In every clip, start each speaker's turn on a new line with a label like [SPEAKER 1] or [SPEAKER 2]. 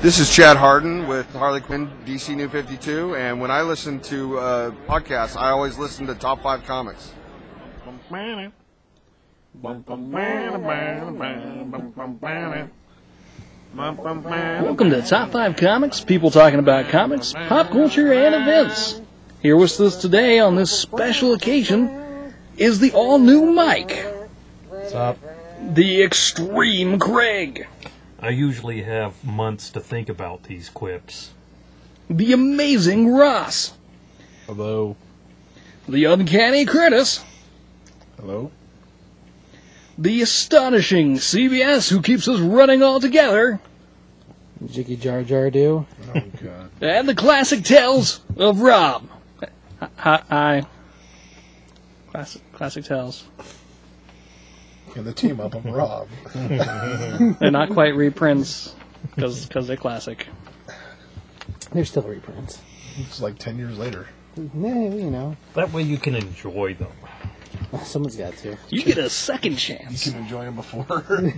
[SPEAKER 1] This is Chad Harden with Harley Quinn DC New 52, and when I listen to uh, podcasts, I always listen to Top 5 Comics.
[SPEAKER 2] Welcome to Top 5 Comics, people talking about comics, pop culture, and events. Here with us today on this special occasion is the all new Mike,
[SPEAKER 3] What's up?
[SPEAKER 2] the extreme Craig,
[SPEAKER 3] I usually have months to think about these quips.
[SPEAKER 2] the amazing Ross,
[SPEAKER 4] Hello.
[SPEAKER 2] the uncanny Curtis,
[SPEAKER 4] Hello.
[SPEAKER 2] the astonishing CBS who keeps us running all together,
[SPEAKER 5] Jiggy Jar Jar do.
[SPEAKER 4] Oh God.
[SPEAKER 2] and the classic tales of Rob. Hi. hi. Classic, classic tales.
[SPEAKER 4] In the team up, I'm Rob.
[SPEAKER 2] They're not quite reprints because they're classic.
[SPEAKER 5] They're still reprints.
[SPEAKER 4] It's like ten years later.
[SPEAKER 5] Yeah, you know,
[SPEAKER 3] That way you can enjoy them.
[SPEAKER 5] someone's got to.
[SPEAKER 2] You get a second chance.
[SPEAKER 4] You can enjoy him before.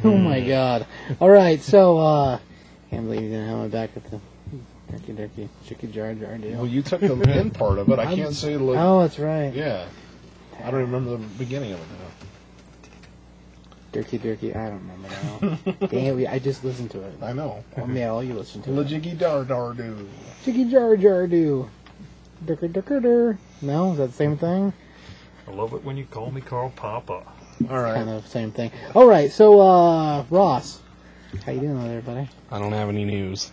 [SPEAKER 5] Oh my God! All right, so uh, can't believe you didn't have my back at the Turkey Turkey Jiggy Jar Jar
[SPEAKER 4] well,
[SPEAKER 5] do.
[SPEAKER 4] you took the end part of it. I can't say like.
[SPEAKER 5] Oh, that's right.
[SPEAKER 4] Yeah. I don't remember the beginning of it now.
[SPEAKER 5] Dirty Dirty. I don't remember now. Damn it! we- I just listened to it.
[SPEAKER 4] I know.
[SPEAKER 5] Well, yeah, all you listen to.
[SPEAKER 4] La
[SPEAKER 5] it.
[SPEAKER 4] jiggy dar dar do.
[SPEAKER 5] Jiggy Jar Jar do. Durker Durker Dur. No, is that the same thing?
[SPEAKER 3] I love it when you call me Carl Papa.
[SPEAKER 4] All
[SPEAKER 5] Kind
[SPEAKER 4] right.
[SPEAKER 5] of same thing. All right, so uh, Ross, how you doing over there, buddy?
[SPEAKER 6] I don't have any news.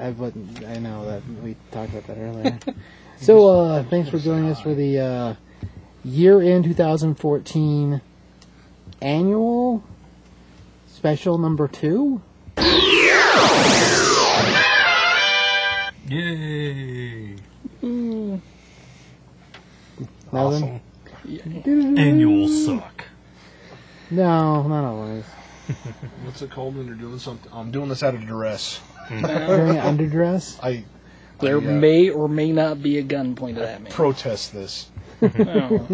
[SPEAKER 5] I wasn't. I know that we talked about that earlier. so uh, thanks for joining us for the uh, year-end 2014 annual special number two.
[SPEAKER 3] Yay!
[SPEAKER 5] Now then-
[SPEAKER 6] Awesome.
[SPEAKER 3] Annual suck.
[SPEAKER 5] No, not always.
[SPEAKER 4] What's it called when you're doing something? I'm doing this out of duress.
[SPEAKER 5] During underdress.
[SPEAKER 4] I
[SPEAKER 2] There
[SPEAKER 4] Yeah.
[SPEAKER 2] may or may not be a gun pointed at me.
[SPEAKER 4] protest this.
[SPEAKER 2] Are you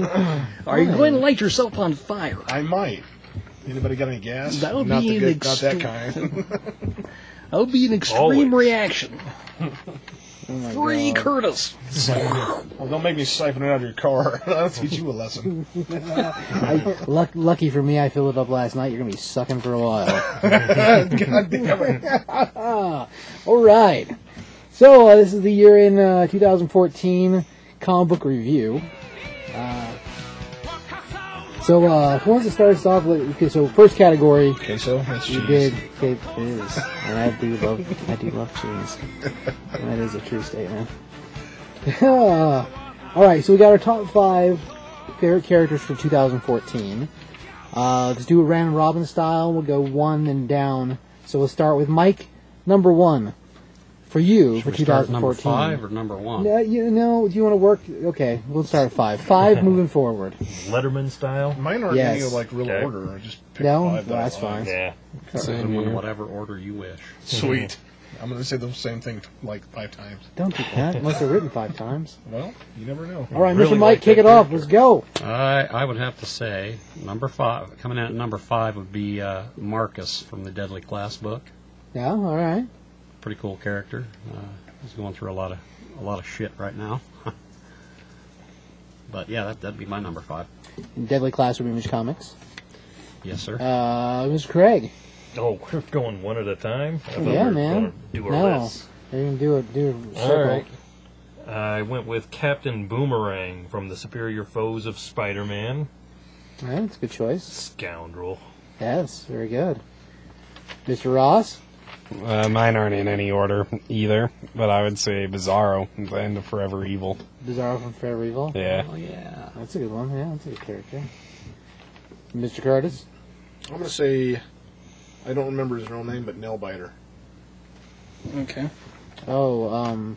[SPEAKER 2] going to light yourself on fire?
[SPEAKER 4] I might. Anybody got any gas?
[SPEAKER 2] That would
[SPEAKER 4] not
[SPEAKER 2] be
[SPEAKER 4] the
[SPEAKER 2] an
[SPEAKER 4] good, not that
[SPEAKER 2] extort-
[SPEAKER 4] kind.
[SPEAKER 2] That would be an extreme
[SPEAKER 3] Always.
[SPEAKER 2] reaction.
[SPEAKER 5] Oh my
[SPEAKER 2] Free
[SPEAKER 5] God.
[SPEAKER 2] Curtis.
[SPEAKER 4] well, Oh, don't make me siphon it out of your car. I'll teach you a lesson.
[SPEAKER 5] I, luck, lucky for me, I filled it up last night. You're gonna be sucking for a while.
[SPEAKER 4] God damn it.
[SPEAKER 5] All right. So uh, this is the year in uh, 2014 comic book review. Uh, so uh, who wants to start us off? Like, okay, so first category
[SPEAKER 4] Okay, so that's
[SPEAKER 5] you
[SPEAKER 4] cheese.
[SPEAKER 5] did it is, and I do love I do love cheese. That is a true statement. All right, so we got our top five favorite characters for 2014. Uh, let's do a random robin style. We'll go one and down. So we'll start with Mike, number one, for you for
[SPEAKER 6] We start
[SPEAKER 5] 2014.
[SPEAKER 6] number five or number one?
[SPEAKER 5] Uh, you know, do you want to work? Okay, we'll start at five. Five moving forward.
[SPEAKER 3] Letterman style?
[SPEAKER 4] Mine aren't
[SPEAKER 5] Yes.
[SPEAKER 4] any of, like real
[SPEAKER 3] Okay.
[SPEAKER 4] order. I just picked
[SPEAKER 5] No,
[SPEAKER 4] five. that
[SPEAKER 5] Well,
[SPEAKER 4] I
[SPEAKER 5] that's
[SPEAKER 4] like.
[SPEAKER 5] fine.
[SPEAKER 3] Yeah.
[SPEAKER 6] Say
[SPEAKER 5] Same
[SPEAKER 6] them in
[SPEAKER 5] here.
[SPEAKER 6] whatever order you wish.
[SPEAKER 4] Sweet. I'm gonna say the same thing like five times.
[SPEAKER 5] Don't do that unless they're written five times.
[SPEAKER 4] Well, you never know.
[SPEAKER 5] All right,
[SPEAKER 3] Really
[SPEAKER 5] Mr. Mike,
[SPEAKER 3] like
[SPEAKER 5] kick
[SPEAKER 3] that
[SPEAKER 5] it off. Let's go.
[SPEAKER 6] I I would have to say number five coming in at number five would be uh, Marcus from the Deadly Class book.
[SPEAKER 5] Yeah, all right.
[SPEAKER 6] Pretty cool character. Uh, he's going through a lot of a lot of shit right now. but yeah, that, that'd be my number five.
[SPEAKER 5] Deadly Classroom Image Comics.
[SPEAKER 6] Yes, sir.
[SPEAKER 5] Uh, Mr. Craig.
[SPEAKER 3] Oh, we're going one at a time? I thought
[SPEAKER 5] Yeah,
[SPEAKER 3] we were
[SPEAKER 5] man.
[SPEAKER 3] gonna Do our
[SPEAKER 5] No.
[SPEAKER 3] list.
[SPEAKER 5] You're gonna do it. Do a circle.
[SPEAKER 3] All right. I went with Captain Boomerang from the Superior Foes of Spider Man.
[SPEAKER 5] All right, that's a good choice.
[SPEAKER 3] Scoundrel.
[SPEAKER 5] Yes, very good. Mr. Ross.
[SPEAKER 7] Uh, mine aren't in any order either, but I would say Bizarro, the end of Forever Evil.
[SPEAKER 5] Bizarro from Forever Evil.
[SPEAKER 7] Yeah.
[SPEAKER 6] oh yeah.
[SPEAKER 5] That's a good one. Yeah, that's a good character. Mr. Curtis.
[SPEAKER 4] I'm gonna say I don't remember his real name, but Nailbiter.
[SPEAKER 2] Okay.
[SPEAKER 5] Oh, um,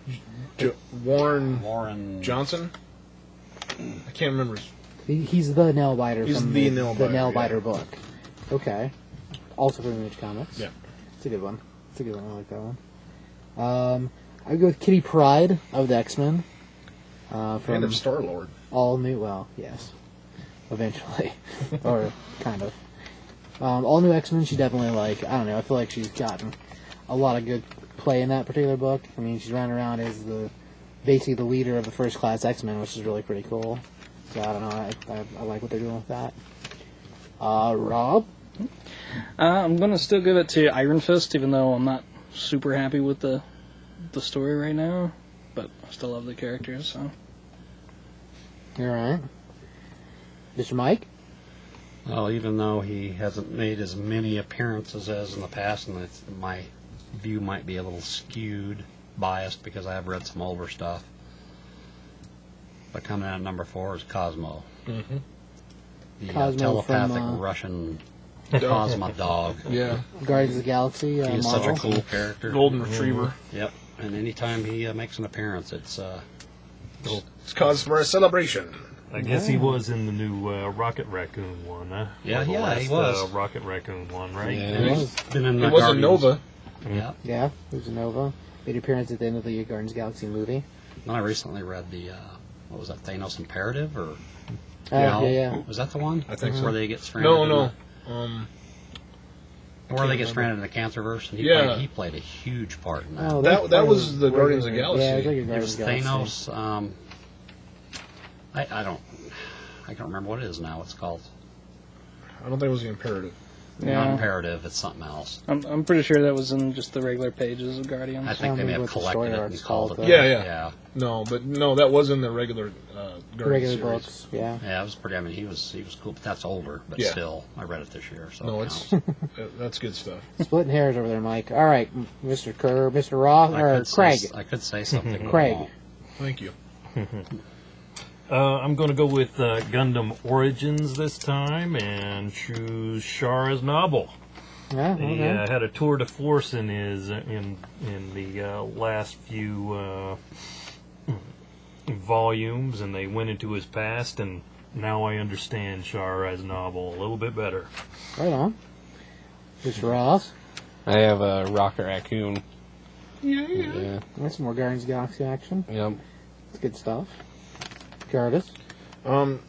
[SPEAKER 4] Jo- Warren
[SPEAKER 6] Warren.
[SPEAKER 4] Johnson. I can't remember. His-
[SPEAKER 5] he- he's the nail biter.
[SPEAKER 4] He's
[SPEAKER 5] from
[SPEAKER 4] the nail
[SPEAKER 5] the
[SPEAKER 4] biter,
[SPEAKER 5] nail
[SPEAKER 4] yeah.
[SPEAKER 5] biter book. Okay. Also from Image Comics.
[SPEAKER 4] Yeah.
[SPEAKER 5] It's a good one. It's a good one. I like that one. Um, I would go with Kitty Pride of the X Men. Uh, from
[SPEAKER 4] and of Star Lord.
[SPEAKER 5] all new. Well, yes, eventually, or kind of. Um, all new X Men. She definitely like. I don't know. I feel like she's gotten a lot of good play in that particular book. I mean, she's running around as the basically the leader of the first class X Men, which is really pretty cool. So I don't know, I, I, I like what they're doing with that. Uh, Rob,
[SPEAKER 2] Uh, I'm gonna still give it to Iron Fist, even though I'm not super happy with the the story right now. But I still love the characters. So
[SPEAKER 5] you're right. Mr. Mike,
[SPEAKER 6] Well, even though he hasn't made as many appearances as in the past, and it's, my view might be a little skewed, biased, because I have read some older stuff. But coming out at number four is Cosmo. Mm-hmm. The uh,
[SPEAKER 5] Cosmo
[SPEAKER 6] telepathic
[SPEAKER 5] from, uh,
[SPEAKER 6] Russian Cosmo dog.
[SPEAKER 4] Yeah, Mm-hmm.
[SPEAKER 5] Guardians of the Galaxy, uh,
[SPEAKER 6] He's such a
[SPEAKER 5] Marvel.
[SPEAKER 6] cool character.
[SPEAKER 4] golden retriever.
[SPEAKER 6] Yep. And anytime he uh, makes an appearance, it's uh,
[SPEAKER 4] It's cause for a celebration.
[SPEAKER 3] I guess he was in the new uh, Rocket Raccoon one, huh?
[SPEAKER 6] Yeah,
[SPEAKER 3] Or the
[SPEAKER 6] yeah,
[SPEAKER 3] last,
[SPEAKER 6] he was.
[SPEAKER 3] Uh, Rocket Raccoon one, right?
[SPEAKER 6] Yeah.
[SPEAKER 5] It was,
[SPEAKER 6] been in the
[SPEAKER 4] It wasn't
[SPEAKER 6] Guardians.
[SPEAKER 4] Nova.
[SPEAKER 6] Yeah.
[SPEAKER 5] yeah, it was a Nova. Made appearance at the end of the Guardians of the Galaxy movie.
[SPEAKER 6] And I recently read the uh, what was that Thanos Imperative or
[SPEAKER 5] Uh,
[SPEAKER 6] No.
[SPEAKER 5] yeah, yeah.
[SPEAKER 6] Was that the one?
[SPEAKER 4] I think so.
[SPEAKER 6] Where they get stranded.
[SPEAKER 4] No,
[SPEAKER 6] in
[SPEAKER 4] no. Um,
[SPEAKER 6] The, where they get stranded in the Cancerverse, and he,
[SPEAKER 4] Yeah.
[SPEAKER 6] played, he played a huge part in that.
[SPEAKER 5] Oh,
[SPEAKER 4] That- that was
[SPEAKER 5] probably
[SPEAKER 4] the Guardians of the
[SPEAKER 5] Yeah, it was
[SPEAKER 4] Galaxy.
[SPEAKER 5] like a
[SPEAKER 6] it
[SPEAKER 5] Guardians
[SPEAKER 6] was
[SPEAKER 5] of the Galaxy.
[SPEAKER 6] Thanos. Um, I, I don't. I can't remember what it is now. It's called
[SPEAKER 4] I don't think it was the imperative.
[SPEAKER 6] not
[SPEAKER 2] yeah,
[SPEAKER 6] imperative. It's something else.
[SPEAKER 2] I'm, I'm pretty sure that was in just the regular pages of
[SPEAKER 6] I
[SPEAKER 2] Guardians.
[SPEAKER 6] think
[SPEAKER 5] don't
[SPEAKER 6] they may
[SPEAKER 5] remember
[SPEAKER 6] have
[SPEAKER 5] what the
[SPEAKER 6] collected
[SPEAKER 5] story
[SPEAKER 6] it
[SPEAKER 5] arc's
[SPEAKER 6] and called it.
[SPEAKER 5] called,
[SPEAKER 4] though.
[SPEAKER 6] that.
[SPEAKER 4] Yeah, yeah.
[SPEAKER 6] yeah,
[SPEAKER 4] No, but no, that was in the regular uh, Guardians
[SPEAKER 5] The regular
[SPEAKER 4] series.
[SPEAKER 5] books. Yeah.
[SPEAKER 6] Yeah, It was pretty. I mean, he was he was cool, but that's older. But
[SPEAKER 4] Yeah.
[SPEAKER 6] still, I read it this year. So
[SPEAKER 4] No,
[SPEAKER 6] it
[SPEAKER 4] it's
[SPEAKER 6] counts.
[SPEAKER 4] that- that's good stuff.
[SPEAKER 5] Splitting hairs over there, Mike. All right, m- Mr. Kerr, Mr. Ross,
[SPEAKER 6] I
[SPEAKER 5] or
[SPEAKER 6] could say
[SPEAKER 5] Craig.
[SPEAKER 6] s- I could say something. but I
[SPEAKER 5] Craig.
[SPEAKER 6] won't.
[SPEAKER 4] Thank you.
[SPEAKER 3] Uh, I'm going to go with uh, Gundam Origins this time and choose Shara's novel.
[SPEAKER 5] Yeah,
[SPEAKER 3] He
[SPEAKER 5] okay.
[SPEAKER 3] uh, had a tour de force in his uh, in in the uh, last few uh, volumes, and they went into his past. And now I understand Shara's novel a little bit better.
[SPEAKER 5] Right on. Mr. Ross.
[SPEAKER 7] I have a rocket raccoon. Yeah, yeah.
[SPEAKER 5] That's more Guardians of the Galaxy action.
[SPEAKER 7] Yep.
[SPEAKER 5] That's good stuff. Curtis.
[SPEAKER 4] Um,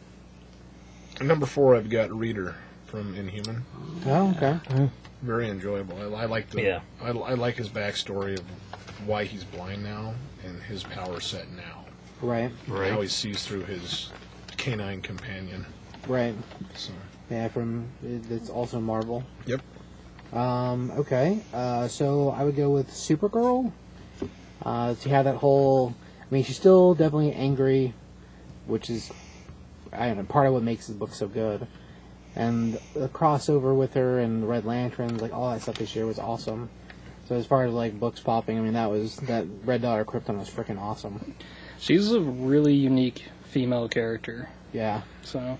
[SPEAKER 4] number four, I've got Reader from Inhuman.
[SPEAKER 5] Oh, okay.
[SPEAKER 4] Very enjoyable. I, I like the.
[SPEAKER 3] Yeah.
[SPEAKER 4] I, I like his backstory of why he's blind now and his power set now.
[SPEAKER 5] Right,
[SPEAKER 4] Right. How
[SPEAKER 3] Right?
[SPEAKER 4] he sees through his canine companion.
[SPEAKER 5] right.
[SPEAKER 4] So.
[SPEAKER 5] Yeah, from that's also Marvel.
[SPEAKER 4] Yep.
[SPEAKER 5] Um, okay, uh, so I would go with Supergirl. Uh, to have that whole, I mean, she's still definitely angry, which is, I don't know, part of what makes this book so good. And the crossover with her and the Red Lanterns, like all that stuff this year was awesome. So as far as like books popping, I mean, that was that Red Dollar Krypton was freaking awesome.
[SPEAKER 2] She's a really unique female character.
[SPEAKER 5] Yeah,
[SPEAKER 2] So,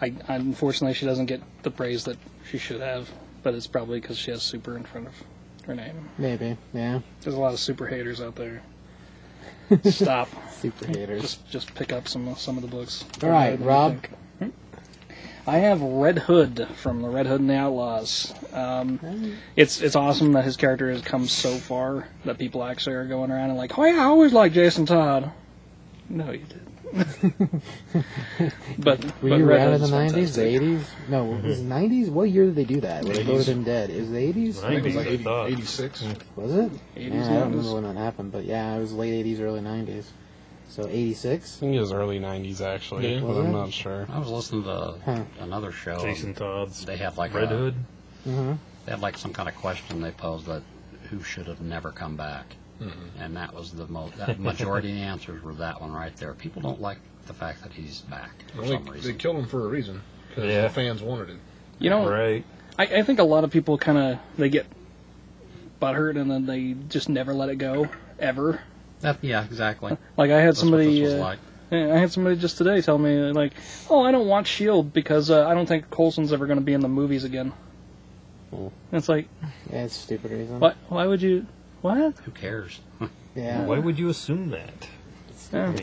[SPEAKER 2] I unfortunately she doesn't get the praise that she should have, but it's probably because she has super in front of her name.
[SPEAKER 5] maybe. Yeah,
[SPEAKER 2] There's a lot of super haters out there. Stop.
[SPEAKER 5] super haters.
[SPEAKER 2] Just just pick up some some of the books.
[SPEAKER 5] All right,
[SPEAKER 2] What do you
[SPEAKER 5] Rob.
[SPEAKER 2] think? Hmm? I have Red Hood from the Red Hood and the Outlaws.
[SPEAKER 5] Hmm.
[SPEAKER 2] Um, it's it's awesome that his character has come so far that people actually are going around and like, oh yeah, I always liked Jason Todd. No, you did. but
[SPEAKER 5] Were
[SPEAKER 2] but
[SPEAKER 5] you
[SPEAKER 2] Red
[SPEAKER 5] around
[SPEAKER 2] Hood
[SPEAKER 5] in the
[SPEAKER 2] is fantastic.
[SPEAKER 5] nineties,
[SPEAKER 2] Mm-hmm.
[SPEAKER 5] the eighties? No, it was nineties. What year did they do that? Where they voted him dead? It was the eighties.
[SPEAKER 4] I think it was
[SPEAKER 3] Nineties,
[SPEAKER 4] like
[SPEAKER 3] I
[SPEAKER 4] 80,
[SPEAKER 3] thought.
[SPEAKER 4] 86.
[SPEAKER 3] Mm.
[SPEAKER 5] Was it?
[SPEAKER 2] 80s,
[SPEAKER 5] yeah, I don't
[SPEAKER 2] 90s.
[SPEAKER 5] remember when that happened, but yeah, it was late eighties, early nineties. So eighty
[SPEAKER 7] I
[SPEAKER 5] six.
[SPEAKER 7] think it was early '90s actually,
[SPEAKER 4] Yeah.
[SPEAKER 7] but I'm not sure.
[SPEAKER 6] I was listening to
[SPEAKER 5] Huh.
[SPEAKER 6] another show.
[SPEAKER 3] Jason Todd's
[SPEAKER 6] Um, They have like
[SPEAKER 3] Red
[SPEAKER 6] a,
[SPEAKER 3] Hood.
[SPEAKER 6] They had like some kind of question they posed that who should have never come back, and that was the most. That majority of the answers were that one right there. People don't like the fact that he's back for
[SPEAKER 4] Well,
[SPEAKER 6] some
[SPEAKER 4] they, they
[SPEAKER 6] reason.
[SPEAKER 4] killed him for a reason because
[SPEAKER 3] Yeah.
[SPEAKER 4] the fans wanted it.
[SPEAKER 2] You know,
[SPEAKER 3] Right.
[SPEAKER 2] I, I think a lot of people kind of they get butthurt and then they just never let it go ever.
[SPEAKER 6] That, yeah, exactly. That's
[SPEAKER 2] Like I had
[SPEAKER 6] what
[SPEAKER 2] somebody.
[SPEAKER 6] this was
[SPEAKER 2] uh,
[SPEAKER 6] like.
[SPEAKER 2] Yeah, I had somebody just today tell me like, "Oh, I don't watch Shield because uh, I don't think Coulson's ever going to be in the movies again."
[SPEAKER 6] Hmm.
[SPEAKER 2] And it's like,
[SPEAKER 5] Yeah, it's a stupid reason.
[SPEAKER 2] why? Why would you? What?
[SPEAKER 6] Who cares?
[SPEAKER 5] Yeah.
[SPEAKER 3] Why would you assume that?
[SPEAKER 2] Yeah.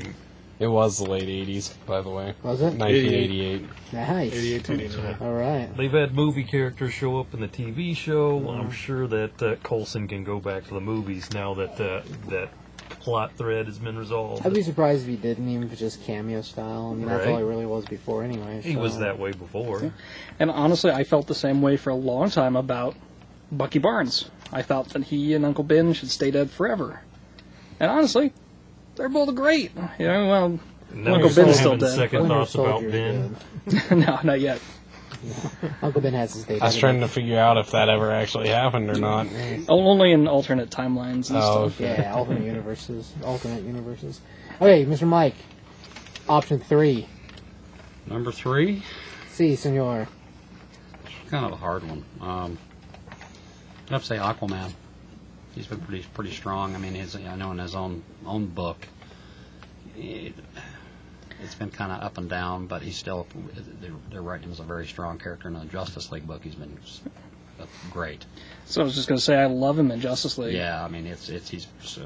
[SPEAKER 7] It was the late '80s, by the way.
[SPEAKER 5] Was it?
[SPEAKER 7] 1988.
[SPEAKER 5] Nice.
[SPEAKER 4] 88 to 89.
[SPEAKER 5] All right.
[SPEAKER 3] They've had movie characters show up in the TV show.
[SPEAKER 5] Mm-hmm.
[SPEAKER 3] I'm sure that uh, Colson can go back to the movies now that uh, that plot thread has been resolved.
[SPEAKER 5] I'd be surprised if he didn't, even if it's just cameo style. I mean, that's all
[SPEAKER 3] Right.
[SPEAKER 5] he really was before, anyway.
[SPEAKER 3] He
[SPEAKER 5] so-
[SPEAKER 3] was that way before.
[SPEAKER 2] And honestly, I felt the same way for a long time about Bucky Barnes. I thought that he and Uncle Ben should stay dead forever. And honestly, they're both great. You know, well,
[SPEAKER 3] Now
[SPEAKER 2] Uncle
[SPEAKER 3] you're still
[SPEAKER 2] Ben's still
[SPEAKER 3] having
[SPEAKER 2] dead.
[SPEAKER 3] second
[SPEAKER 5] Winter
[SPEAKER 3] thoughts about
[SPEAKER 5] Soldier's
[SPEAKER 3] Ben.
[SPEAKER 2] no, not yet.
[SPEAKER 5] good. Uncle Ben has his day.
[SPEAKER 7] I was trying to figure out if that ever actually happened or not.
[SPEAKER 2] Only in alternate timelines and
[SPEAKER 7] Oh,
[SPEAKER 2] stuff.
[SPEAKER 5] Yeah, alternate universes. Alternate universes. Okay, Mr. Mike. Option three.
[SPEAKER 6] Number three,
[SPEAKER 5] See, senor.
[SPEAKER 6] kind of a hard one. Um, I'd have to say Aquaman. He's been pretty pretty strong. I mean, his I know in his own own book, it, it's been kind of up and down, but he's still they're, they're writing him as a very strong character in the Justice League book. He's been s- uh, great.
[SPEAKER 2] So I was just gonna say I love him in Justice League.
[SPEAKER 6] Yeah, I mean, it's it's he's s-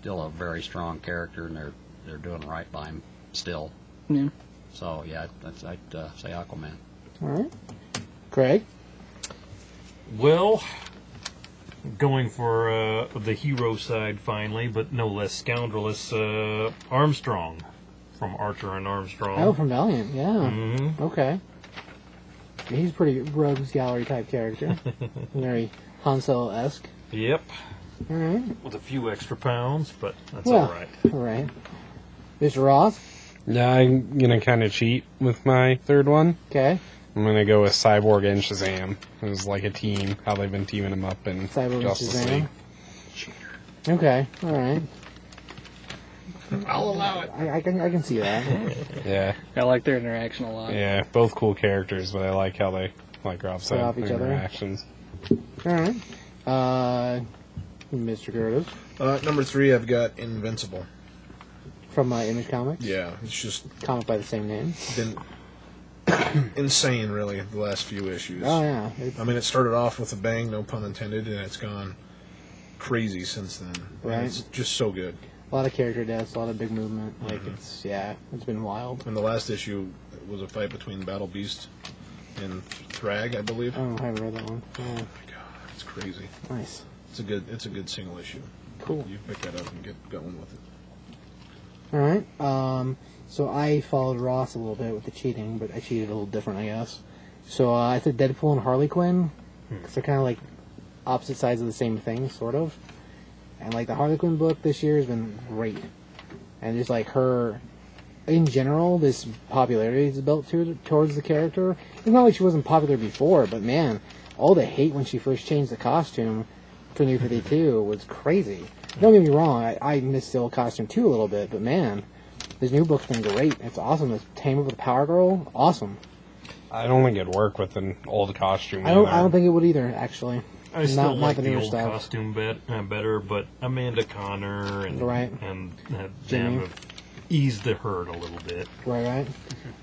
[SPEAKER 6] still a very strong character, and they're they're doing right by him still.
[SPEAKER 2] Yeah.
[SPEAKER 6] So yeah, that's, I'd uh, say Aquaman.
[SPEAKER 5] All right. Craig.
[SPEAKER 3] Well, going for uh, the hero side finally, but no less scoundrelous, uh, Armstrong from Archer and Armstrong.
[SPEAKER 5] Oh, Mm-hmm. from Valiant. Yeah.
[SPEAKER 3] hmm
[SPEAKER 5] Okay. He's a pretty rogues gallery type character. Very Han Solo esque.
[SPEAKER 3] Yep,
[SPEAKER 5] All right.
[SPEAKER 3] with a few extra pounds, but that's
[SPEAKER 5] Mm-hmm. Well.
[SPEAKER 3] all right.
[SPEAKER 5] All right. Mr. Ross.
[SPEAKER 7] Yeah, I'm gonna kind of cheat with my third one.
[SPEAKER 5] Okay.
[SPEAKER 7] I'm gonna go with Cyborg and Shazam. It was like a team, how they've been teaming them up in
[SPEAKER 5] Cyber
[SPEAKER 7] Justice
[SPEAKER 5] Shazam.
[SPEAKER 7] League.
[SPEAKER 5] Okay. All right.
[SPEAKER 4] I'll allow it.
[SPEAKER 5] I, I can I can see that.
[SPEAKER 7] Yeah,
[SPEAKER 2] I like their interaction a lot.
[SPEAKER 7] yeah, both cool characters, but I like how they, like Rob said,
[SPEAKER 5] off each other.
[SPEAKER 7] interactions.
[SPEAKER 5] All right. Uh, Mr. Curtis
[SPEAKER 4] Uh, number three, I've got Invincible.
[SPEAKER 5] from uh, Image Comics,
[SPEAKER 4] Yeah, it's just
[SPEAKER 5] comic by the same name.
[SPEAKER 4] been insane, really, the last few issues.
[SPEAKER 5] Oh yeah. It's,
[SPEAKER 4] I mean, it started off with a bang, no pun intended, and it's gone crazy since then. And
[SPEAKER 5] Right.
[SPEAKER 4] It's just so good.
[SPEAKER 5] a lot of character deaths, a lot of big movement. Like it's yeah, it's been wild.
[SPEAKER 4] And the last issue was a fight between Battle Beast and Thrag, I believe.
[SPEAKER 5] I don't know if Oh, I haven't read that one. Yeah,
[SPEAKER 4] my god, it's crazy.
[SPEAKER 5] nice.
[SPEAKER 4] It's a good, it's a good single issue.
[SPEAKER 5] Cool.
[SPEAKER 4] You pick that up and get going with it.
[SPEAKER 5] All right. Um, so I followed Ross a little bit with the cheating, but I cheated a little different, I guess. So uh, I said Deadpool and Harley Quinn because they're kind of like opposite sides of the same thing, sort of. And like the Harley Quinn book this year has been great, and just like her, in general, this popularity is built to, towards the character. It's not like she wasn't popular before, but man, all the hate when she first changed the costume for New Fifty Two was crazy. Don't get me wrong, I, I missed the old costume too a little bit, but man, this new book's been great. It's awesome. This Tame Up with Power Girl, awesome.
[SPEAKER 7] I don't think it'd work with an old costume.
[SPEAKER 5] I don't,
[SPEAKER 7] either.
[SPEAKER 5] I don't think it would either, actually.
[SPEAKER 3] I still
[SPEAKER 5] Not- not
[SPEAKER 3] like
[SPEAKER 5] the
[SPEAKER 3] the,
[SPEAKER 5] newer
[SPEAKER 3] old
[SPEAKER 5] stuff.
[SPEAKER 3] costume bet, uh, better, but Amanda Connor and
[SPEAKER 5] Right.
[SPEAKER 3] and uh,
[SPEAKER 5] Jimmy.
[SPEAKER 3] them have eased the herd a little bit.
[SPEAKER 5] Right, right.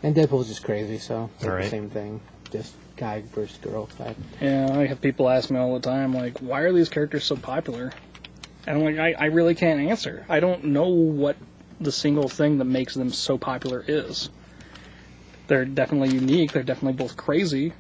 [SPEAKER 5] And Deadpool's just crazy, so it's like the
[SPEAKER 3] Right.
[SPEAKER 5] same thing. Just guy versus girl type.
[SPEAKER 2] Yeah, I have people ask me all the time, like, why are these characters so popular? And I'm like, I, I really can't answer. I don't know what the single thing that makes them so popular is. They're definitely unique. They're definitely both crazy.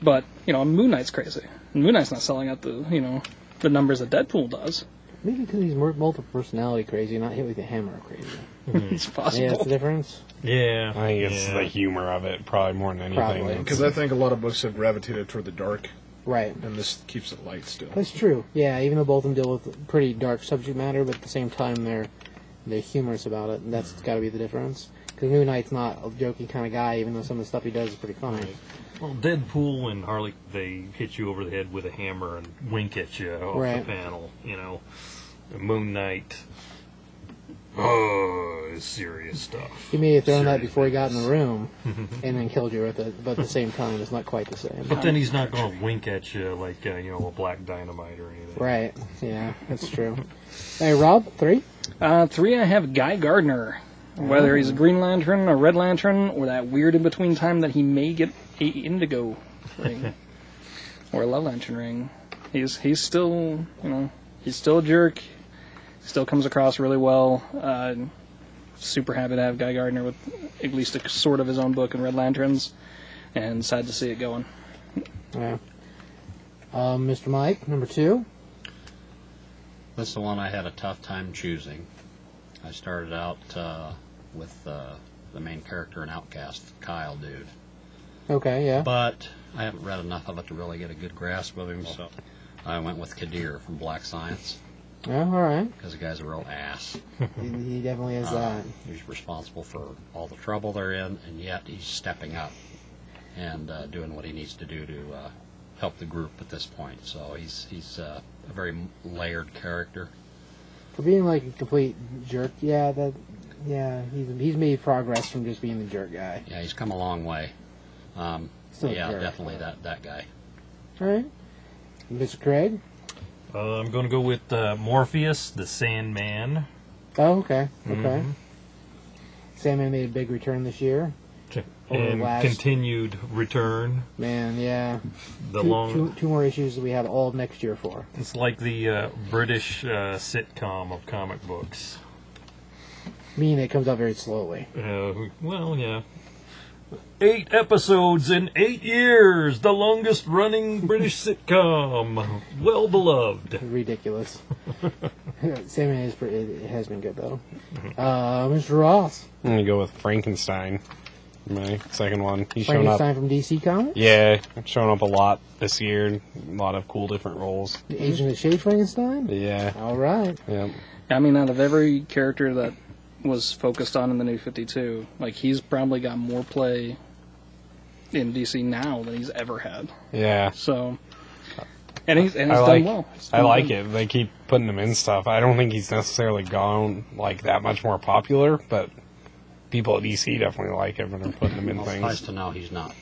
[SPEAKER 2] But, you know, Moon Knight's crazy. And Moon Knight's not selling out the, you know, the numbers that Deadpool does.
[SPEAKER 5] Maybe because he's mul- multiple personality crazy, not hit with a hammer crazy.
[SPEAKER 2] It's
[SPEAKER 5] Yeah, that's
[SPEAKER 2] possible.
[SPEAKER 5] the difference.
[SPEAKER 3] Yeah,
[SPEAKER 7] I think it's
[SPEAKER 3] yeah.
[SPEAKER 7] the humor of it, probably more than anything.
[SPEAKER 5] Probably.
[SPEAKER 7] It's-
[SPEAKER 4] Because I think a lot of books have gravitated toward the dark,
[SPEAKER 5] Right.
[SPEAKER 4] and this keeps it light still.
[SPEAKER 5] That's true. Yeah, even though both of them deal with pretty dark subject matter, but at the same time they're they're humorous about it, and that's got to be the difference. Because Moon Knight's not a jokey kind of guy, even though some of the stuff he does is pretty funny.
[SPEAKER 3] Well, Deadpool and Harley, they hit you over the head with a hammer and wink at you off
[SPEAKER 5] Right.
[SPEAKER 3] the panel. You know, Moon Knight. Oh, is serious stuff.
[SPEAKER 5] He may have thrown that
[SPEAKER 3] Serious
[SPEAKER 5] before he got in the
[SPEAKER 3] business.
[SPEAKER 5] room, and then killed you with it. But at the same time, it's not quite the same.
[SPEAKER 3] But then he's not going to wink at you like uh, you know a black dynamite or anything.
[SPEAKER 5] Right. Yeah, that's true. hey, Rob, three.
[SPEAKER 2] Uh, three, I have Guy Gardner. Whether he's a Green Lantern, a Red Lantern, or that weird in between time that he may get a Indigo ring or a Love Lantern ring, he's he's still you know he's still a jerk. Still comes across really well. Uh, super happy to have Guy Gardner with at least a sort of his own book in Red Lanterns, and sad to see it going.
[SPEAKER 5] Yeah. Um, Mr. Mike, number two.
[SPEAKER 6] That's the one I had a tough time choosing. I started out uh, with uh, the main character in Outcast, Kyle, dude.
[SPEAKER 5] Okay, yeah.
[SPEAKER 6] But I haven't read enough of it to really get a good grasp of him, so I went with Kadir from Black Science
[SPEAKER 5] Yeah, all right.
[SPEAKER 6] because the guy's a real ass.
[SPEAKER 5] He, he definitely is
[SPEAKER 6] Uh,
[SPEAKER 5] that.
[SPEAKER 6] he's responsible for all the trouble they're in, and yet he's stepping up and uh, doing what he needs to do to uh, help the group at this point. So he's he's uh, a very layered character.
[SPEAKER 5] For being like a complete jerk, yeah, that, yeah, he's he's made progress from just being the jerk guy.
[SPEAKER 6] Yeah, he's come a long way. Um,
[SPEAKER 5] Still a
[SPEAKER 6] yeah,
[SPEAKER 5] jerk.
[SPEAKER 6] definitely that that guy.
[SPEAKER 5] All right, Mr. Craig.
[SPEAKER 3] Uh, I'm going to go with uh, Morpheus, the Sandman.
[SPEAKER 5] Oh, okay, okay.
[SPEAKER 3] Mm-hmm.
[SPEAKER 5] Sandman made a big return this year. Over the
[SPEAKER 3] And
[SPEAKER 5] last-
[SPEAKER 3] continued return.
[SPEAKER 5] Man, yeah.
[SPEAKER 3] The
[SPEAKER 5] two,
[SPEAKER 3] long.
[SPEAKER 5] two- two more issues that we have all of next year for.
[SPEAKER 3] It's like the uh, British uh, sitcom of comic books.
[SPEAKER 5] Meaning it comes out very slowly.
[SPEAKER 3] Uh, well, yeah. Eight episodes in eight years, the longest running British sitcom. Well beloved.
[SPEAKER 5] Ridiculous. Sandman is pretty, it it has been good though.
[SPEAKER 3] Mm-hmm.
[SPEAKER 5] Uh, Mr. Ross,
[SPEAKER 7] I'm gonna go with Frankenstein. My second one. He's showing up.
[SPEAKER 5] Frankenstein from DC Comics,
[SPEAKER 7] Yeah, showing up a lot this year. A lot of cool different roles.
[SPEAKER 5] The Agent of Shade Frankenstein.
[SPEAKER 7] Yeah,
[SPEAKER 5] All right.
[SPEAKER 7] yeah.
[SPEAKER 2] I mean, out of every character that was focused on in the New 52, like, he's probably got more play in DC now than he's ever had.
[SPEAKER 7] Yeah.
[SPEAKER 2] So, and he's, and he's
[SPEAKER 7] I
[SPEAKER 2] done
[SPEAKER 7] like,
[SPEAKER 2] well. He's
[SPEAKER 7] I
[SPEAKER 2] done
[SPEAKER 7] like
[SPEAKER 2] well.
[SPEAKER 7] it. They keep putting him in stuff. I don't think he's necessarily gone like that much more popular, but people at DC definitely like him and are putting him in
[SPEAKER 6] Well, it's nice
[SPEAKER 7] things.
[SPEAKER 6] to know he's not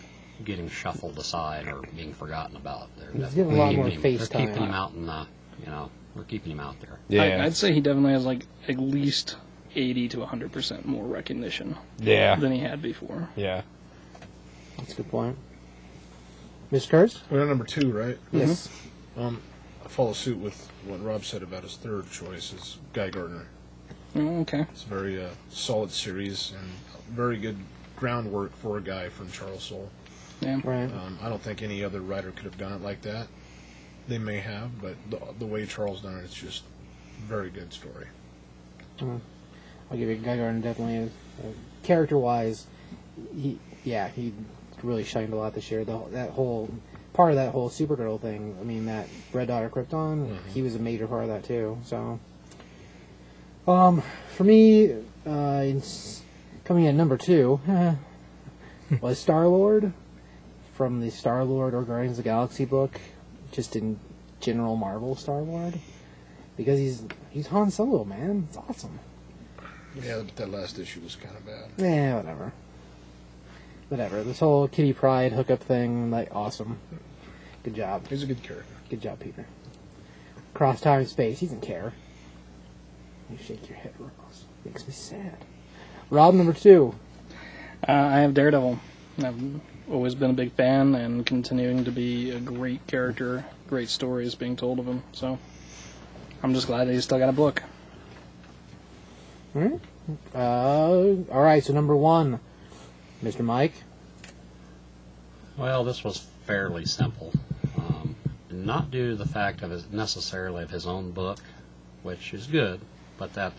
[SPEAKER 6] getting shuffled aside or being forgotten about. They're
[SPEAKER 5] He's
[SPEAKER 6] definitely
[SPEAKER 5] getting a lot
[SPEAKER 6] keeping
[SPEAKER 5] more
[SPEAKER 6] him-
[SPEAKER 5] face
[SPEAKER 6] They're
[SPEAKER 5] time.
[SPEAKER 6] keeping him out in the, you know, we're keeping him out there.
[SPEAKER 2] I,
[SPEAKER 7] Yeah,
[SPEAKER 2] I'd say he definitely has, like, at least 80 to 100% more recognition
[SPEAKER 7] yeah,
[SPEAKER 2] than he had before.
[SPEAKER 7] yeah.
[SPEAKER 5] That's a good point. Miss Kurtz?
[SPEAKER 4] We're at number two, right?
[SPEAKER 5] Yes.
[SPEAKER 4] Um, I follow suit with what Rob said about his third choice is Guy Gardner.
[SPEAKER 2] Oh, okay.
[SPEAKER 4] It's a very uh, solid series and very good groundwork for a guy from Charles Soule.
[SPEAKER 2] Yeah.
[SPEAKER 5] Right.
[SPEAKER 4] Um, I don't think any other writer could have done it like that. They may have, but the, the way Charles done it, it's just very good story.
[SPEAKER 5] I'll give you Guy Gardner definitely is. Uh, character wise, he yeah he really shined a lot this year. The, that whole part of that whole Supergirl thing. I mean that Red Dot of Krypton. He was a major part of that too. So, um, for me, uh, it's coming in at number two was Star Lord from the Star Lord or Guardians of the Galaxy book, just in general Marvel Star Lord, because he's he's Han Solo man. It's awesome.
[SPEAKER 4] Yeah, but that last issue was kind of bad.
[SPEAKER 5] Eh, whatever. Whatever. This whole Kitty Pride hookup thing, like, awesome. Good job.
[SPEAKER 4] He's a good character.
[SPEAKER 5] Good job, Peter. Cross time and space. He doesn't care. You shake your head, Ross. Makes me sad. Rob number two.
[SPEAKER 2] Uh, I have Daredevil. I've always been a big fan and continuing to be a great character, great stories being told of him. So I'm just glad that he's still got a book.
[SPEAKER 5] Uh, all right. So number one, Mr. Mike.
[SPEAKER 6] Well, this was fairly simple. Um, not due to the fact of his necessarily of his own book, which is good, but that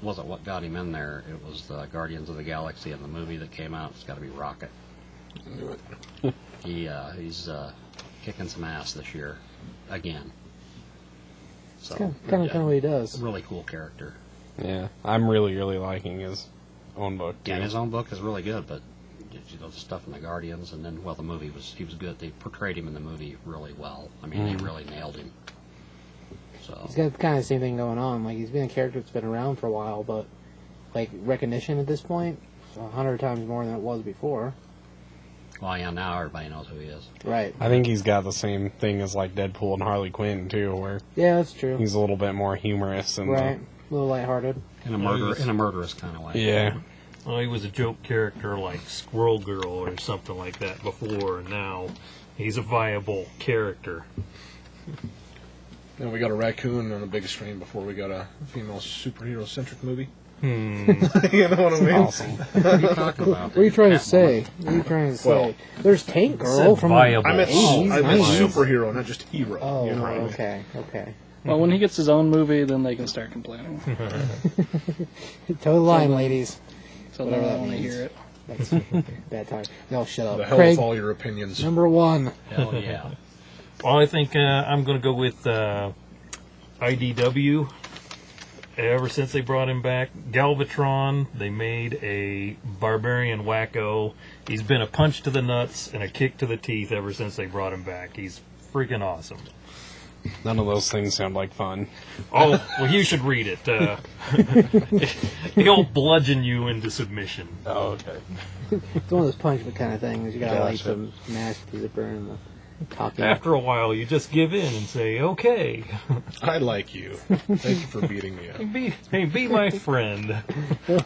[SPEAKER 6] wasn't what got him in there. It was the Guardians of the Galaxy and the movie that came out. It's got to be Rocket. he uh, he's uh, kicking some ass this year, again. So
[SPEAKER 5] Kind of, kind of,
[SPEAKER 6] yeah,
[SPEAKER 5] kind of what he does.
[SPEAKER 6] really cool character.
[SPEAKER 7] Yeah, I'm really, really liking his own book too.
[SPEAKER 6] Yeah, his own book is really good, but you know the stuff in the Guardians, and then well, the movie was he was good. They portrayed him in the movie really well. I mean, they really nailed him. So
[SPEAKER 5] Mm. He's got kind of the same thing going on. Like he's been a character that's been around for a while, but like recognition at this point, a hundred times more than it was before.
[SPEAKER 6] well, yeah, now everybody knows who he is.
[SPEAKER 5] Right.
[SPEAKER 7] I think he's got the same thing as like Deadpool and Harley Quinn too, where
[SPEAKER 5] Yeah, that's true.
[SPEAKER 7] he's a little bit more humorous and
[SPEAKER 5] Right. A little lighthearted.
[SPEAKER 6] In
[SPEAKER 3] Yeah,
[SPEAKER 6] a
[SPEAKER 3] he
[SPEAKER 6] murder,
[SPEAKER 3] was-
[SPEAKER 6] in a murderous kind of way.
[SPEAKER 7] yeah,
[SPEAKER 3] Oh, he was a joke character like Squirrel Girl or something like that before, and now he's a viable character.
[SPEAKER 4] Then we got a raccoon on the big screen before we got a female superhero centric movie. you know what I mean?
[SPEAKER 7] awesome.
[SPEAKER 6] What are you talking about?
[SPEAKER 5] What are you trying to say? What are you trying to say?
[SPEAKER 4] Well-
[SPEAKER 5] There's Tank Girl
[SPEAKER 3] said
[SPEAKER 5] from
[SPEAKER 3] viable.
[SPEAKER 4] I meant,
[SPEAKER 5] Oh,
[SPEAKER 4] I meant
[SPEAKER 5] nice.
[SPEAKER 4] superhero, not just hero.
[SPEAKER 5] Oh,
[SPEAKER 4] you know what I mean?
[SPEAKER 5] okay, okay.
[SPEAKER 2] Well, when he gets his own movie, then they can start complaining.
[SPEAKER 5] Toe the line, ladies.
[SPEAKER 2] So they'll
[SPEAKER 5] Whatever that
[SPEAKER 2] want to
[SPEAKER 5] means.
[SPEAKER 2] hear it.
[SPEAKER 5] That's bad time. No, shut
[SPEAKER 4] The
[SPEAKER 5] up.
[SPEAKER 4] hell
[SPEAKER 5] Craig,
[SPEAKER 4] with all your opinions.
[SPEAKER 5] number one.
[SPEAKER 6] Hell yeah.
[SPEAKER 3] Well, I think uh, I'm going to go with uh, IDW. Ever since they brought him back, Galvatron, they made a barbarian wacko. He's been a punch to the nuts and a kick to the teeth ever since they brought him back. He's freaking awesome.
[SPEAKER 7] None of those things sound like fun.
[SPEAKER 3] Oh, well, you should read it. Uh, he'll bludgeon you into submission.
[SPEAKER 7] Oh, okay.
[SPEAKER 5] It's one of those punishment kind of things. You gotta light
[SPEAKER 7] Gotcha.
[SPEAKER 5] some nasty to burn the talking.
[SPEAKER 3] After a while, you just give in and say, okay,
[SPEAKER 4] I like you. Thank you for beating me up.
[SPEAKER 3] be, hey, be my friend.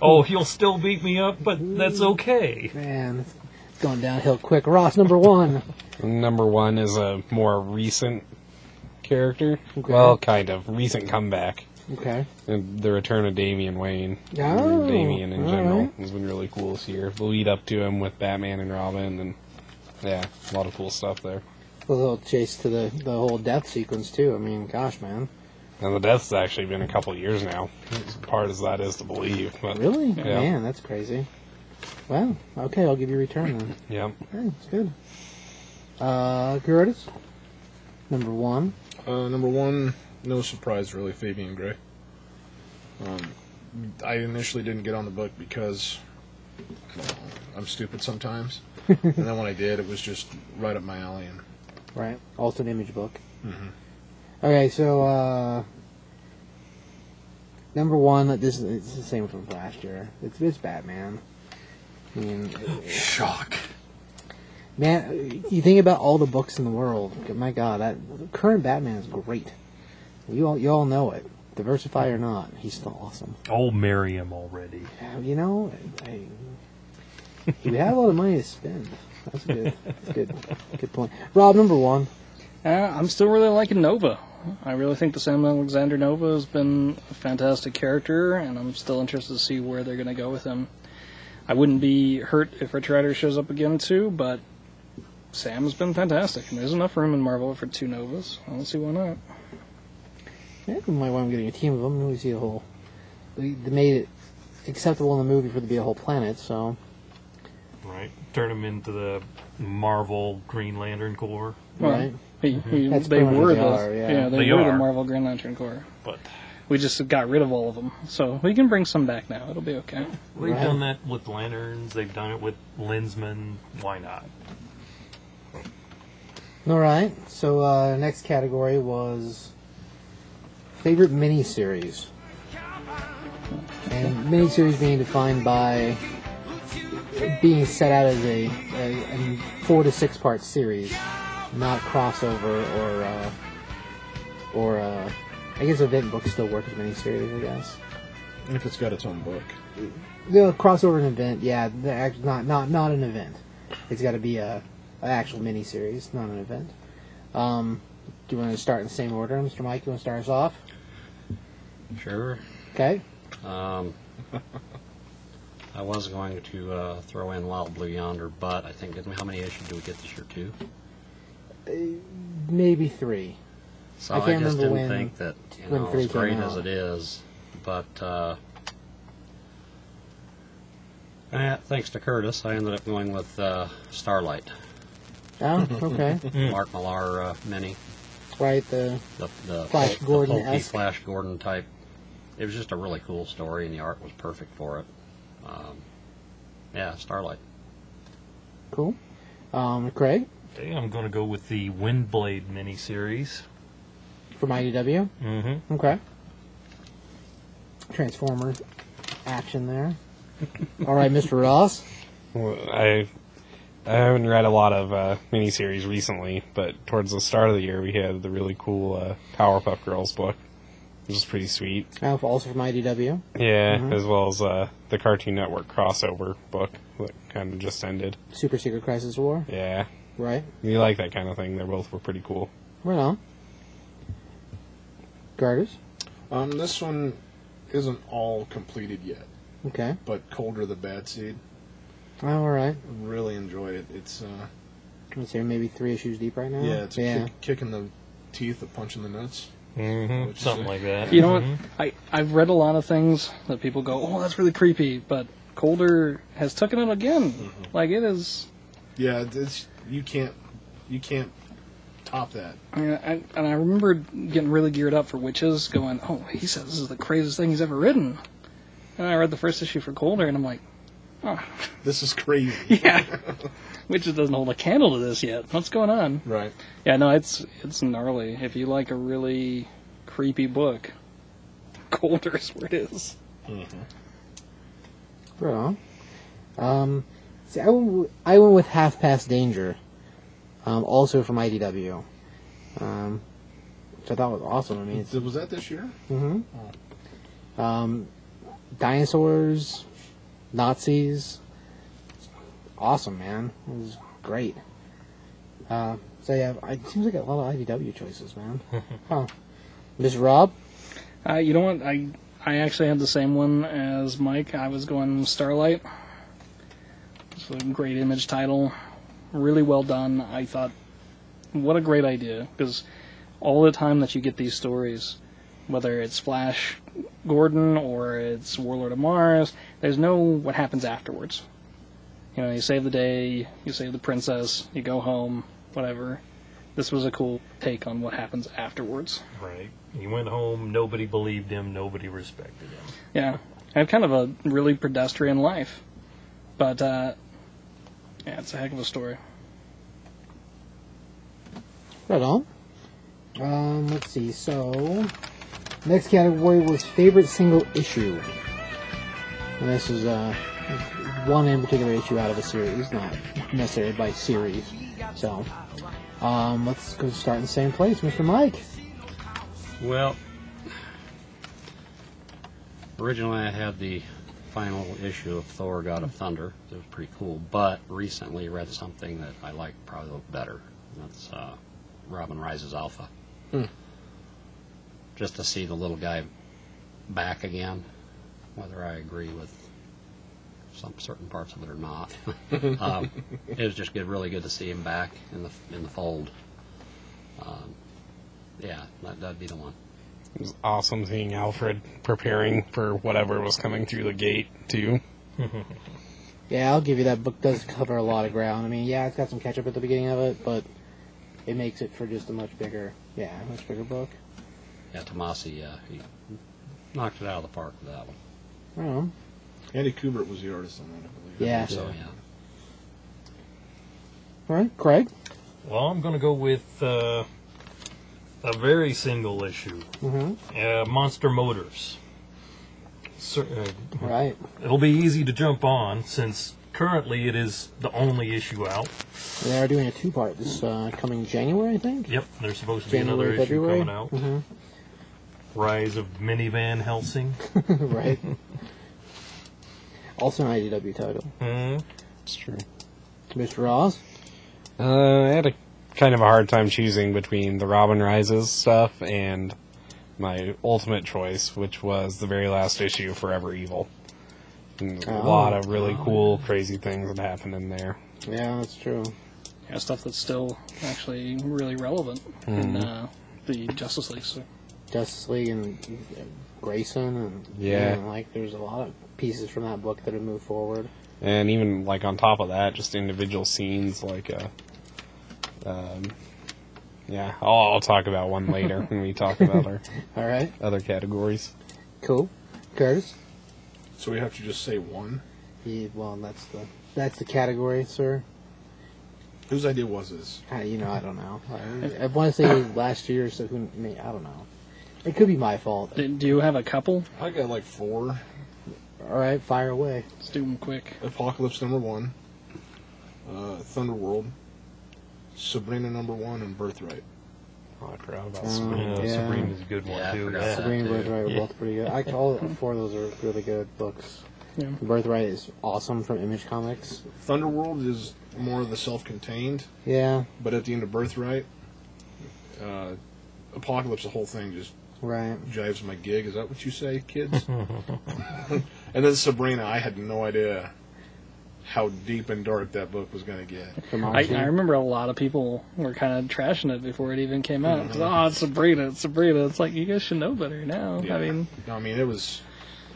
[SPEAKER 3] Oh, he'll still beat me up, but that's okay.
[SPEAKER 5] Man, it's it's going downhill quick. Ross, number one.
[SPEAKER 7] Number one is a more recent character.
[SPEAKER 5] Okay.
[SPEAKER 7] Well, kind of recent comeback.
[SPEAKER 5] Okay.
[SPEAKER 7] And the return of Damian Wayne.
[SPEAKER 5] Oh,
[SPEAKER 7] Damian in
[SPEAKER 5] all
[SPEAKER 7] general
[SPEAKER 5] right.
[SPEAKER 7] has been really cool this year. The lead up to him with Batman and Robin, and yeah, a lot of cool stuff there.
[SPEAKER 5] A little chase to the, the whole death sequence, too. I mean, gosh, man.
[SPEAKER 7] And the death's actually been a couple years now, as hard as that is to believe. But
[SPEAKER 5] Really?
[SPEAKER 7] Yeah.
[SPEAKER 5] Man, that's crazy. Well, okay, I'll give you return then.
[SPEAKER 7] Yeah.
[SPEAKER 5] Hey, it's good. Uh, Gerardus? Number one.
[SPEAKER 4] Uh, number one, no surprise really, Fabian Gray. Um, I initially didn't get on the book because well, I'm stupid sometimes, and then when I did, it was just right up my alley. And
[SPEAKER 5] Right. Alternate image book. Okay, so uh, number one, this is it's the same from last year. It's it's Batman. I mean,
[SPEAKER 4] shock.
[SPEAKER 5] man, you think about all the books in the world. My God, that current Batman is great. You all you all know it. Diversify or not, he's still awesome.
[SPEAKER 3] Oh, marry him already.
[SPEAKER 5] Uh, You know, I, you have a lot of money to spend. That's a good, that's a good, good point. Rob, number one.
[SPEAKER 2] Uh, I'm still really liking Nova. I really think the Sam Alexander Nova has been a fantastic character, and I'm still interested to see where they're going to go with him. I wouldn't be hurt if Rich Rider shows up again too, but Sam has been fantastic, and there's enough room in Marvel for two Novas. I don't see why not.
[SPEAKER 5] Yeah, we might want to getting a team of them. We see a whole. They they made it acceptable in the movie for it to be a whole planet, so
[SPEAKER 3] Right? Turn him into the Marvel Green Lantern Corps.
[SPEAKER 2] Well,
[SPEAKER 5] right.
[SPEAKER 2] he- he-
[SPEAKER 5] Mm-hmm. That's
[SPEAKER 2] they
[SPEAKER 5] pretty much
[SPEAKER 2] were
[SPEAKER 5] what
[SPEAKER 2] the
[SPEAKER 5] they are, yeah.
[SPEAKER 2] they,
[SPEAKER 3] They
[SPEAKER 2] were the
[SPEAKER 3] are.
[SPEAKER 2] Marvel Green Lantern Corps.
[SPEAKER 3] But
[SPEAKER 2] We just got rid of all of them, so we can bring some back now. It'll be okay.
[SPEAKER 3] they've
[SPEAKER 5] Right.
[SPEAKER 3] done that with lanterns, they've done it with Lensmen. Why not?
[SPEAKER 5] All right. So uh, next category was favorite miniseries, and miniseries being defined by being set out as a, a, a four to six part series, not crossover or uh, or uh, I guess event books still work as miniseries, I guess.
[SPEAKER 4] If it's got its own book,
[SPEAKER 5] The crossover an event, yeah, the act- not not not an event. It's got to be a an actual miniseries, not an event. Um, do you want to start in the same order, Mr. Mike? You want to start us off?
[SPEAKER 6] Sure.
[SPEAKER 5] Okay.
[SPEAKER 6] Um, I was going to uh, throw in Wild Blue Yonder, but I think didn't we- how many issues do we get this year? Two.
[SPEAKER 5] Maybe three.
[SPEAKER 6] So
[SPEAKER 5] I
[SPEAKER 6] I,
[SPEAKER 5] can't
[SPEAKER 6] just
[SPEAKER 5] remember
[SPEAKER 6] didn't
[SPEAKER 5] when-
[SPEAKER 6] think that you
[SPEAKER 5] when
[SPEAKER 6] know,
[SPEAKER 5] three
[SPEAKER 6] as great
[SPEAKER 5] came
[SPEAKER 6] as
[SPEAKER 5] out.
[SPEAKER 6] it is, but uh, eh, thanks to Curtis, I ended up going with uh, Starlight,
[SPEAKER 5] Oh, okay.
[SPEAKER 6] Mark Millar uh, mini,
[SPEAKER 5] right. uh, The
[SPEAKER 6] the the
[SPEAKER 5] Flash
[SPEAKER 6] the
[SPEAKER 5] Gordon-esque.
[SPEAKER 6] pulpy Flash Gordon type. It was just a really cool story, and the art was perfect for it. Um, yeah, Starlight.
[SPEAKER 5] cool. Um, Craig
[SPEAKER 3] Okay, I'm going to go with the Windblade miniseries.
[SPEAKER 5] from IDW.
[SPEAKER 3] Mm-hmm.
[SPEAKER 5] Okay. Transformers action there. All right, Mr. Ross.
[SPEAKER 7] Well, I I haven't read a lot of uh, miniseries recently, but towards the start of the year we had the really cool uh, Powerpuff Girls book, which is pretty sweet.
[SPEAKER 5] Oh, Also from IDW.
[SPEAKER 7] Yeah, as well as uh, the Cartoon Network crossover book that kind of just ended.
[SPEAKER 5] Super Secret Crisis War.
[SPEAKER 7] Yeah,
[SPEAKER 5] Right.
[SPEAKER 7] we like that kind of thing. They both were pretty cool.
[SPEAKER 5] Right on. Garters.
[SPEAKER 4] um, this one isn't all completed yet,
[SPEAKER 5] Okay.
[SPEAKER 4] but Colder the Bad Seed
[SPEAKER 5] Oh, all right.
[SPEAKER 4] really enjoyed it. It's uh,
[SPEAKER 5] Let's say maybe three issues deep right now.
[SPEAKER 4] yeah, it's a
[SPEAKER 5] yeah.
[SPEAKER 4] Kick, kick in the teeth, a punch in the nuts.
[SPEAKER 3] Mm-hmm.
[SPEAKER 4] Which is
[SPEAKER 3] Something
[SPEAKER 4] a-
[SPEAKER 3] like that.
[SPEAKER 2] You know what? I I've read a lot of things that people go, "Oh, that's really creepy," but Colder has taken it again. Like it is.
[SPEAKER 4] Yeah, it's you can't you can't top that.
[SPEAKER 2] And I, and I remember getting really geared up for Witches, going, oh, he says this is the craziest thing he's ever written. And I read the first issue for Colder, and I'm like,
[SPEAKER 4] This is crazy.
[SPEAKER 2] yeah, Witches doesn't hold a candle to this yet. What's going on?
[SPEAKER 4] Right.
[SPEAKER 2] Yeah, no, it's it's gnarly. If you like a really creepy book, Colder is where it is.
[SPEAKER 5] Right on. Um, see, I went, w- I went with Half Past Danger, um, also from IDW, um, which I thought was awesome. I mean, it's,
[SPEAKER 4] Was that this year?
[SPEAKER 5] um, dinosaurs, Nazis, awesome, man. It was great. Uh, so yeah, I- it seems like a lot of IDW choices, man. huh. Miss Rob,
[SPEAKER 2] Uh, you know what? I I actually had the same one as Mike. I was going Starlight. It's a great image title, really well done. I thought, what a great idea because all the time that you get these stories, whether it's Flash Gordon or it's Warlord of Mars, there's no what happens afterwards. You know, you save the day, you save the princess, you go home, whatever. This was a cool take on what happens afterwards.
[SPEAKER 3] Right. He went home. Nobody believed him. Nobody respected him.
[SPEAKER 2] Yeah, I have kind of a really pedestrian life, but uh, yeah, it's a heck of a story.
[SPEAKER 5] right on. Um, let's see. So, next category was favorite single issue, and this is uh, one in particular issue out of a series, not necessarily by series. So, um, let's go start in the same place, Mr. Mike.
[SPEAKER 6] Well, originally I had the final issue of Thor: God of Thunder. It was pretty cool, but recently read something that I like probably a little better. and That's uh, Robin Rises Alpha. Just to see the little guy back again, whether I agree with some certain parts of it or not, um, it was just good, really good to see him back in the in the fold. Um, yeah, that, that'd be the one.
[SPEAKER 7] It was awesome seeing Alfred preparing for whatever was coming through the gate too.
[SPEAKER 5] Yeah, I'll give you that book does cover a lot of ground. I mean, yeah, it's got some catch up at the beginning of it, but it makes it for just a much bigger, yeah, much bigger book.
[SPEAKER 6] Yeah, Tomasi, uh, he knocked it out of the park with that one.
[SPEAKER 5] I don't know.
[SPEAKER 4] Andy Kubert was the artist on that, I believe.
[SPEAKER 5] Yeah.
[SPEAKER 6] So yeah,
[SPEAKER 5] All right, Craig.
[SPEAKER 3] Well, I'm going to go with uh, a very single issue. Mm-hmm. Uh, Monster Motors. Cer- uh,
[SPEAKER 5] Right.
[SPEAKER 3] it'll be easy to jump on since currently it is the only issue out.
[SPEAKER 5] They are doing a two part this uh, coming January, I think.
[SPEAKER 3] Yep, there's supposed to be
[SPEAKER 5] January,
[SPEAKER 3] another
[SPEAKER 5] February. Mm-hmm.
[SPEAKER 3] issue coming out. Rise of Minivan Helsing.
[SPEAKER 5] right. Also an IDW title.
[SPEAKER 4] Mm-hmm.
[SPEAKER 3] Mhm.
[SPEAKER 7] It's true.
[SPEAKER 5] Mr. Ross.
[SPEAKER 7] Uh, I had a kind of a hard time choosing between the Robin Rises stuff and my ultimate choice, which was the very last issue, Forever Evil. And a
[SPEAKER 5] Oh.
[SPEAKER 7] lot of really cool, crazy things that happened in there.
[SPEAKER 5] Yeah, that's true.
[SPEAKER 2] Yeah, stuff that's still actually really relevant in uh, the Justice League. So.
[SPEAKER 5] Justice League and uh, Grayson and
[SPEAKER 7] Yeah.
[SPEAKER 5] and, like there's a lot of pieces from that book that have moved forward.
[SPEAKER 7] And even like on top of that, just individual scenes like uh, um, yeah, I'll, I'll talk about one later when we talk about our
[SPEAKER 5] All right.
[SPEAKER 7] other categories.
[SPEAKER 5] Cool. Curtis.
[SPEAKER 4] So we have to just say one.
[SPEAKER 5] Yeah, well, that's the that's the category, sir.
[SPEAKER 4] Whose idea was this?
[SPEAKER 5] I, you know, I don't know. I, I want to say last year, so who? I, mean, I don't know. It could be my fault.
[SPEAKER 2] Do, do you have a couple?
[SPEAKER 4] I got like four.
[SPEAKER 5] All right, fire away.
[SPEAKER 2] Let's do them quick.
[SPEAKER 4] Apocalypse number one, uh, Thunderworld, Sabrina number one, and Birthright.
[SPEAKER 7] Oh, I forgot
[SPEAKER 4] Mm,
[SPEAKER 7] about
[SPEAKER 5] Sabrina.
[SPEAKER 3] Yeah,
[SPEAKER 5] Yeah.
[SPEAKER 3] Sabrina's a good one
[SPEAKER 6] Yeah, I
[SPEAKER 3] too.
[SPEAKER 6] forgot
[SPEAKER 3] yeah.
[SPEAKER 6] that.
[SPEAKER 5] Sabrina
[SPEAKER 6] too.
[SPEAKER 5] Birthright were
[SPEAKER 3] Yeah.
[SPEAKER 5] both pretty good. I all four of those are really good books.
[SPEAKER 2] Yeah.
[SPEAKER 5] Birthright is awesome from Image Comics.
[SPEAKER 4] Thunderworld is more of the self-contained,
[SPEAKER 5] Yeah,
[SPEAKER 4] but at the end of Birthright, uh, Apocalypse, the whole thing just
[SPEAKER 5] right.
[SPEAKER 4] jives my gig. Is that what you say, kids? and then Sabrina, I had no idea how deep and dark that book was going to get.
[SPEAKER 5] From
[SPEAKER 2] I,
[SPEAKER 5] Archie.
[SPEAKER 2] I remember a lot of people were kind of trashing it before it even came out. It's, Oh, it's Sabrina, it's Sabrina. It's like you guys should know better now. I mean,
[SPEAKER 4] No, I mean it was.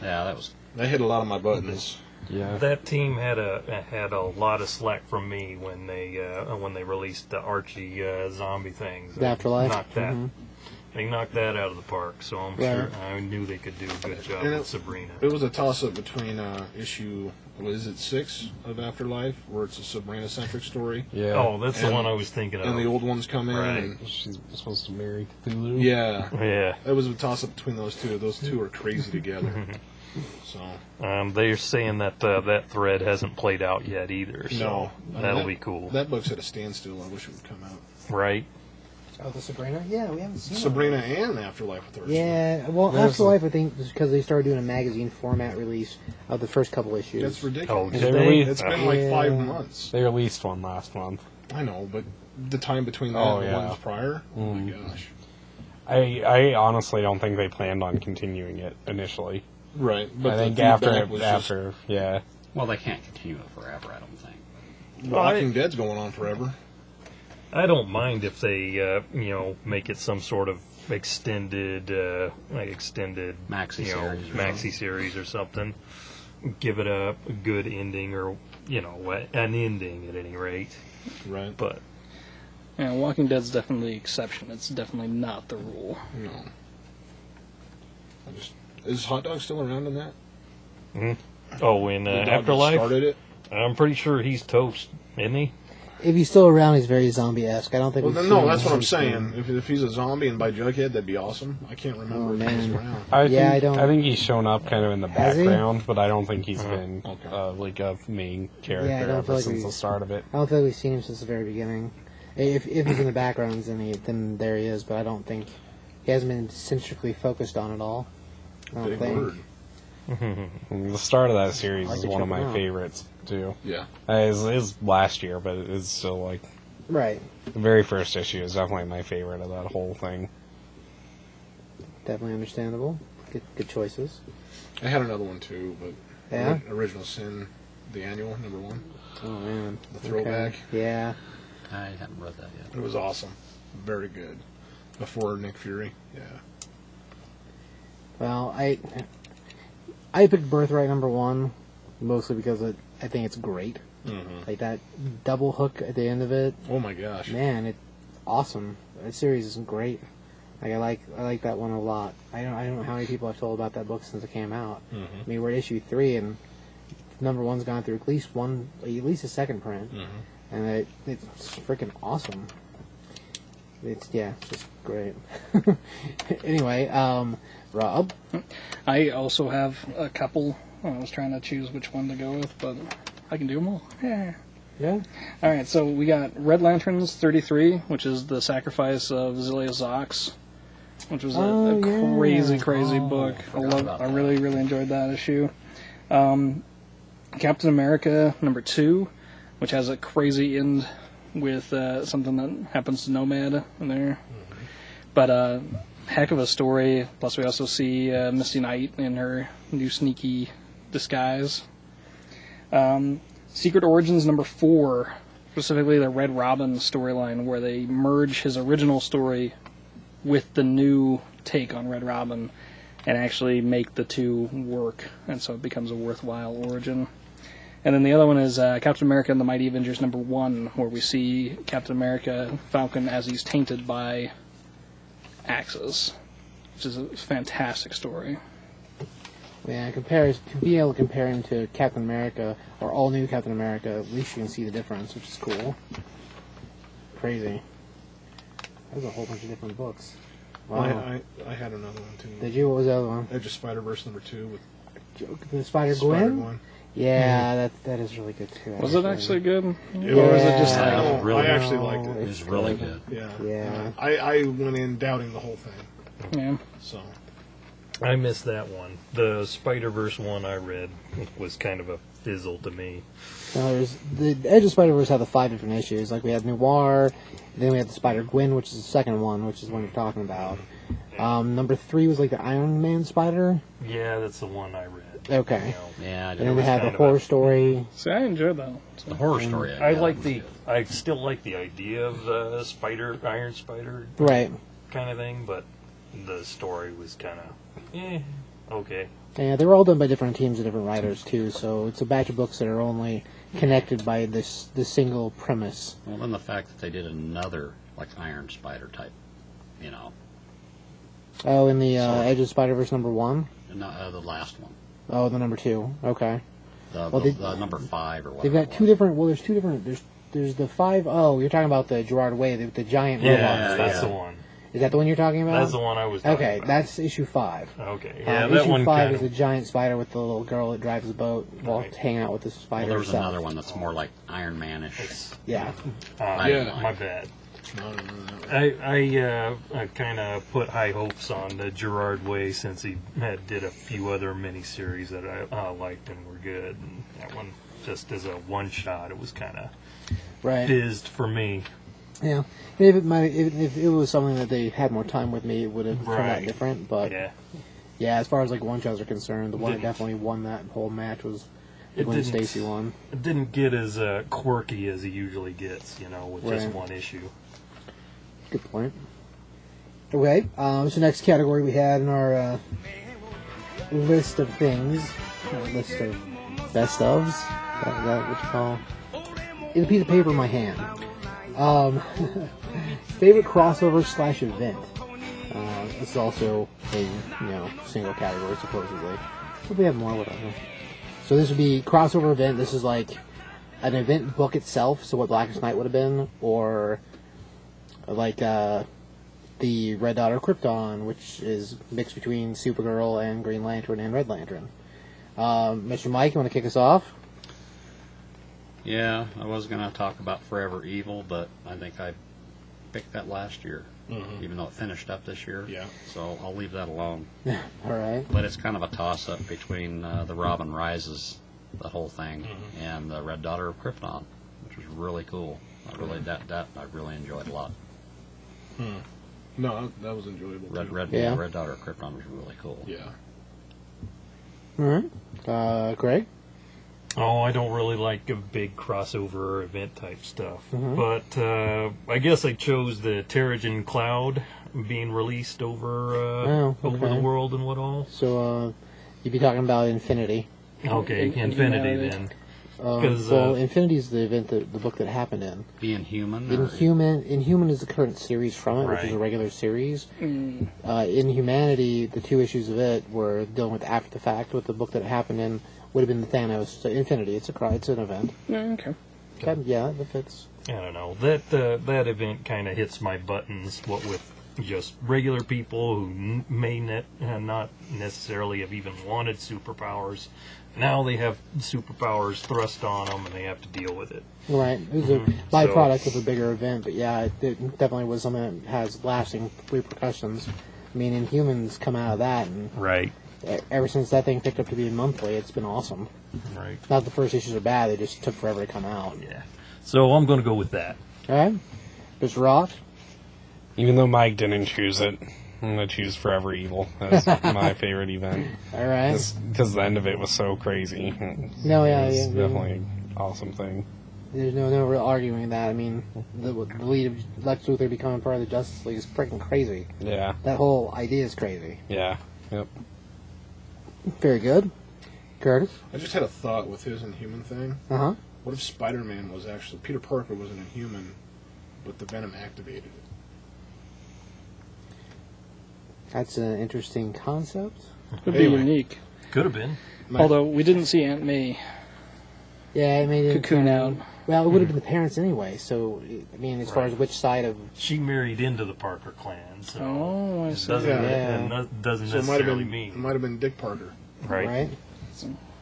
[SPEAKER 6] yeah, that was
[SPEAKER 4] They hit a lot of my buttons.
[SPEAKER 7] Yeah.
[SPEAKER 3] That team had a had a lot of slack from me when they uh, when they released the Archie uh, zombie things.
[SPEAKER 5] The Afterlife?
[SPEAKER 3] Knocked that.
[SPEAKER 5] Mhm.
[SPEAKER 3] They knocked that out of the park. So I'm sure I knew they could do a good job
[SPEAKER 4] And it-
[SPEAKER 3] with Sabrina.
[SPEAKER 4] It was a toss up between uh, issue, what is it, six of Afterlife, where it's a Sabrina centric story,
[SPEAKER 7] Yeah.
[SPEAKER 3] Oh, that's the
[SPEAKER 4] And-
[SPEAKER 3] one I was thinking
[SPEAKER 4] and the
[SPEAKER 3] of.
[SPEAKER 4] old ones come in.
[SPEAKER 3] Oh. Right.
[SPEAKER 4] And,
[SPEAKER 7] She's supposed to marry Cthulhu.
[SPEAKER 4] yeah.
[SPEAKER 3] Yeah.
[SPEAKER 4] It was a toss up between those two. Those two are crazy together. So,
[SPEAKER 3] Um, they're saying that uh, that thread hasn't played out yet either. So
[SPEAKER 4] No.
[SPEAKER 3] that'll
[SPEAKER 4] That-
[SPEAKER 3] be cool,
[SPEAKER 4] that book's at a standstill. I wish it would come out.
[SPEAKER 3] right?
[SPEAKER 5] Oh, the Sabrina? Yeah, we haven't seen it.
[SPEAKER 4] Sabrina and Afterlife with her.
[SPEAKER 5] Yeah, well,
[SPEAKER 7] There's
[SPEAKER 5] Afterlife, I think, is because they started doing a magazine format release of the first couple issues.
[SPEAKER 4] That's
[SPEAKER 3] Oh,
[SPEAKER 4] ridiculous.
[SPEAKER 7] They,
[SPEAKER 3] They-
[SPEAKER 7] released,
[SPEAKER 4] It's been like
[SPEAKER 5] Yeah.
[SPEAKER 4] five months.
[SPEAKER 7] they released one last month.
[SPEAKER 4] I know, but the time between that
[SPEAKER 7] Oh,
[SPEAKER 4] and the
[SPEAKER 7] yeah.
[SPEAKER 4] ones prior. Oh my gosh.
[SPEAKER 7] I I honestly don't think they planned on continuing it initially.
[SPEAKER 4] Right, but
[SPEAKER 7] I
[SPEAKER 4] the
[SPEAKER 7] think after
[SPEAKER 4] feedback was just,
[SPEAKER 7] after yeah.
[SPEAKER 6] Well, they can't continue it forever, I don't think.
[SPEAKER 4] Walking Dead's going on forever.
[SPEAKER 3] I don't mind if they, uh, you know, make it some sort of extended, uh, like extended
[SPEAKER 6] Maxi
[SPEAKER 3] you know,
[SPEAKER 6] series or
[SPEAKER 3] maxi
[SPEAKER 6] something.
[SPEAKER 3] series or something. Give it a good ending, or you know, a- an ending at any rate.
[SPEAKER 4] Right.
[SPEAKER 3] But
[SPEAKER 2] Yeah, Walking Dead's definitely the exception. It's definitely not the rule.
[SPEAKER 4] No. I just, is hot dog still around in that?
[SPEAKER 3] oh, in uh,
[SPEAKER 4] The dog that
[SPEAKER 3] Afterlife,
[SPEAKER 4] started it.
[SPEAKER 3] I'm pretty sure he's toast, isn't he?
[SPEAKER 5] If he's still around, he's very zombie-esque. I don't think.
[SPEAKER 4] Well,
[SPEAKER 5] we've
[SPEAKER 4] then, no,
[SPEAKER 5] seen
[SPEAKER 4] that's
[SPEAKER 5] him
[SPEAKER 4] what I'm
[SPEAKER 5] since
[SPEAKER 4] saying. If, if he's a zombie and by Jughead, that'd be awesome. I can't remember
[SPEAKER 5] Oh,
[SPEAKER 4] if he's
[SPEAKER 5] man.
[SPEAKER 4] around.
[SPEAKER 7] I
[SPEAKER 5] Yeah,
[SPEAKER 7] think,
[SPEAKER 5] I don't-
[SPEAKER 7] think he's shown up kind of in the
[SPEAKER 5] Has he?
[SPEAKER 7] background, but I don't think he's been
[SPEAKER 4] Uh-huh. Okay.
[SPEAKER 7] uh, like a main character
[SPEAKER 5] Yeah, I don't
[SPEAKER 7] ever
[SPEAKER 5] feel like
[SPEAKER 7] since
[SPEAKER 5] we-
[SPEAKER 7] the start of it.
[SPEAKER 5] I don't think we've seen him since the very beginning. If if he's in the backgrounds, then he, then there he is. But I don't think he hasn't been centrically focused on at all. I don't
[SPEAKER 4] Big
[SPEAKER 5] think.
[SPEAKER 4] word.
[SPEAKER 7] And the start of that series
[SPEAKER 5] I like
[SPEAKER 7] is
[SPEAKER 5] to
[SPEAKER 7] one of
[SPEAKER 5] check it
[SPEAKER 7] my
[SPEAKER 5] out.
[SPEAKER 7] favorites too.
[SPEAKER 4] Yeah.
[SPEAKER 7] Uh, It was, it was last year, but it's still like
[SPEAKER 5] Right.
[SPEAKER 7] the very first issue is definitely my favorite of that whole thing.
[SPEAKER 5] Definitely understandable. Good good choices.
[SPEAKER 4] I had another one too, but
[SPEAKER 5] Yeah?
[SPEAKER 4] Ori- Original Sin, the annual number one,
[SPEAKER 5] Oh man.
[SPEAKER 4] the throwback.
[SPEAKER 5] Yeah.
[SPEAKER 6] I haven't read that yet.
[SPEAKER 4] It was awesome, very good. Before Nick Fury, yeah.
[SPEAKER 5] Well, I I picked Birthright number one mostly because it, I think it's great.
[SPEAKER 4] Mm-hmm.
[SPEAKER 5] Like that double hook at the end of it,
[SPEAKER 4] Oh my gosh,
[SPEAKER 5] man, it's awesome. That series is great. Like I like I like that one a lot. I don't I don't know how many people I've told about that book since it came out. I mean, we're at issue three and number one's gone through at least one, at least a second print, and it, it's freaking awesome. It's yeah, it's just great. anyway, um, Rob.
[SPEAKER 2] I also have a couple. I was trying to choose which one to go with, but I can do them all. Yeah.
[SPEAKER 5] Yeah.
[SPEAKER 2] All right, so we got Red Lanterns 33, which is the sacrifice of Zilia Zox, which was a,
[SPEAKER 5] Oh,
[SPEAKER 2] a
[SPEAKER 5] yeah.
[SPEAKER 2] crazy, crazy
[SPEAKER 6] Oh,
[SPEAKER 2] book. I
[SPEAKER 6] forgot
[SPEAKER 2] love.
[SPEAKER 6] about
[SPEAKER 2] I
[SPEAKER 6] that.
[SPEAKER 2] really, really enjoyed that issue. Um, Captain America number two, which has a crazy end with uh, something that happens to Nomad in there.
[SPEAKER 6] Mm-hmm.
[SPEAKER 2] But uh, heck of a story. Plus, we also see uh, Misty Knight in her new sneaky disguise. Um, Secret Origins number four, specifically the Red Robin storyline, where they merge his original story with the new take on Red Robin and actually make the two work, and so it becomes a worthwhile origin. And then the other one is uh, Captain America and the Mighty Avengers number one, where we see Captain America Falcon as he's tainted by Axis, which is a fantastic story.
[SPEAKER 5] Yeah, it compares to be able to compare him to Captain America or all new Captain America. At least you can see the difference, which is cool. Crazy. There's a whole bunch of different books. Wow.
[SPEAKER 4] I, I I had another one too.
[SPEAKER 5] Did you? What was the other one?
[SPEAKER 4] Edge of Spider Verse number two with
[SPEAKER 5] The
[SPEAKER 4] Spider
[SPEAKER 5] Spider Gwen.
[SPEAKER 4] Gwen.
[SPEAKER 5] Yeah, that that is really good too.
[SPEAKER 2] Was it actually good?
[SPEAKER 4] It was
[SPEAKER 5] Yeah.
[SPEAKER 4] just
[SPEAKER 5] I
[SPEAKER 4] no,
[SPEAKER 6] really-
[SPEAKER 4] I actually liked it.
[SPEAKER 6] It was really good.
[SPEAKER 4] Yeah.
[SPEAKER 5] Yeah.
[SPEAKER 4] I, I went in doubting the whole thing.
[SPEAKER 2] Yeah.
[SPEAKER 4] So
[SPEAKER 3] I missed that one. The Spider Verse one I read was kind of a fizzle to me.
[SPEAKER 5] No, there's the Edge of Spider Verse had the five different issues. Like we had Noir, then we had the Spider Gwen, which is the second one, which is the one you're talking about. Um, number three was like the Iron Man Spider.
[SPEAKER 3] Yeah, that's the one I read.
[SPEAKER 5] Okay.
[SPEAKER 3] You know,
[SPEAKER 6] Yeah, I
[SPEAKER 5] And
[SPEAKER 6] did.
[SPEAKER 5] then we had the
[SPEAKER 3] kind of
[SPEAKER 5] horror
[SPEAKER 3] a-
[SPEAKER 5] story.
[SPEAKER 2] See, I enjoyed that one.
[SPEAKER 6] The horror story.
[SPEAKER 3] I
[SPEAKER 6] yeah,
[SPEAKER 3] like
[SPEAKER 6] was
[SPEAKER 3] the.
[SPEAKER 6] good.
[SPEAKER 3] I still like the idea of the spider, Iron Spider
[SPEAKER 5] Right.
[SPEAKER 3] kind of thing, but the story was kind of. Eh. Okay.
[SPEAKER 5] Yeah, they were all done by different teams and different writers too. So it's a batch of books that are only connected by this the single premise.
[SPEAKER 6] Well, then the fact that they did another like Iron Spider type, you know,
[SPEAKER 5] Oh, in the uh, Edge of Spider Verse number one.
[SPEAKER 6] and not, uh, the last one,
[SPEAKER 5] Oh, the number two. Okay,
[SPEAKER 6] the,
[SPEAKER 5] Well, they-
[SPEAKER 6] the, the number five or
[SPEAKER 5] they've
[SPEAKER 6] whatever.
[SPEAKER 5] got two different. Well, there's two different. There's there's the five oh, you're talking about the Gerard Way, the, the giant
[SPEAKER 3] Yeah,
[SPEAKER 5] robot.
[SPEAKER 3] that's
[SPEAKER 6] yeah.
[SPEAKER 3] the one.
[SPEAKER 5] Is that the one you're talking about?
[SPEAKER 3] That's the one I was. talking
[SPEAKER 5] Okay,
[SPEAKER 3] about.
[SPEAKER 5] that's issue five.
[SPEAKER 3] okay.
[SPEAKER 5] Uh,
[SPEAKER 3] Yeah,
[SPEAKER 5] issue
[SPEAKER 3] that one
[SPEAKER 5] five
[SPEAKER 3] kind
[SPEAKER 5] is
[SPEAKER 3] of.
[SPEAKER 5] the giant spider with the little girl that drives the boat while
[SPEAKER 3] Right.
[SPEAKER 5] hanging out with the spider.
[SPEAKER 6] Well, there was
[SPEAKER 5] herself.
[SPEAKER 6] another one that's more like Iron Manish.
[SPEAKER 3] it's-
[SPEAKER 5] Yeah.
[SPEAKER 3] uh,
[SPEAKER 4] Yeah.
[SPEAKER 3] my bad.
[SPEAKER 4] I don't remember that one.
[SPEAKER 3] I I, uh, I kind of put high hopes on the Gerard Way since he had did a few other miniseries that I uh, liked and were good. And that one, just as a one shot, it was kind of
[SPEAKER 5] Right.
[SPEAKER 3] fizzed for me.
[SPEAKER 5] Yeah. And if it might, if, if it was something that they had more time with me, it would have turned out
[SPEAKER 3] Right.
[SPEAKER 5] different. But yeah.
[SPEAKER 3] Yeah,
[SPEAKER 5] as far as like one shots are concerned, the one that
[SPEAKER 3] Didn't.
[SPEAKER 5] definitely won that whole match was the
[SPEAKER 3] It
[SPEAKER 5] one that
[SPEAKER 3] didn't.
[SPEAKER 5] Stacy won.
[SPEAKER 3] it didn't get as uh, quirky as he usually gets, you know, with just
[SPEAKER 5] Right.
[SPEAKER 3] one issue.
[SPEAKER 5] Good point. Okay, um, so next category we had in our uh, list of things, our list of best ofs, is that, is that what you call in a piece of paper in my hand. Um, favorite crossover slash event. Uh, this is also a you know single category supposedly. But we have more whatever. So this would be crossover event. This is like an event book itself. So what Blackest Night would have been, or like uh, the Red Dot or Krypton, which is mixed between Supergirl and Green Lantern and Red Lantern. Um, Mr. Mike, you want to kick us off?
[SPEAKER 6] Yeah, I was going to talk about Forever Evil, but I think I picked that last year,
[SPEAKER 5] Mm-hmm.
[SPEAKER 6] even though it finished up this year.
[SPEAKER 4] Yeah.
[SPEAKER 6] So I'll leave that alone.
[SPEAKER 5] All right.
[SPEAKER 6] But it's kind of a toss up between uh, the Robin Rises, the whole thing, and the Red Daughter of Krypton, which was really cool. I really that that I really enjoyed a lot.
[SPEAKER 4] No, that- that was enjoyable.
[SPEAKER 6] Red
[SPEAKER 4] too.
[SPEAKER 6] Red
[SPEAKER 5] Yeah.
[SPEAKER 6] Red Daughter of Krypton was really cool.
[SPEAKER 4] Yeah.
[SPEAKER 5] All right. Uh, Greg?
[SPEAKER 3] Oh, I don't really like a big crossover event type stuff. But uh, I guess I chose the Terrigen Cloud being released over uh,
[SPEAKER 5] Oh,
[SPEAKER 3] over the
[SPEAKER 5] okay.
[SPEAKER 3] world and what all.
[SPEAKER 5] So uh, you'd be talking about Infinity.
[SPEAKER 3] Okay,
[SPEAKER 5] In-
[SPEAKER 3] Infinity
[SPEAKER 5] Infinity.
[SPEAKER 3] then.
[SPEAKER 5] Um,
[SPEAKER 3] 'Cause,
[SPEAKER 5] well,
[SPEAKER 3] uh,
[SPEAKER 5] Infinity is the event, that, the book that happened in.
[SPEAKER 6] Being human, uh, or-
[SPEAKER 5] Inhuman, Inhuman is the current series from it, which is
[SPEAKER 3] Right.
[SPEAKER 5] a regular series. Uh, Inhumanity, the two issues of it were dealing with after the fact. With the book that it happened in, would have been the Thanos so Infinity. It's a cry. It's an event.
[SPEAKER 2] Okay.
[SPEAKER 5] Okay, yeah, that fits.
[SPEAKER 3] I don't know that uh, that event kind of hits my buttons. What with just regular people who n- may net, uh, not necessarily have even wanted superpowers, now they have superpowers thrust on them and they have to deal with it.
[SPEAKER 5] Right, it was a byproduct of a bigger event, but yeah, it, it definitely was something that has lasting repercussions. I mean, Inhumans come out of that, and
[SPEAKER 3] Right.
[SPEAKER 5] e- ever since that thing picked up to being monthly, it's been awesome.
[SPEAKER 3] Right.
[SPEAKER 5] Not the first issues are bad; they just took forever to come out.
[SPEAKER 3] Yeah. So I'm going to go with that.
[SPEAKER 5] All right, there's Rock.
[SPEAKER 7] Even though Mike didn't choose it, I'm gonna choose Forever Evil as my favorite event
[SPEAKER 5] All right.
[SPEAKER 7] because the end of it was so crazy.
[SPEAKER 5] No, yeah,
[SPEAKER 7] it's
[SPEAKER 5] yeah, yeah.
[SPEAKER 7] definitely an awesome thing.
[SPEAKER 5] There's no no real arguing that. I mean, the, the lead of Lex Luthor becoming part of the Justice League is freaking crazy.
[SPEAKER 7] Yeah,
[SPEAKER 5] That whole idea is crazy.
[SPEAKER 7] yeah, yep.
[SPEAKER 5] Very good, Curtis.
[SPEAKER 4] I just had a thought with his Inhuman thing.
[SPEAKER 5] Uh huh.
[SPEAKER 4] What if Spider-Man was actually Peter Parker was an Inhuman, but the Venom activated it?
[SPEAKER 5] That's an interesting concept.
[SPEAKER 2] Would be
[SPEAKER 4] Anyway.
[SPEAKER 2] unique.
[SPEAKER 3] Could have been.
[SPEAKER 4] Nice.
[SPEAKER 2] Although we didn't see Aunt May
[SPEAKER 5] Yeah, I mean, it-
[SPEAKER 2] cocoon out.
[SPEAKER 5] well, it would have been the parents anyway. So, I mean, as far as which side of
[SPEAKER 3] She married into the Parker clan, so
[SPEAKER 2] Oh, I
[SPEAKER 3] it
[SPEAKER 2] see.
[SPEAKER 3] doesn't
[SPEAKER 4] Yeah.
[SPEAKER 5] Yeah.
[SPEAKER 3] it no- doesn't
[SPEAKER 4] So it might have
[SPEAKER 3] necessarily
[SPEAKER 4] been it
[SPEAKER 3] mean
[SPEAKER 4] might have been Dick Parker.
[SPEAKER 3] right.
[SPEAKER 5] right?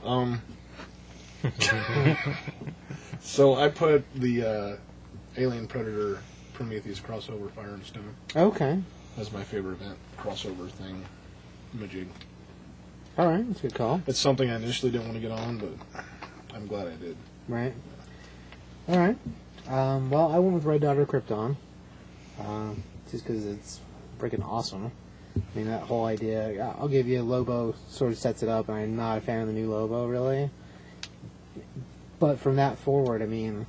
[SPEAKER 4] Um. so I put the uh, Alien Predator Prometheus crossover Fire and Stone
[SPEAKER 5] Okay.
[SPEAKER 4] as my favorite event crossover thing. Majig.
[SPEAKER 5] All right, that's a good call.
[SPEAKER 4] It's something I initially didn't want to get on, but I'm glad I did.
[SPEAKER 5] Right. All right. Um, well, I went with Red Daughter Krypton, uh, just because it's freaking awesome. I mean, that whole idea. yeah, I'll give you Lobo sort of sets it up, and I'm not a fan of the new Lobo really. But from that forward, I mean,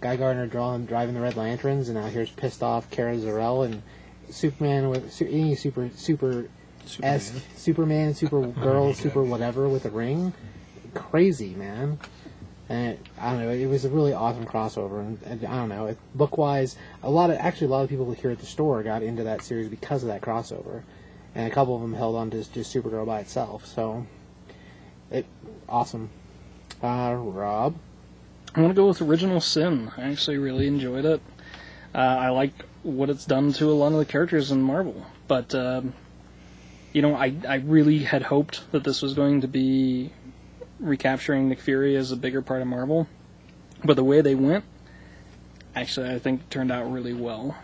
[SPEAKER 5] Guy Gardner drawing, driving the Red Lanterns, and now here's pissed off Kara Zor-El and Superman with su- any super super esque
[SPEAKER 4] Superman.
[SPEAKER 5] Superman, Supergirl, Super whatever with a ring. Crazy man. And it, I don't know. It was a really awesome crossover, and, and I don't know. It, book wise, a lot of actually a lot of people here at the store got into that series because of that crossover, and a couple of them held on to just, just Supergirl by itself. So, it awesome. Uh, Rob,
[SPEAKER 2] I'm gonna go with Original Sin. I actually really enjoyed it. Uh, I like what it's done to a lot of the characters in Marvel, but um, you know, I I really had hoped that this was going to be recapturing Nick Fury as a bigger part of Marvel, but the way they went, actually, I think turned out really well.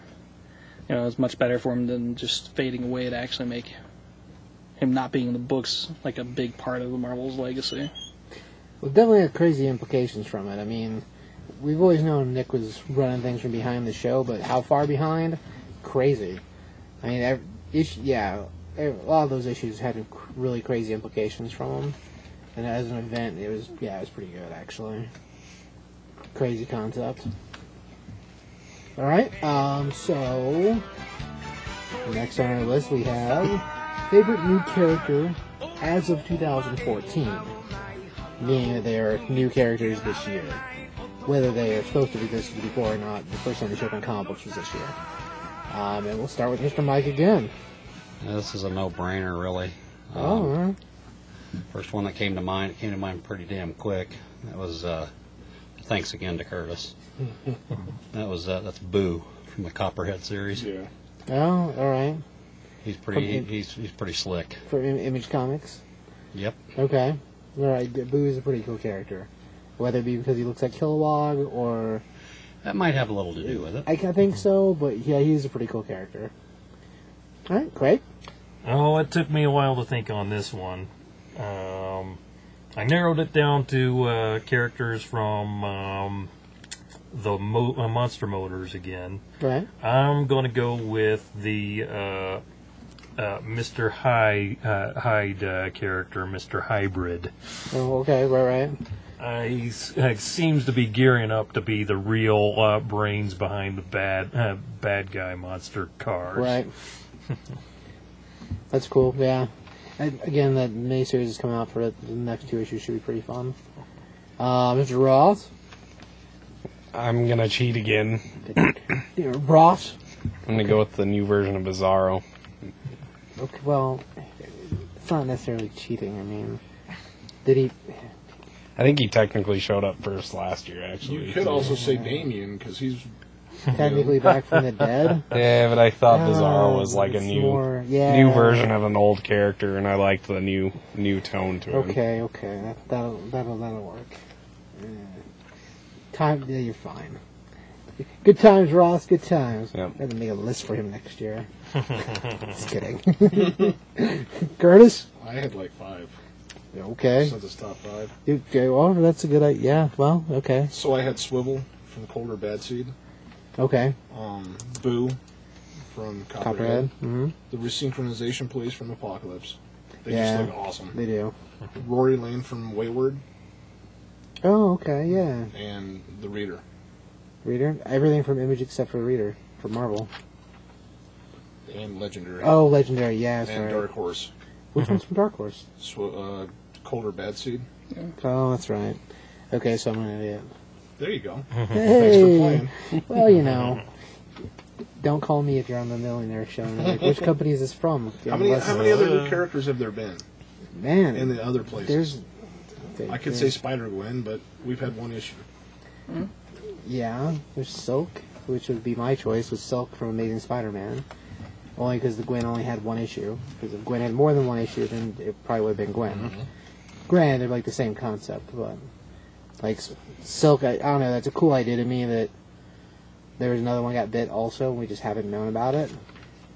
[SPEAKER 2] You know, it's much better for him than just fading away to actually make him not being in the books like a big part of the Marvel's legacy.
[SPEAKER 5] Well, definitely had crazy implications from it. I mean, we've always known Nick was running things from behind the show, but how far behind? Crazy. I mean, ev ish, yeah, ev- a lot of those issues had cr- really crazy implications from them. And as an event, it was yeah, it was pretty good actually. Crazy concept. All right, um, so next on our list we have favorite new character as of 2014 meaning that they are new characters this year. Whether they are supposed to be this before or not, the first time they showed up in comic books was this year. Um, and we'll start with Mr. Mike again.
[SPEAKER 6] Yeah, This is a no-brainer, really. Um,
[SPEAKER 5] Oh, all right.
[SPEAKER 6] First one that came to mind it came to mind pretty damn quick. That was uh, thanks again to Curtis. that was uh, that's Boo from the Copperhead series.
[SPEAKER 4] Yeah.
[SPEAKER 5] Oh, all right.
[SPEAKER 6] He's pretty
[SPEAKER 5] From-
[SPEAKER 6] he's he's pretty slick.
[SPEAKER 5] For Im- Image Comics.
[SPEAKER 6] Yep.
[SPEAKER 5] Okay. All right. D- Boo is a pretty cool character. Whether it be because he looks like Kilowog or
[SPEAKER 6] That might have a little to do with it.
[SPEAKER 5] I, I think so, but yeah, he's a pretty cool character. All right, Craig.
[SPEAKER 3] Oh, it took me a while to think on this one. Um, I narrowed it down to uh, characters from um, the Mo- uh, Monster Motors again.
[SPEAKER 5] All right.
[SPEAKER 3] I'm going to go with the uh, uh, Mr. Hyde, uh, Hyde uh, character, Mr. Hybrid.
[SPEAKER 5] Oh, okay. Right. Right.
[SPEAKER 3] Uh, he uh, seems to be gearing up to be the real uh, brains behind the bad uh, bad guy monster cars.
[SPEAKER 5] Right. That's cool. Yeah. And again, that miniseries is coming out for it. The next two issues should be pretty fun. Uh, Mr. Ross.
[SPEAKER 7] I'm gonna cheat again.
[SPEAKER 5] Yeah, Ross.
[SPEAKER 7] I'm gonna go with the new version of Bizarro.
[SPEAKER 5] Okay, well, it's not necessarily cheating. I mean, did he?
[SPEAKER 7] I think he technically showed up first last year, actually.
[SPEAKER 4] You could also say Damien because he's
[SPEAKER 5] Technically back from the dead.
[SPEAKER 7] yeah, but I thought Bizarro
[SPEAKER 5] Uh,
[SPEAKER 7] was like a
[SPEAKER 5] it's
[SPEAKER 7] new
[SPEAKER 5] more- yeah.
[SPEAKER 7] new version of an old character, and I liked the new new tone to him.
[SPEAKER 5] Okay, okay, that, that'll that'll that'll work. Uh, time, yeah, you're fine. Good times, Ross. Good times.
[SPEAKER 7] Yep.
[SPEAKER 5] I'm gonna make a list for him next year. Just kidding. Curtis.
[SPEAKER 4] I had like five.
[SPEAKER 5] Okay.
[SPEAKER 4] Since it's top five.
[SPEAKER 5] You- Okay. Well, that's a good idea. Yeah. Well. Okay.
[SPEAKER 4] So I had Swivel from Colder Bad Seed,
[SPEAKER 5] Okay.
[SPEAKER 4] um, Boo from Copperhead,
[SPEAKER 5] Copperhead. Mm-hmm.
[SPEAKER 4] the Resynchronization Police from Apocalypse. They
[SPEAKER 5] Yeah.
[SPEAKER 4] just look awesome.
[SPEAKER 5] They do.
[SPEAKER 4] Rory Lane from Wayward
[SPEAKER 5] Oh. Okay. Yeah.
[SPEAKER 4] and The Reader.
[SPEAKER 5] Reader. Everything from Image except for Reader for Marvel.
[SPEAKER 4] and Legendary
[SPEAKER 5] Oh, Legendary. Yeah. That's
[SPEAKER 4] and
[SPEAKER 5] right.
[SPEAKER 4] Dark Horse.
[SPEAKER 5] Which one's from Dark Horse?
[SPEAKER 4] So, uh, Colder Bad Seed.
[SPEAKER 5] Oh, that's right. Okay. So I'm an idiot.
[SPEAKER 4] There you go. Thanks for
[SPEAKER 5] Hey.
[SPEAKER 4] playing.
[SPEAKER 5] Well, you know. Don't call me if you're on the millionaire show. and you're Like, Which company is this from?
[SPEAKER 4] How many,
[SPEAKER 5] Unless-
[SPEAKER 4] how many other new characters have there been
[SPEAKER 5] man,
[SPEAKER 4] in the other places?
[SPEAKER 5] there's.
[SPEAKER 4] I could say Spider Gwen, but we've had one issue.
[SPEAKER 5] Yeah, there's Silk, which would be my choice, was Silk from Amazing Spider-Man. Only because the Gwen only had one issue. Because if Gwen had more than one issue, then it probably would have been Gwen. Granted, they're like the same concept, but like S- Silk, I, I don't know. That's a cool idea to me that there was another one got bit also, and we just haven't known about it.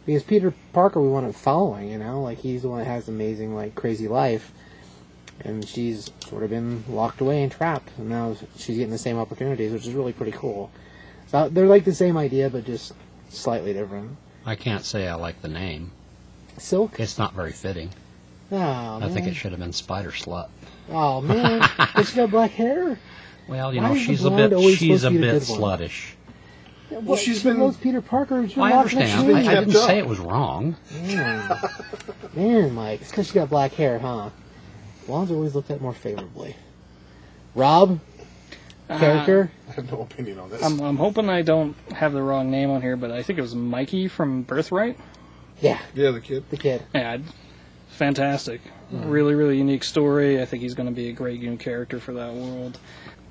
[SPEAKER 5] Because Peter Parker, we want him following, you know, like he's the one that has amazing, like crazy life, and she's sort of been locked away and trapped, and now she's getting the same opportunities, which is really pretty cool. So they're like the same idea, but just slightly different.
[SPEAKER 6] I can't say I like the name.
[SPEAKER 5] Silk.
[SPEAKER 6] It's not very fitting.
[SPEAKER 5] Oh,
[SPEAKER 6] I think
[SPEAKER 5] man.
[SPEAKER 6] it should have been Spider Slut.
[SPEAKER 5] Oh man, does she got black hair?
[SPEAKER 6] Well, you
[SPEAKER 5] Why
[SPEAKER 6] know
[SPEAKER 5] is the
[SPEAKER 6] she's a
[SPEAKER 5] blonde
[SPEAKER 6] bit
[SPEAKER 5] always supposed
[SPEAKER 6] she's
[SPEAKER 5] to
[SPEAKER 6] a
[SPEAKER 5] be the
[SPEAKER 6] bit
[SPEAKER 5] good one?
[SPEAKER 6] sluttish.
[SPEAKER 5] Well,
[SPEAKER 4] she's
[SPEAKER 5] she
[SPEAKER 4] been-
[SPEAKER 5] loves Peter Parker. She's
[SPEAKER 6] I
[SPEAKER 5] not gonna
[SPEAKER 6] understand.
[SPEAKER 5] change.
[SPEAKER 6] I, I didn't
[SPEAKER 4] kept
[SPEAKER 6] say
[SPEAKER 4] up.
[SPEAKER 6] it was wrong.
[SPEAKER 5] Man, Mike, it's because she got black hair, huh? Blondes are always looked at more favorably. Rob,
[SPEAKER 2] Uh,
[SPEAKER 5] character.
[SPEAKER 4] I have no opinion on this.
[SPEAKER 2] I'm, I'm hoping I don't have the wrong name on here, but I think it was Mikey from Birthright.
[SPEAKER 5] Yeah,
[SPEAKER 4] yeah, the kid.
[SPEAKER 5] the kid.
[SPEAKER 2] Yeah, I'd- fantastic. Really, really unique story. I think he's going to be a great new character for that world.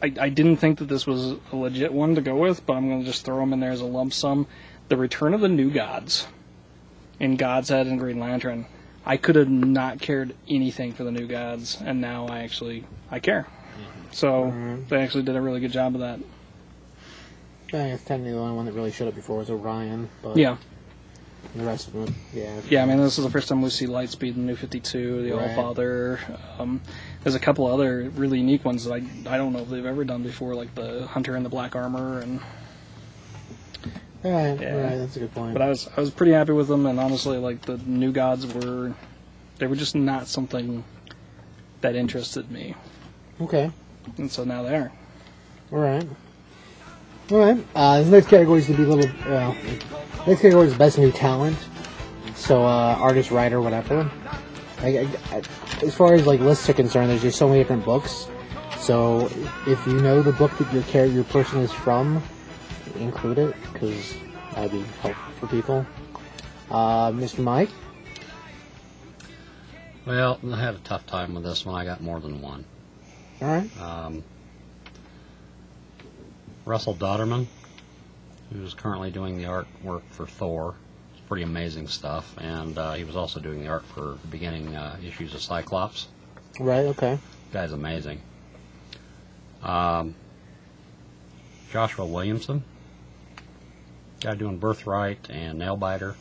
[SPEAKER 2] I, I didn't think that this was a legit one to go with, but I'm going to just throw him in there as a lump sum. The Return of the New Gods in God's Head and Green Lantern. I could have not cared anything for the New Gods, and now I actually I care. So they actually did a really good job of that.
[SPEAKER 5] I think it's technically the only one that really showed up before was Orion, but
[SPEAKER 2] Yeah,
[SPEAKER 5] the rest of them, yeah.
[SPEAKER 2] yeah. I mean, this is the first time we see Lightspeed in New Fifty Two, the
[SPEAKER 5] Right.
[SPEAKER 2] All Father. Um, there's a couple other really unique ones that I I don't know if they've ever done before, like the Hunter in the Black Armor. And
[SPEAKER 5] All right,
[SPEAKER 2] Yeah.
[SPEAKER 5] all right, that's a good point.
[SPEAKER 2] but I was I was pretty happy with them, and honestly, like the New Gods were, they were just not something that interested me,
[SPEAKER 5] okay,
[SPEAKER 2] and so now they are.
[SPEAKER 5] all right. All right. Uh, this next category is gonna be a little. Uh, next category is best new talent. So uh, artist, writer, whatever. I, I- I- as far as like lists are concerned, there's just so many different books. So if you know the book that your character, your person is from, include it because that'd be helpful for people. Uh, Mr. Mike.
[SPEAKER 6] Well, I had a tough time with this one. I got more than one.
[SPEAKER 5] All right.
[SPEAKER 6] Um, Russell Dodderman, who's currently doing the artwork for Thor. It's pretty amazing stuff. And uh, he was also doing the art for the beginning uh, issues of Cyclops.
[SPEAKER 5] Right. Okay.
[SPEAKER 6] Guy's amazing. Um, Joshua Williamson, guy doing Birthright and Nailbiter.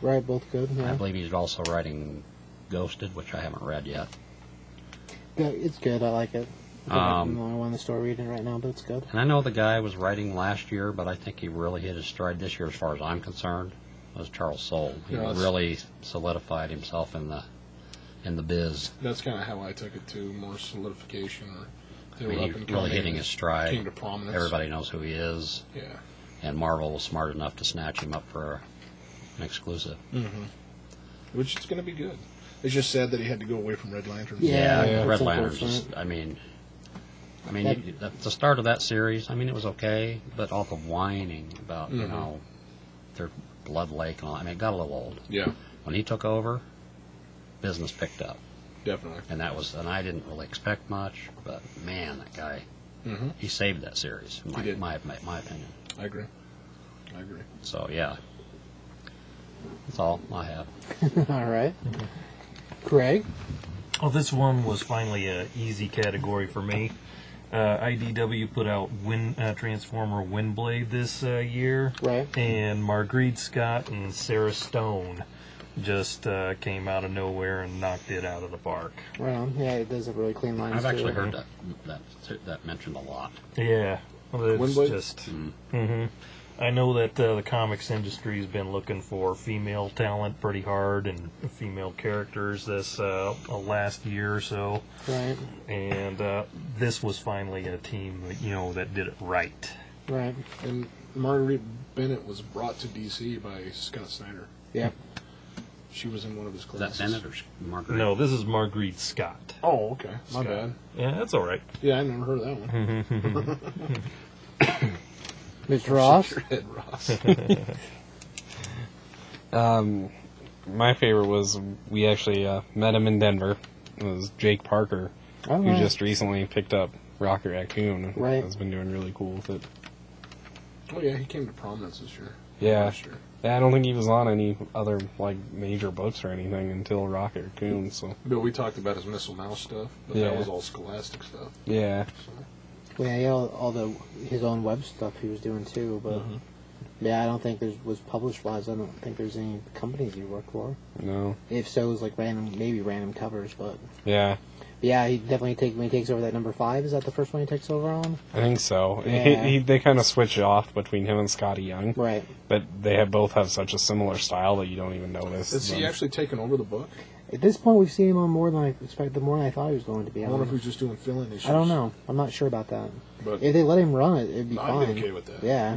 [SPEAKER 5] Right. Both good.
[SPEAKER 6] I
[SPEAKER 5] Yeah.
[SPEAKER 6] believe he's also writing Ghosted, which I haven't read yet.
[SPEAKER 5] Yeah, it's good. I like it. I think I'm the only one in the store reading it right now, but it's good.
[SPEAKER 6] And I know the guy was writing last year, but I think he really hit his stride this year, as far as I'm concerned. Was Charles Soule? He
[SPEAKER 4] Yeah, that's-
[SPEAKER 6] really solidified himself in the in the biz.
[SPEAKER 4] That's kind of how I took it too. More solidification. Or they
[SPEAKER 6] I
[SPEAKER 4] were
[SPEAKER 6] mean,
[SPEAKER 4] up and
[SPEAKER 6] he really
[SPEAKER 4] coming
[SPEAKER 6] hitting
[SPEAKER 4] and
[SPEAKER 6] his stride.
[SPEAKER 4] Came to prominence.
[SPEAKER 6] Everybody knows who he is,
[SPEAKER 4] Yeah.
[SPEAKER 6] and Marvel was smart enough to snatch him up for an exclusive.
[SPEAKER 4] Which is going to be good. It's just sad that he had to go away from Red Lantern.
[SPEAKER 5] Yeah, that's
[SPEAKER 6] Red Lantern's
[SPEAKER 5] unfortunate.
[SPEAKER 6] just. I mean, I mean,
[SPEAKER 5] That-
[SPEAKER 6] you, the, the start of that series. I mean, it was okay, but all the whining about you
[SPEAKER 4] Mhm.
[SPEAKER 6] know their blood lake and all. I mean, it got a little old.
[SPEAKER 4] Yeah,
[SPEAKER 6] when he took over, business picked up,
[SPEAKER 4] definitely.
[SPEAKER 6] and that was and I didn't really expect much, but man, that guy
[SPEAKER 4] hmm
[SPEAKER 6] he saved that series. in My
[SPEAKER 4] did.
[SPEAKER 6] my, my my opinion.
[SPEAKER 4] I agree. I agree.
[SPEAKER 6] So yeah, that's all I have.
[SPEAKER 5] All right. Craig.
[SPEAKER 3] Well, Oh, this one was finally an easy category for me. Uh, IDW put out Wind, uh, Transformer Windblade this uh, year,
[SPEAKER 5] Right.
[SPEAKER 3] and Marguerite Scott and Sarah Stone just uh, came out of nowhere and knocked it out of the park.
[SPEAKER 5] Right on. Yeah, it does have really clean lines.
[SPEAKER 6] I've
[SPEAKER 5] to
[SPEAKER 6] actually
[SPEAKER 5] it.
[SPEAKER 6] heard that that that mentioned a lot.
[SPEAKER 3] Yeah, well, it's
[SPEAKER 4] Windblade?
[SPEAKER 3] just. hmm I know that uh, the comics industry has been looking for female talent pretty hard and female characters this uh, last year or so.
[SPEAKER 5] Right.
[SPEAKER 3] and uh, this was finally a team that, you know that did it right.
[SPEAKER 5] Right.
[SPEAKER 4] And Marguerite Bennett was brought to DC by Scott Snyder.
[SPEAKER 5] Yep.
[SPEAKER 4] She was in one of his
[SPEAKER 6] Is that
[SPEAKER 4] classes.
[SPEAKER 6] Bennett or Margaret?
[SPEAKER 3] No, this is Marguerite Scott.
[SPEAKER 4] Oh, okay. My bad.
[SPEAKER 3] Yeah, that's all right.
[SPEAKER 4] Yeah, I never heard of that
[SPEAKER 7] Hmm.
[SPEAKER 4] one.
[SPEAKER 5] Mr. Ross.
[SPEAKER 4] Shake your head, Oh, Ross.
[SPEAKER 7] Um, my favorite was we actually uh, met him in Denver. It was Jake Parker,
[SPEAKER 5] All
[SPEAKER 7] who
[SPEAKER 5] right.
[SPEAKER 7] just recently picked up Rocket Raccoon.
[SPEAKER 5] Right.
[SPEAKER 7] has been doing really cool with it.
[SPEAKER 4] oh yeah, he came to prominence this year.
[SPEAKER 7] Yeah,
[SPEAKER 4] Last year.
[SPEAKER 7] Yeah, I don't think he was on any other like major books or anything until Rocket Raccoon. So
[SPEAKER 4] But we talked about his Missile Mouse stuff, but
[SPEAKER 7] Yeah.
[SPEAKER 4] that was all Scholastic stuff.
[SPEAKER 7] yeah,
[SPEAKER 5] Well, yeah, he had all, all the his own web stuff he was doing too, but yeah, I don't think there's was published wise. I don't think there's any companies he worked for.
[SPEAKER 7] no,
[SPEAKER 5] If so, it was like random, maybe random covers, but
[SPEAKER 7] yeah,
[SPEAKER 5] yeah, he definitely take when he takes over that number five. Is that the first one he takes over on?
[SPEAKER 7] I think so. He-
[SPEAKER 5] Yeah.
[SPEAKER 7] He, they kind of switch it off between him and Scotty Young,
[SPEAKER 5] Right.
[SPEAKER 7] but they have both have such a similar style that you don't even notice.
[SPEAKER 4] Has he
[SPEAKER 7] them.
[SPEAKER 4] actually taken over the book?
[SPEAKER 5] At this point, we've seen him on more than I expected, more than I thought he was going to be.
[SPEAKER 4] I
[SPEAKER 5] on.
[SPEAKER 4] wonder if he's just doing fill-in issues.
[SPEAKER 5] I don't know. I'm not sure about that.
[SPEAKER 4] But
[SPEAKER 5] If they let him run it, it'd be
[SPEAKER 4] I'd
[SPEAKER 5] fine.
[SPEAKER 4] be okay with that.
[SPEAKER 5] Yeah.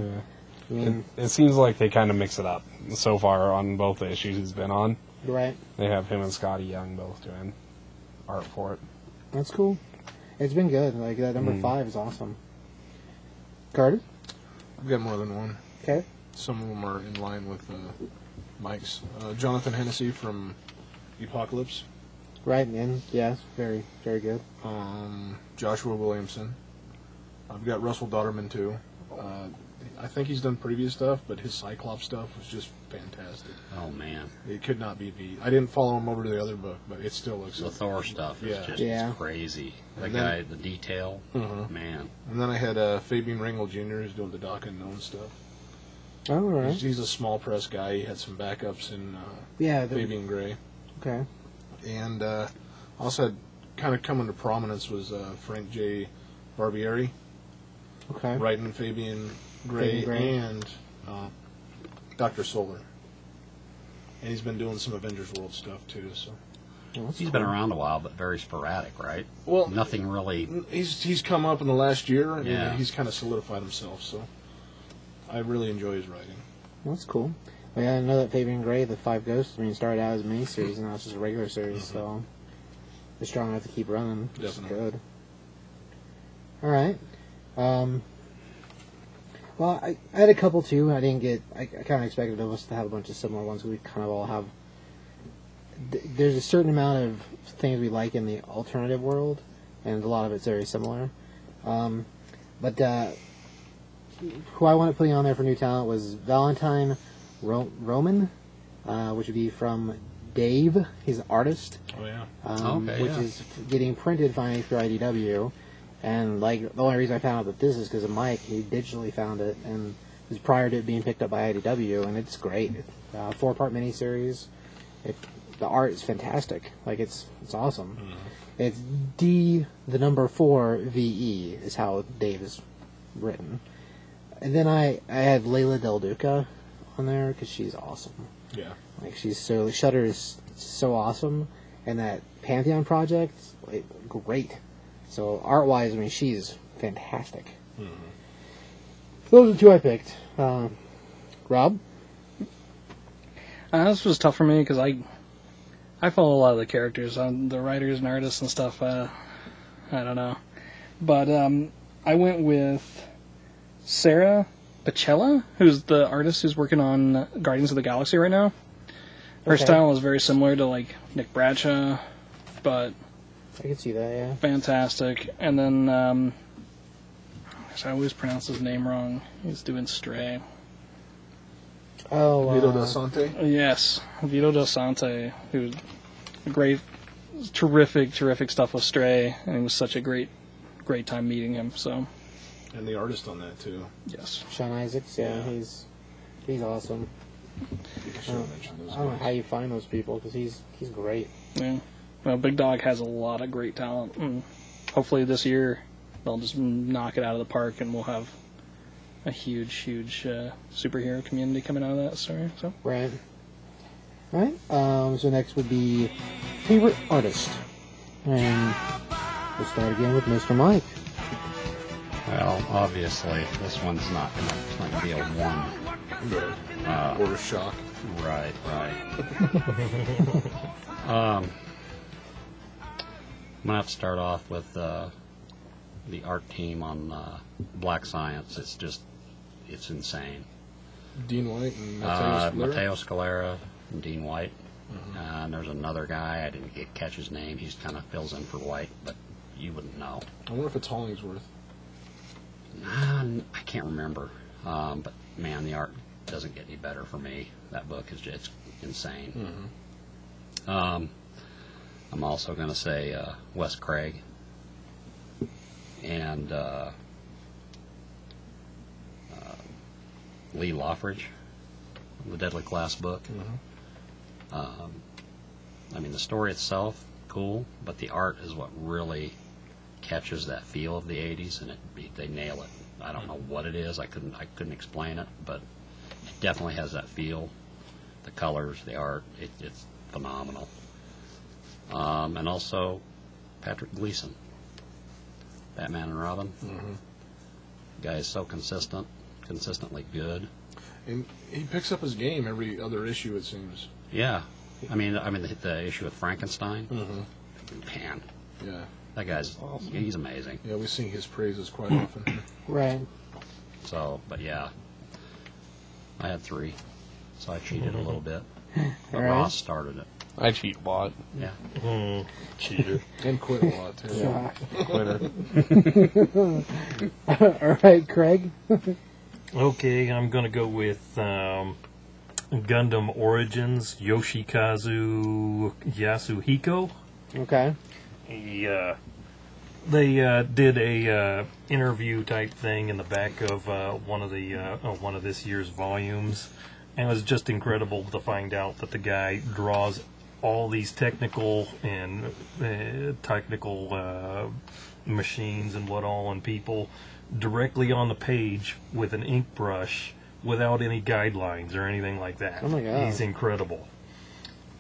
[SPEAKER 5] I mean,
[SPEAKER 7] It seems like they kind of mix it up so far on both the issues he's been on.
[SPEAKER 5] you're right.
[SPEAKER 7] They have him and Scotty Young both doing art for it.
[SPEAKER 5] That's cool. It's been good. Like that
[SPEAKER 4] Hmm.
[SPEAKER 5] number five is awesome. Carter.
[SPEAKER 4] I've got more than one.
[SPEAKER 5] Okay.
[SPEAKER 4] Some of them are in line with uh, Mike's. Uh, Jonathan Hennessy from Apocalypse.
[SPEAKER 5] Right in. Yes. Very. Very good.
[SPEAKER 4] Um, Joshua Williamson. I've got Russell Dodderman too. Uh, I think he's done previous stuff, but his Cyclops stuff was just fantastic.
[SPEAKER 6] Oh man,
[SPEAKER 4] It could not be beat. I didn't follow him over to the other book, but it still looks.
[SPEAKER 6] the Thor stuff is
[SPEAKER 4] Yeah.
[SPEAKER 6] just
[SPEAKER 5] Yeah.
[SPEAKER 6] crazy. That
[SPEAKER 4] And then-
[SPEAKER 6] guy, the detail,
[SPEAKER 5] Mm-hmm.
[SPEAKER 4] Uh-huh.
[SPEAKER 6] man.
[SPEAKER 4] And then I had uh, Fabian Ringel Jr. who's doing the Doc Unknown stuff.
[SPEAKER 5] Oh, All right.
[SPEAKER 4] He's, he's a small press guy. He had some backups in uh,
[SPEAKER 5] Yeah. the-
[SPEAKER 4] Fabian Gray,
[SPEAKER 5] okay.
[SPEAKER 4] and uh, also had kind of coming to prominence was uh, Frank J. Barbieri.
[SPEAKER 5] Okay.
[SPEAKER 4] writing Fabian Gray,
[SPEAKER 5] Fabian Gray.
[SPEAKER 4] and uh, Doctor Solar. And he's been doing some Avengers World stuff too. So
[SPEAKER 5] Well, that's
[SPEAKER 6] He's been around a while, but very sporadic, right?
[SPEAKER 4] well,
[SPEAKER 6] Nothing really.
[SPEAKER 4] He's he's come up in the last year, and
[SPEAKER 6] Yeah.
[SPEAKER 4] he's kind of solidified himself. So I really enjoy his writing.
[SPEAKER 5] Well, That's cool. Well, yeah, I know that Fabian Gray, the Five Ghosts, I mean, started out as a miniseries and now it's just a regular series, so they're strong enough to keep running. which is
[SPEAKER 4] Definitely.
[SPEAKER 5] Good. All right. Um, well, I, I had a couple too. I didn't get. I, I kind of expected of us to have a bunch of similar ones. We kind of all have. th- There's a certain amount of things we like in the alternative world, and a lot of it's very similar. Um, but uh, who I wanted putting on there for new talent was Valentine Ro- Roman, uh, which would be from Dave. He's an artist,
[SPEAKER 4] Oh yeah,
[SPEAKER 5] um,
[SPEAKER 6] Okay,
[SPEAKER 5] which
[SPEAKER 6] yeah.
[SPEAKER 5] is getting printed finally through IDW. And like the only reason I found out that this is because of Mike. He digitally found it, and it was prior to it being picked up by IDW, and it's great. Uh, Four part miniseries. It, the art is fantastic. Like it's it's awesome.
[SPEAKER 6] Mm-hmm.
[SPEAKER 5] It's D the number four V E is how Dave is written. And then I, I had Layla Del Duca on there because she's awesome.
[SPEAKER 4] yeah.
[SPEAKER 5] Like she's so Shutter is so awesome, and that Pantheon project, like, great. So art wise, I mean, she's fantastic. Mm-hmm. Those are the two I picked. Um, Rob,
[SPEAKER 2] Uh, this was tough for me because I, I follow a lot of the characters, um, the writers and artists and stuff. Uh, I don't know, but um, I went with Sarah Pacella, who's the artist who's working on Guardians of the Galaxy right now. Her
[SPEAKER 5] Okay.
[SPEAKER 2] style is very similar to like Nick Bradshaw, but
[SPEAKER 5] I can see that. Yeah,
[SPEAKER 2] fantastic. And then, um, gosh, I always pronounce his name wrong. He's doing Stray.
[SPEAKER 5] Oh,
[SPEAKER 4] Vito
[SPEAKER 5] uh,
[SPEAKER 4] da Sante.
[SPEAKER 2] Yes, Vito Del Sante, who was a great, terrific, terrific stuff with Stray, and it was such a great, great time meeting him. So,
[SPEAKER 4] and the artist on that too.
[SPEAKER 2] yes,
[SPEAKER 5] Sean Isaacs. Yeah,
[SPEAKER 4] Yeah.
[SPEAKER 5] he's he's awesome.
[SPEAKER 4] I should have mentioned those
[SPEAKER 5] I don't know
[SPEAKER 4] guys.
[SPEAKER 5] how you find those people because he's he's great.
[SPEAKER 2] yeah. Well, Big Dog has a lot of great talent, and hopefully this year they'll just knock it out of the park, and we'll have a huge, huge uh, superhero community coming out of that story. So,
[SPEAKER 5] Right. Right. Um, so next would be favorite artist, and we'll start again with Mr. Mike.
[SPEAKER 6] Well, obviously, this one's not going to be a one. Uh,
[SPEAKER 4] Order Shock.
[SPEAKER 6] Right, right. um, I'm going to have to start off with uh, the art team on uh, Black Science. It's just, it's insane.
[SPEAKER 4] Dean White and
[SPEAKER 6] Uh,
[SPEAKER 4] Mateus Valera.
[SPEAKER 6] Mateo Scalera and Dean White. Uh, and there's another guy, I didn't get, catch his name. He's kind of fills in for White, but you wouldn't know.
[SPEAKER 4] I wonder if it's Hollingsworth.
[SPEAKER 6] Ah, n- I can't remember. Um, but man, the art doesn't get any better for me. That book is just insane. Um, I'm also going to say uh, Wes Craig and uh, uh, Lee Loffridge, the Deadly Class book. Um, I mean, the story itself, cool, but the art is what really catches that feel of the 80s and it, they nail it. I don't know what it is. I couldn't I couldn't explain it, but it definitely has that feel. The colors, the art, it, it's phenomenal. Um, and also Patrick Gleason, Batman and Robin. Guy is so consistent, consistently good.
[SPEAKER 4] And he picks up his game every other issue, it seems.
[SPEAKER 6] Yeah, I mean, I mean the, the issue with Frankenstein.
[SPEAKER 4] Mm-hmm.
[SPEAKER 6] Man,
[SPEAKER 4] Yeah.
[SPEAKER 6] that guy's he's amazing.
[SPEAKER 4] Yeah, we sing his praises quite often.
[SPEAKER 5] Right.
[SPEAKER 6] So, but yeah, I had three, so I cheated a little bit. But
[SPEAKER 5] All right.
[SPEAKER 6] Ross started it.
[SPEAKER 7] I cheat a lot.
[SPEAKER 6] Yeah,
[SPEAKER 3] Cheater.
[SPEAKER 4] And quit a lot, too.
[SPEAKER 7] Quitter.
[SPEAKER 5] All right, Craig.
[SPEAKER 3] Okay, I'm gonna go with um, Gundam Origins Yoshikazu Yasuhiko.
[SPEAKER 5] Okay.
[SPEAKER 3] He, uh, they uh, did a uh, interview type thing in the back of uh, one of the uh, uh, one of this year's volumes, and it was just incredible to find out that the guy draws all these technical and uh, technical uh, machines and what all and people directly on the page with an ink brush without any guidelines or anything like that.
[SPEAKER 5] Oh my God.
[SPEAKER 3] He's incredible.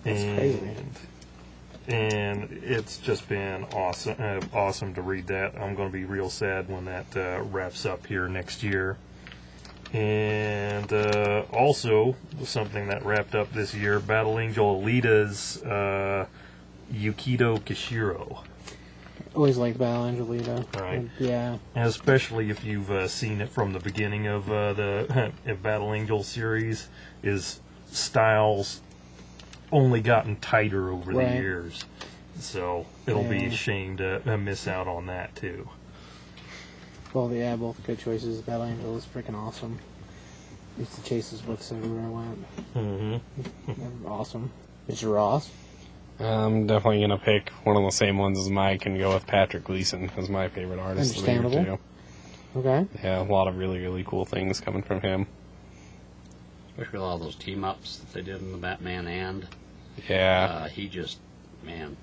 [SPEAKER 3] That's
[SPEAKER 5] crazy.
[SPEAKER 3] and it's just been awesome uh, awesome to read that i'm going to be real sad when that uh, wraps up here next year and uh, also something that wrapped up this year battle angel alita's uh, yukido kishiro
[SPEAKER 5] Always liked Battle Angelita.
[SPEAKER 3] Right.
[SPEAKER 5] Yeah.
[SPEAKER 3] And especially if you've uh, seen it from the beginning of uh, the battle angel series is styles only gotten tighter over the
[SPEAKER 5] Right.
[SPEAKER 3] years so it'll be
[SPEAKER 5] Yeah.
[SPEAKER 3] a shame to uh, miss out on that too
[SPEAKER 5] Well, yeah, both good choices. Battle Angel is freaking awesome. Used to chase his books everywhere I went.
[SPEAKER 3] Mm-hmm.
[SPEAKER 5] They're awesome. Mr. Ross.
[SPEAKER 7] I'm definitely gonna pick one of the same ones as Mike and go with Patrick Gleason as my favorite artist. of the year,
[SPEAKER 5] Understandable. Okay.
[SPEAKER 7] too. Yeah, a lot of really really cool things coming from him.
[SPEAKER 6] especially with all those team ups that they did in the Batman and
[SPEAKER 7] Yeah,
[SPEAKER 6] uh, he just man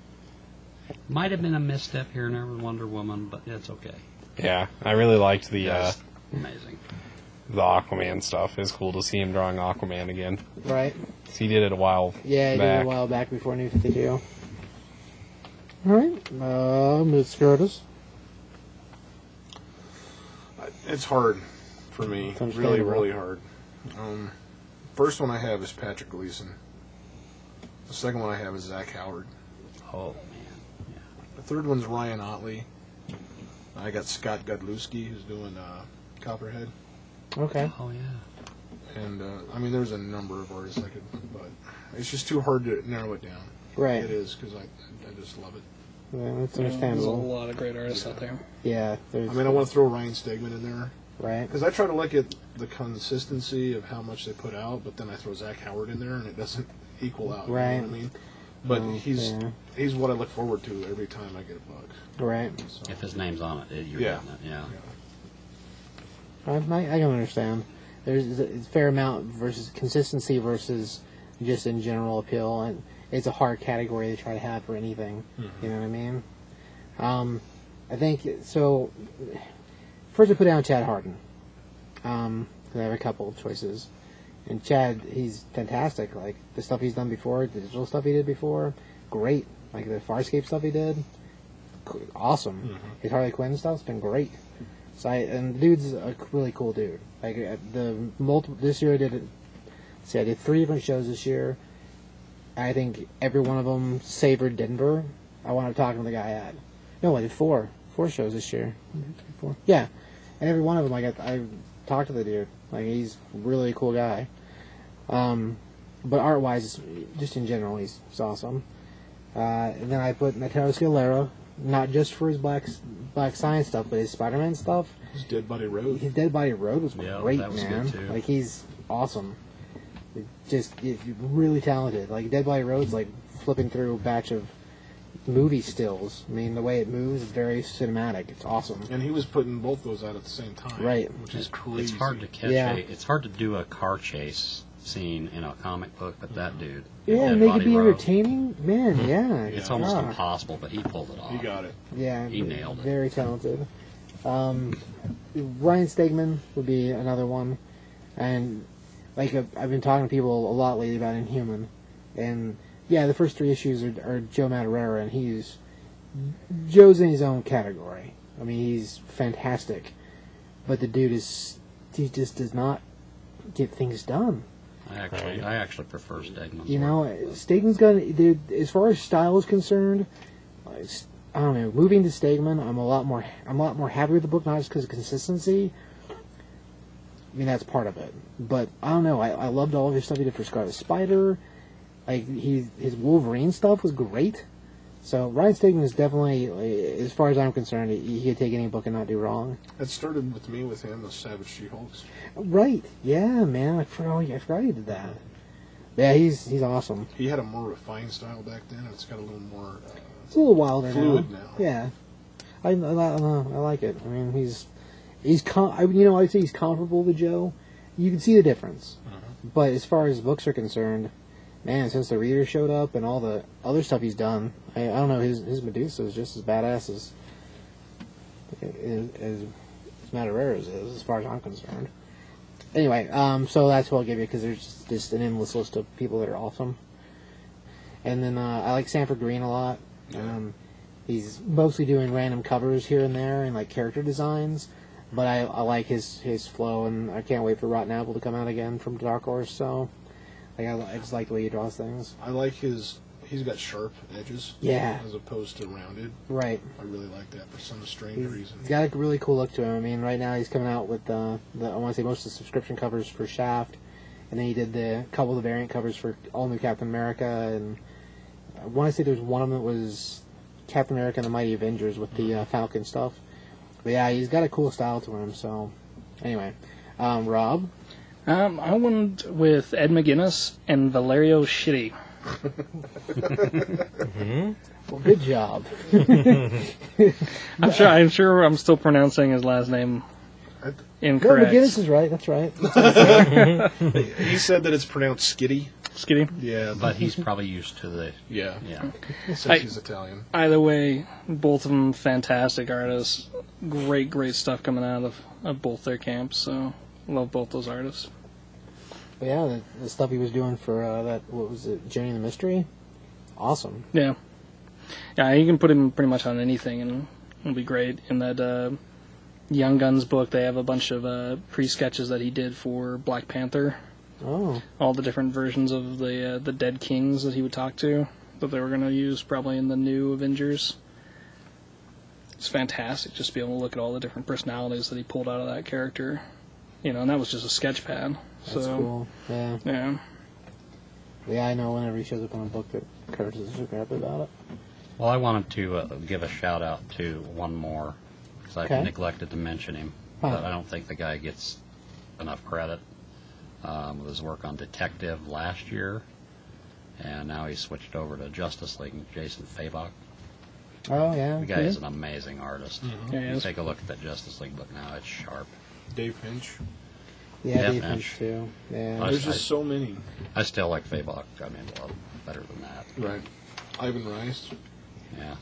[SPEAKER 6] might have been a misstep here and there with Wonder Woman, but it's okay.
[SPEAKER 7] yeah. I really liked the uh,
[SPEAKER 6] Yes. Amazing.
[SPEAKER 7] the Aquaman stuff. It's cool to see him drawing Aquaman again.
[SPEAKER 5] Right.
[SPEAKER 7] 'Cause He did it a while.
[SPEAKER 5] Yeah, I
[SPEAKER 7] back.
[SPEAKER 5] did a while back before New 52. Alright. Uh, Ms. Curtis.
[SPEAKER 4] It's hard for me.
[SPEAKER 5] It's
[SPEAKER 4] Really,
[SPEAKER 5] understandable.
[SPEAKER 4] really hard. Um, first one I have is Patrick Gleason. The second one I have is Zach Howard.
[SPEAKER 6] Oh man,
[SPEAKER 4] The third one's Ryan Otley. I got Scott Godlewski, who's doing uh, Copperhead.
[SPEAKER 5] Okay.
[SPEAKER 6] oh yeah.
[SPEAKER 4] And, uh, I mean, there's a number of artists I could, but it's just too hard to narrow it down.
[SPEAKER 5] Right.
[SPEAKER 4] It is, because I, I just love it.
[SPEAKER 5] Yeah, that's
[SPEAKER 8] There's a
[SPEAKER 5] understandable.
[SPEAKER 8] lot of great artists out there.
[SPEAKER 5] Yeah, there's.
[SPEAKER 4] I mean, I want to throw Ryan Stegman in there.
[SPEAKER 5] right.
[SPEAKER 4] Because I try to look at the consistency of how much they put out, but then I throw Zach Howard in there, and it doesn't equal out. You know
[SPEAKER 5] Right. Mm,
[SPEAKER 4] what I mean, but
[SPEAKER 5] Okay.
[SPEAKER 4] he's he's what I look forward to every time I get a book.
[SPEAKER 5] Right.
[SPEAKER 4] So
[SPEAKER 6] If his name's on it, it- you're
[SPEAKER 4] Yeah.
[SPEAKER 6] getting it. Yeah.
[SPEAKER 5] I, I, I can understand. There's a fair amount versus consistency versus just in general appeal, and it's a hard category to try to have for anything. You know what I mean? Um, I think so. First, I put down Chad Harden. Um, 'cause I have a couple of choices, and Chad, he's fantastic. Like the stuff he's done before, the digital stuff he did before, great. Like the Farscape stuff he did, c- awesome. His Harley Quinn stuff's been great. So I, and the dude's a c- really cool dude. Like uh, the multiple this year I did, see I did three different shows this year. I think every one of them savored Denver. I wound up talking to the guy at. No, I did four, four shows this year. One, two, three, Four. Yeah, and every one of them I got I talked to the dude. Like he's a really cool guy. Um, but art wise, just in general, he's, he's awesome. Uh, and then I put Natero Scalera, not just for his black s- black science stuff, but his Spider Man stuff
[SPEAKER 4] he's Dead Body Road.
[SPEAKER 5] his Dead Body Road was
[SPEAKER 6] Yeah,
[SPEAKER 5] great,
[SPEAKER 6] that was
[SPEAKER 5] man.
[SPEAKER 6] good, too.
[SPEAKER 5] Like he's awesome. It Just it- really talented. Like Dead Body Road's like flipping through a batch of movie stills. I mean, the way it moves is very cinematic. It's awesome.
[SPEAKER 4] And he was putting both those out at the same time,
[SPEAKER 5] Right.
[SPEAKER 4] Which is crazy.
[SPEAKER 6] It's hard to catch
[SPEAKER 5] Yeah.
[SPEAKER 6] a. It's hard to do a car chase scene in a comic book, but that dude.
[SPEAKER 5] Yeah,
[SPEAKER 6] Dead
[SPEAKER 5] and make it
[SPEAKER 6] Body
[SPEAKER 5] be
[SPEAKER 6] Row,
[SPEAKER 5] entertaining, man. Yeah, Ah.
[SPEAKER 6] It's almost
[SPEAKER 5] God.
[SPEAKER 6] impossible, but he pulled it off.
[SPEAKER 4] He got it.
[SPEAKER 5] Yeah,
[SPEAKER 6] He nailed it.
[SPEAKER 5] Very talented. Um, Ryan Stegman would be another one, and like I've, I've been talking to people a lot lately about Inhuman, and yeah, the first three issues are, are Joe Madureira, and he's Joe's in his own category. I mean, he's fantastic, but the dude is he just does not get things done.
[SPEAKER 6] I actually, I actually prefer Stegman's.
[SPEAKER 5] You
[SPEAKER 6] work.
[SPEAKER 5] know, Stegman's gonna. there- As far as style is concerned, I s- I don't know. Moving to Stegman, I'm a lot more. I'm a lot more happy with the book, not just because of consistency. I mean, that's part of it. But I don't know. I, I loved all of his stuff he did for Scarlet Spider. Like he, his Wolverine stuff was great. So Ryan Stegman is definitely, like, as far as I'm concerned, he, he could take any book and not do wrong.
[SPEAKER 4] It started with me with him, the Savage She-Hulks.
[SPEAKER 5] Right? Yeah, man. I forgot. I forgot he did that. Yeah, he's he's awesome.
[SPEAKER 4] He had a more refined style back then, and it's got a little more. Uh,
[SPEAKER 5] It's a little wilder
[SPEAKER 4] Fluid
[SPEAKER 5] now.
[SPEAKER 4] now.
[SPEAKER 5] Yeah, I, I, li- I, don't know. I like it. I mean, he's he's com- I, you know I'd say he's comparable to Joe. You can see the difference, but as far as books are concerned, man, since the reader showed up and all the other stuff he's done, I, I don't know. His his Medusa is just as badass as as, as Madureira's is, as far as I'm concerned. Anyway, um, so that's what I'll give you because there's just, just an endless list of people that are awesome. And then uh, I like Sanford Green a lot. Um, he's mostly doing random covers here and there and like character designs, but I, I like his his flow and I can't wait for Rotten Apple to come out again from Dark Horse. So, like I, I just like the way he draws things.
[SPEAKER 4] I like his. He's got sharp edges.
[SPEAKER 5] Yeah.
[SPEAKER 4] As opposed to rounded.
[SPEAKER 5] Right.
[SPEAKER 4] I really like that for some strange
[SPEAKER 5] He's,
[SPEAKER 4] reason.
[SPEAKER 5] he's got a really cool look to him. I mean, right now he's coming out with uh, the I want to say most of the subscription covers for Shaft, and then he did the couple of the variant covers for all new Captain America, and I want to say there's one of them that was Captain America and the Mighty Avengers with the uh, Falcon stuff. But yeah, he's got a cool style to him. So anyway, um, Rob,
[SPEAKER 2] Um, I went with Ed McGuinness and Valerio Shitty.
[SPEAKER 5] well, good job.
[SPEAKER 2] I'm sure. I'm sure. I'm still pronouncing his last name
[SPEAKER 5] No,
[SPEAKER 2] incorrect.
[SPEAKER 5] McGinnis is right. That's right.
[SPEAKER 4] He said that it's pronounced Skitty.
[SPEAKER 2] Skitty.
[SPEAKER 4] Yeah, but
[SPEAKER 6] but he's probably used to the
[SPEAKER 4] yeah,
[SPEAKER 6] yeah.
[SPEAKER 4] since
[SPEAKER 2] I-
[SPEAKER 4] he's Italian.
[SPEAKER 2] Either way, both of them fantastic artists. Great, great stuff coming out of, of both their camps. So love both those artists.
[SPEAKER 5] But yeah, the, the stuff he was doing for uh, that what was it, Journey in the Mystery, awesome.
[SPEAKER 2] Yeah, yeah. You can put him pretty much on anything, and it'll be great. In that uh, Young Guns book, they have a bunch of uh, pre sketches that he did for Black Panther.
[SPEAKER 5] Oh,
[SPEAKER 2] all the different versions of the uh, the dead kings that he would talk to that they were going to use probably in the new Avengers. It's fantastic just to be able to look at all the different personalities that he pulled out of that character. You know, and that was just a sketch pad.
[SPEAKER 5] that's
[SPEAKER 2] so
[SPEAKER 5] cool. Yeah.
[SPEAKER 2] yeah.
[SPEAKER 5] Yeah, I know whenever he shows up on a book that Curtis is happy about it.
[SPEAKER 6] Well, I wanted to uh, give a shout out to one more because I
[SPEAKER 5] Okay.
[SPEAKER 6] neglected to mention him,
[SPEAKER 5] Huh.
[SPEAKER 6] but I don't think the guy gets enough credit um, with his work on Detective last year, and now he's switched over to Justice League. Jason Fabok,
[SPEAKER 5] Oh,
[SPEAKER 6] the
[SPEAKER 5] yeah.
[SPEAKER 6] guy is an amazing artist.
[SPEAKER 2] Yeah,
[SPEAKER 6] You
[SPEAKER 2] that's-
[SPEAKER 6] take a look at that Justice League book now; it's sharp.
[SPEAKER 4] Dave Finch.
[SPEAKER 5] Yeah,
[SPEAKER 6] Yeah,
[SPEAKER 5] Dave
[SPEAKER 6] man.
[SPEAKER 5] Finch, too. Yeah.
[SPEAKER 6] I-
[SPEAKER 4] There's just so many.
[SPEAKER 6] I still like Fabok. I mean, well, better than that.
[SPEAKER 4] Right. Ivan Rice.
[SPEAKER 6] Yeah.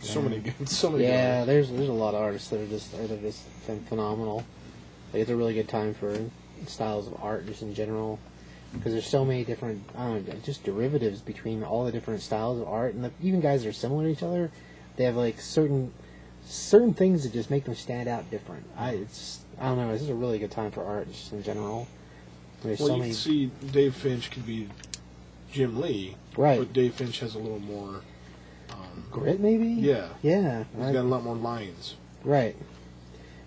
[SPEAKER 4] So many good. So many.
[SPEAKER 5] Yeah,
[SPEAKER 4] Good
[SPEAKER 5] there's there's a lot of artists that are just that are just phen- phenomenal. Like, it's a really good time for styles of art just in general because there's so many different I don't know, just derivatives between all the different styles of art and the, even guys that are similar to each other, they have like certain certain things that just make them stand out different. I it's I don't know. This is a really good time for art just in general. There's
[SPEAKER 4] well,
[SPEAKER 5] so
[SPEAKER 4] you
[SPEAKER 5] many
[SPEAKER 4] can see Dave Finch could be Jim Lee,
[SPEAKER 5] right
[SPEAKER 4] but Dave Finch has a little more. Um,
[SPEAKER 5] grit maybe.
[SPEAKER 4] yeah,
[SPEAKER 5] Yeah,
[SPEAKER 4] he's
[SPEAKER 5] I-
[SPEAKER 4] got a lot more lines.
[SPEAKER 5] right.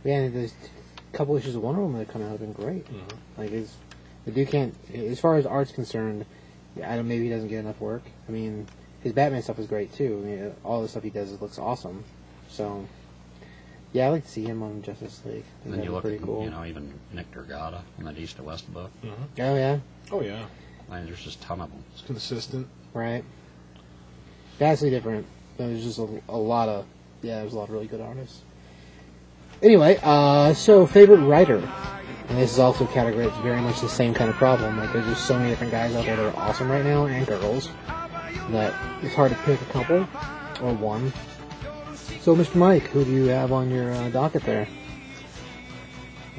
[SPEAKER 5] Yeah, there's a couple issues of Wonder Woman that come out have been great.
[SPEAKER 4] Mm-hmm.
[SPEAKER 5] Like, it's, the dude can't. As far as art's concerned, I don't. Maybe he doesn't get enough work. I mean, his Batman stuff is great too. I mean, all the stuff he does looks awesome. So, yeah, I like to see him on Justice League. I think
[SPEAKER 6] And
[SPEAKER 5] that'd
[SPEAKER 6] then you
[SPEAKER 5] be
[SPEAKER 6] look
[SPEAKER 5] pretty
[SPEAKER 6] at
[SPEAKER 5] cool.
[SPEAKER 6] you know even Nick Dergata in that East to West book.
[SPEAKER 5] Oh yeah,
[SPEAKER 4] Oh yeah,
[SPEAKER 6] I mean, there's just a ton of them.
[SPEAKER 4] it's consistent.
[SPEAKER 5] right. Vastly different. There's just a, a lot of yeah. There's a lot of really good artists. Anyway, uh, so favorite writer, and this is also a category that's very much the same kind of problem. Like there's just so many different guys out there that are awesome right now and girls that it's hard to pick a couple or one. So, Mr. Mike, who do you have on your uh, docket there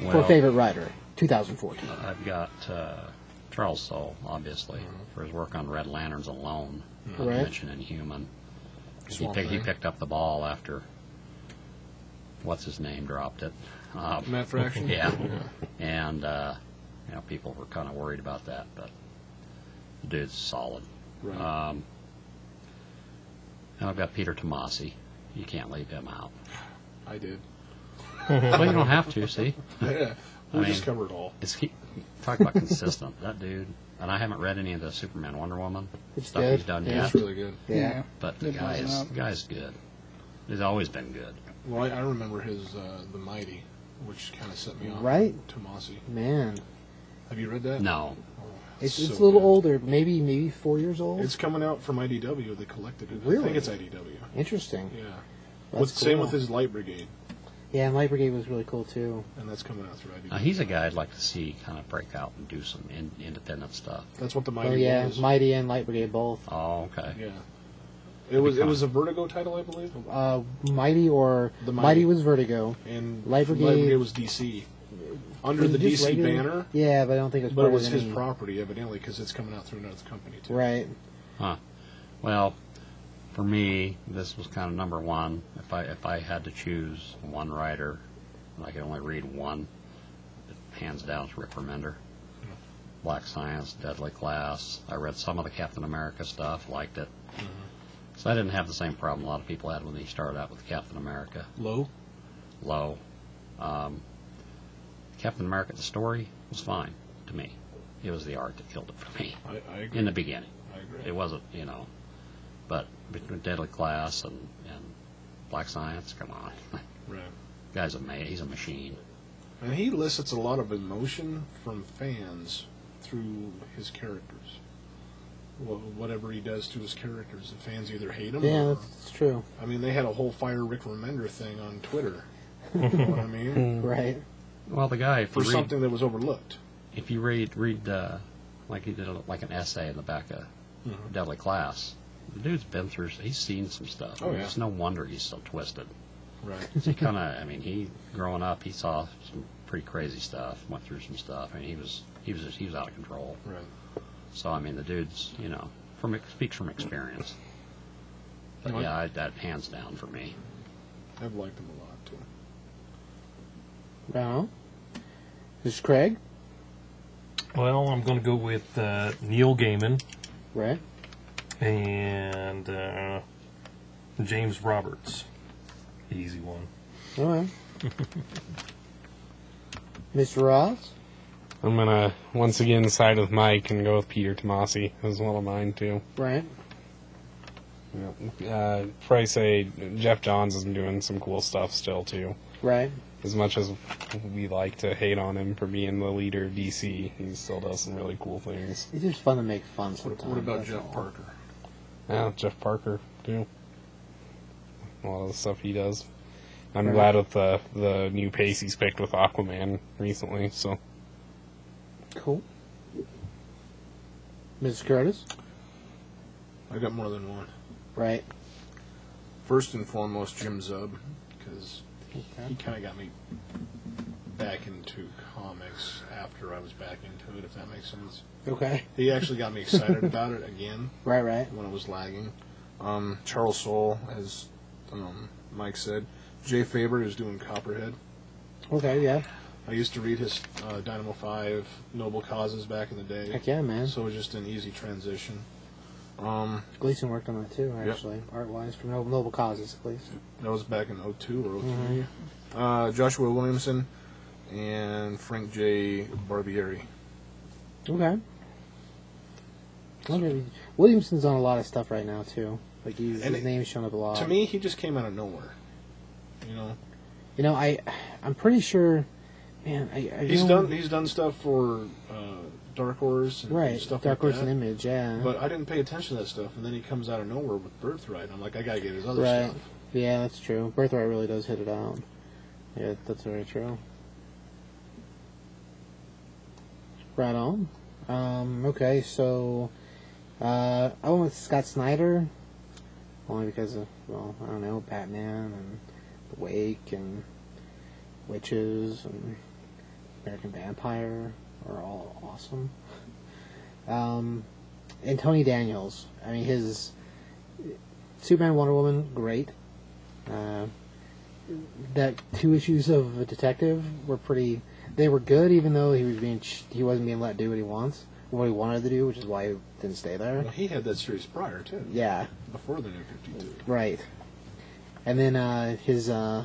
[SPEAKER 6] Well,
[SPEAKER 5] for favorite writer, 2014?
[SPEAKER 6] I've got uh, Charles Soule, obviously, for his work on Red Lanterns alone, not
[SPEAKER 5] Mm-hmm. Right.
[SPEAKER 6] to mention Inhuman. He,
[SPEAKER 4] Swamp
[SPEAKER 6] pick, he
[SPEAKER 4] Thing.
[SPEAKER 6] picked up the ball after what's his name dropped it. Um,
[SPEAKER 4] Matt Fraction.
[SPEAKER 6] yeah. And, uh, you know, people were kind of worried about that, but the dude's solid.
[SPEAKER 4] Right.
[SPEAKER 6] Um, and I've got Peter Tomasi. You can't leave him out.
[SPEAKER 4] I did.
[SPEAKER 6] well, you don't have to, see?
[SPEAKER 4] Yeah. We
[SPEAKER 6] I
[SPEAKER 4] just
[SPEAKER 6] mean-
[SPEAKER 4] covered it all.
[SPEAKER 6] It's he, talk about consistent. That dude, and I haven't read any of the Superman, Wonder Woman
[SPEAKER 5] It's
[SPEAKER 6] stuff
[SPEAKER 5] good.
[SPEAKER 6] he's done
[SPEAKER 5] Yeah.
[SPEAKER 6] yet.
[SPEAKER 4] It's really good.
[SPEAKER 5] Yeah.
[SPEAKER 6] But the
[SPEAKER 8] It
[SPEAKER 6] guy
[SPEAKER 8] wasn't
[SPEAKER 6] is
[SPEAKER 8] up.
[SPEAKER 6] the guy's good. He's always been good.
[SPEAKER 4] Well, I, I remember his uh, The Mighty, which kind of set me off.
[SPEAKER 5] Right?
[SPEAKER 4] Tomasi.
[SPEAKER 5] Man.
[SPEAKER 4] Have you read that?
[SPEAKER 6] No,
[SPEAKER 5] It's,
[SPEAKER 4] So
[SPEAKER 5] it's a little
[SPEAKER 4] good.
[SPEAKER 5] older, maybe maybe four years old.
[SPEAKER 4] It's coming out from IDW. They collected it. I
[SPEAKER 5] Really?
[SPEAKER 4] think it's IDW.
[SPEAKER 5] Interesting.
[SPEAKER 4] Yeah.
[SPEAKER 5] That's
[SPEAKER 4] with, Same
[SPEAKER 5] cool.
[SPEAKER 4] with his Light Brigade,
[SPEAKER 5] Yeah, and Light Brigade was really cool too.
[SPEAKER 4] and that's coming out through IDW.
[SPEAKER 6] now, Uh, he's a guy I'd like to see kind of break out and do some in, independent stuff.
[SPEAKER 4] That's what the Mighty
[SPEAKER 5] Oh yeah,
[SPEAKER 4] was.
[SPEAKER 5] Mighty and Light Brigade both.
[SPEAKER 6] Oh, okay.
[SPEAKER 4] yeah. It was it was a Vertigo title, I believe,
[SPEAKER 5] Uh, Mighty or
[SPEAKER 4] The
[SPEAKER 5] Mighty.
[SPEAKER 4] Mighty.
[SPEAKER 5] was Vertigo.
[SPEAKER 4] and
[SPEAKER 5] Light Brigade-
[SPEAKER 4] was DC under
[SPEAKER 5] Was
[SPEAKER 4] the
[SPEAKER 5] it just
[SPEAKER 4] DC
[SPEAKER 5] regular?
[SPEAKER 4] banner,
[SPEAKER 5] Yeah, but I don't think it was
[SPEAKER 4] but
[SPEAKER 5] part
[SPEAKER 4] it was
[SPEAKER 5] of
[SPEAKER 4] his
[SPEAKER 5] any-
[SPEAKER 4] property evidently because it's coming out through another company too.
[SPEAKER 5] Right.
[SPEAKER 6] Well, for me, this was kind of number one. If I if I had to choose one writer, and I could only read one, hands down, it's Rick Remender. Black Science, Deadly Class. I read some of the Captain America stuff, liked it. So I didn't have the same problem a lot of people had when they started out with Captain America.
[SPEAKER 4] Low.
[SPEAKER 6] Low. Um, Captain America, the story was fine to me. It was the art that killed it for me
[SPEAKER 4] I, I agree.
[SPEAKER 6] in the beginning
[SPEAKER 4] I agree.
[SPEAKER 6] it wasn't, you know, but between Deadly Class and, and Black Science, come on,
[SPEAKER 4] Right.
[SPEAKER 6] guy's a man, he's a machine.
[SPEAKER 4] And he elicits a lot of emotion from fans through his characters. Wha whatever he does to his characters, the fans either hate him.
[SPEAKER 5] Yeah,
[SPEAKER 4] or,
[SPEAKER 5] that's, that's true.
[SPEAKER 4] I mean, they had a whole fire Rick Remender thing on Twitter. you know what I
[SPEAKER 5] Hmm.
[SPEAKER 4] mean?
[SPEAKER 5] Right.
[SPEAKER 6] Well, the guy if
[SPEAKER 4] For
[SPEAKER 6] you read,
[SPEAKER 4] something that was overlooked.
[SPEAKER 6] if you read read uh, like he did a, like an essay in the back of
[SPEAKER 4] Mhm.
[SPEAKER 6] Deadly Class, the dude's been through, he's seen some stuff.
[SPEAKER 4] Oh, yeah.
[SPEAKER 6] It's no wonder he's so twisted.
[SPEAKER 4] Right.
[SPEAKER 6] he kind of, I mean, he growing up, he saw some pretty crazy stuff, went through some stuff, and he was he was he was out of control.
[SPEAKER 4] Right.
[SPEAKER 6] So I mean, the dude's you know from ex- speaks from experience. But
[SPEAKER 4] Right.
[SPEAKER 6] yeah, I, that hands down for me.
[SPEAKER 4] I've liked him a lot too.
[SPEAKER 5] No. Uh-huh. This is Craig.
[SPEAKER 3] Well, I'm going to go with uh, Neil Gaiman
[SPEAKER 5] Right.
[SPEAKER 3] and uh, James Roberts. Easy one.
[SPEAKER 5] All right. Mr. Ross.
[SPEAKER 7] I'm gonna once again side with Mike and go with Peter Tomasi as one of mine too.
[SPEAKER 5] Right.
[SPEAKER 7] Uh, probably say Jeff Johns is doing some cool stuff still too.
[SPEAKER 5] Right.
[SPEAKER 7] As much as we like to hate on him for being the leader of DC, he still does some really cool things.
[SPEAKER 5] It's just fun to make fun sometimes.
[SPEAKER 4] What about
[SPEAKER 5] that's
[SPEAKER 4] Jeff
[SPEAKER 5] all.
[SPEAKER 4] Parker?
[SPEAKER 7] Yeah, Jeff Parker too. A lot of the stuff he does. I'm
[SPEAKER 5] Right.
[SPEAKER 7] glad with the the new pace he's picked with Aquaman recently. So
[SPEAKER 5] Cool. Mrs. Curtis.
[SPEAKER 4] I got more than one.
[SPEAKER 5] Right.
[SPEAKER 4] First and foremost, Jim Zub, because
[SPEAKER 5] Okay.
[SPEAKER 4] he kind of got me back into comics after I was back into it, if that makes sense.
[SPEAKER 5] Okay.
[SPEAKER 4] He actually got me excited about it again
[SPEAKER 5] Right. Right.
[SPEAKER 4] when it was lagging. Um, Charles Soule, as um, Mike said, Jay Faber is doing Copperhead.
[SPEAKER 5] Okay. Yeah.
[SPEAKER 4] I used to read his uh, Dynamo Five, Noble Causes back in the day.
[SPEAKER 5] Heck yeah, man.
[SPEAKER 4] So it was just an easy transition. Um,
[SPEAKER 5] Gleason worked on that too,
[SPEAKER 4] Yep.
[SPEAKER 5] actually, art wise, for noble, noble causes, at least.
[SPEAKER 4] that was back in 02 or 03.
[SPEAKER 5] Mm-hmm.
[SPEAKER 4] Uh, Joshua Williamson and Frank J. Barbieri.
[SPEAKER 5] Okay. Wonder- Williamson's on a lot of stuff right now too. Like he's,
[SPEAKER 4] And
[SPEAKER 5] his
[SPEAKER 4] it-
[SPEAKER 5] name's shown up a lot.
[SPEAKER 4] to me, he just came out of nowhere. You know,
[SPEAKER 5] you know, I, I'm pretty sure, man. I, I
[SPEAKER 4] he's
[SPEAKER 5] don't-
[SPEAKER 4] done he's done stuff for uh, Dark Horse and
[SPEAKER 5] right
[SPEAKER 4] stuff
[SPEAKER 5] Dark
[SPEAKER 4] like
[SPEAKER 5] Horse
[SPEAKER 4] that.
[SPEAKER 5] and Image, yeah,
[SPEAKER 4] But I didn't pay attention to that stuff, and then he comes out of nowhere with Birthright. I'm like, I gotta get his other
[SPEAKER 5] right,
[SPEAKER 4] stuff.
[SPEAKER 5] yeah, that's true. Birthright really does hit it out. Yeah, that's very true. Right on. Um, okay, so uh, I went with Scott Snyder only because of well, I don't know, Batman and The Wake and Witches and American Vampire are all awesome. Um, and Tony Daniels. I mean, his Superman, Wonder Woman, great. Uh, that two issues of a detective were pretty. They were good, even though he was being ch- he wasn't being let do what he wants, what he wanted to do, which is why he didn't stay there.
[SPEAKER 4] Well, he had that series prior too,
[SPEAKER 5] Yeah,
[SPEAKER 4] before the New Fifty Two.
[SPEAKER 5] right. And then uh, his uh,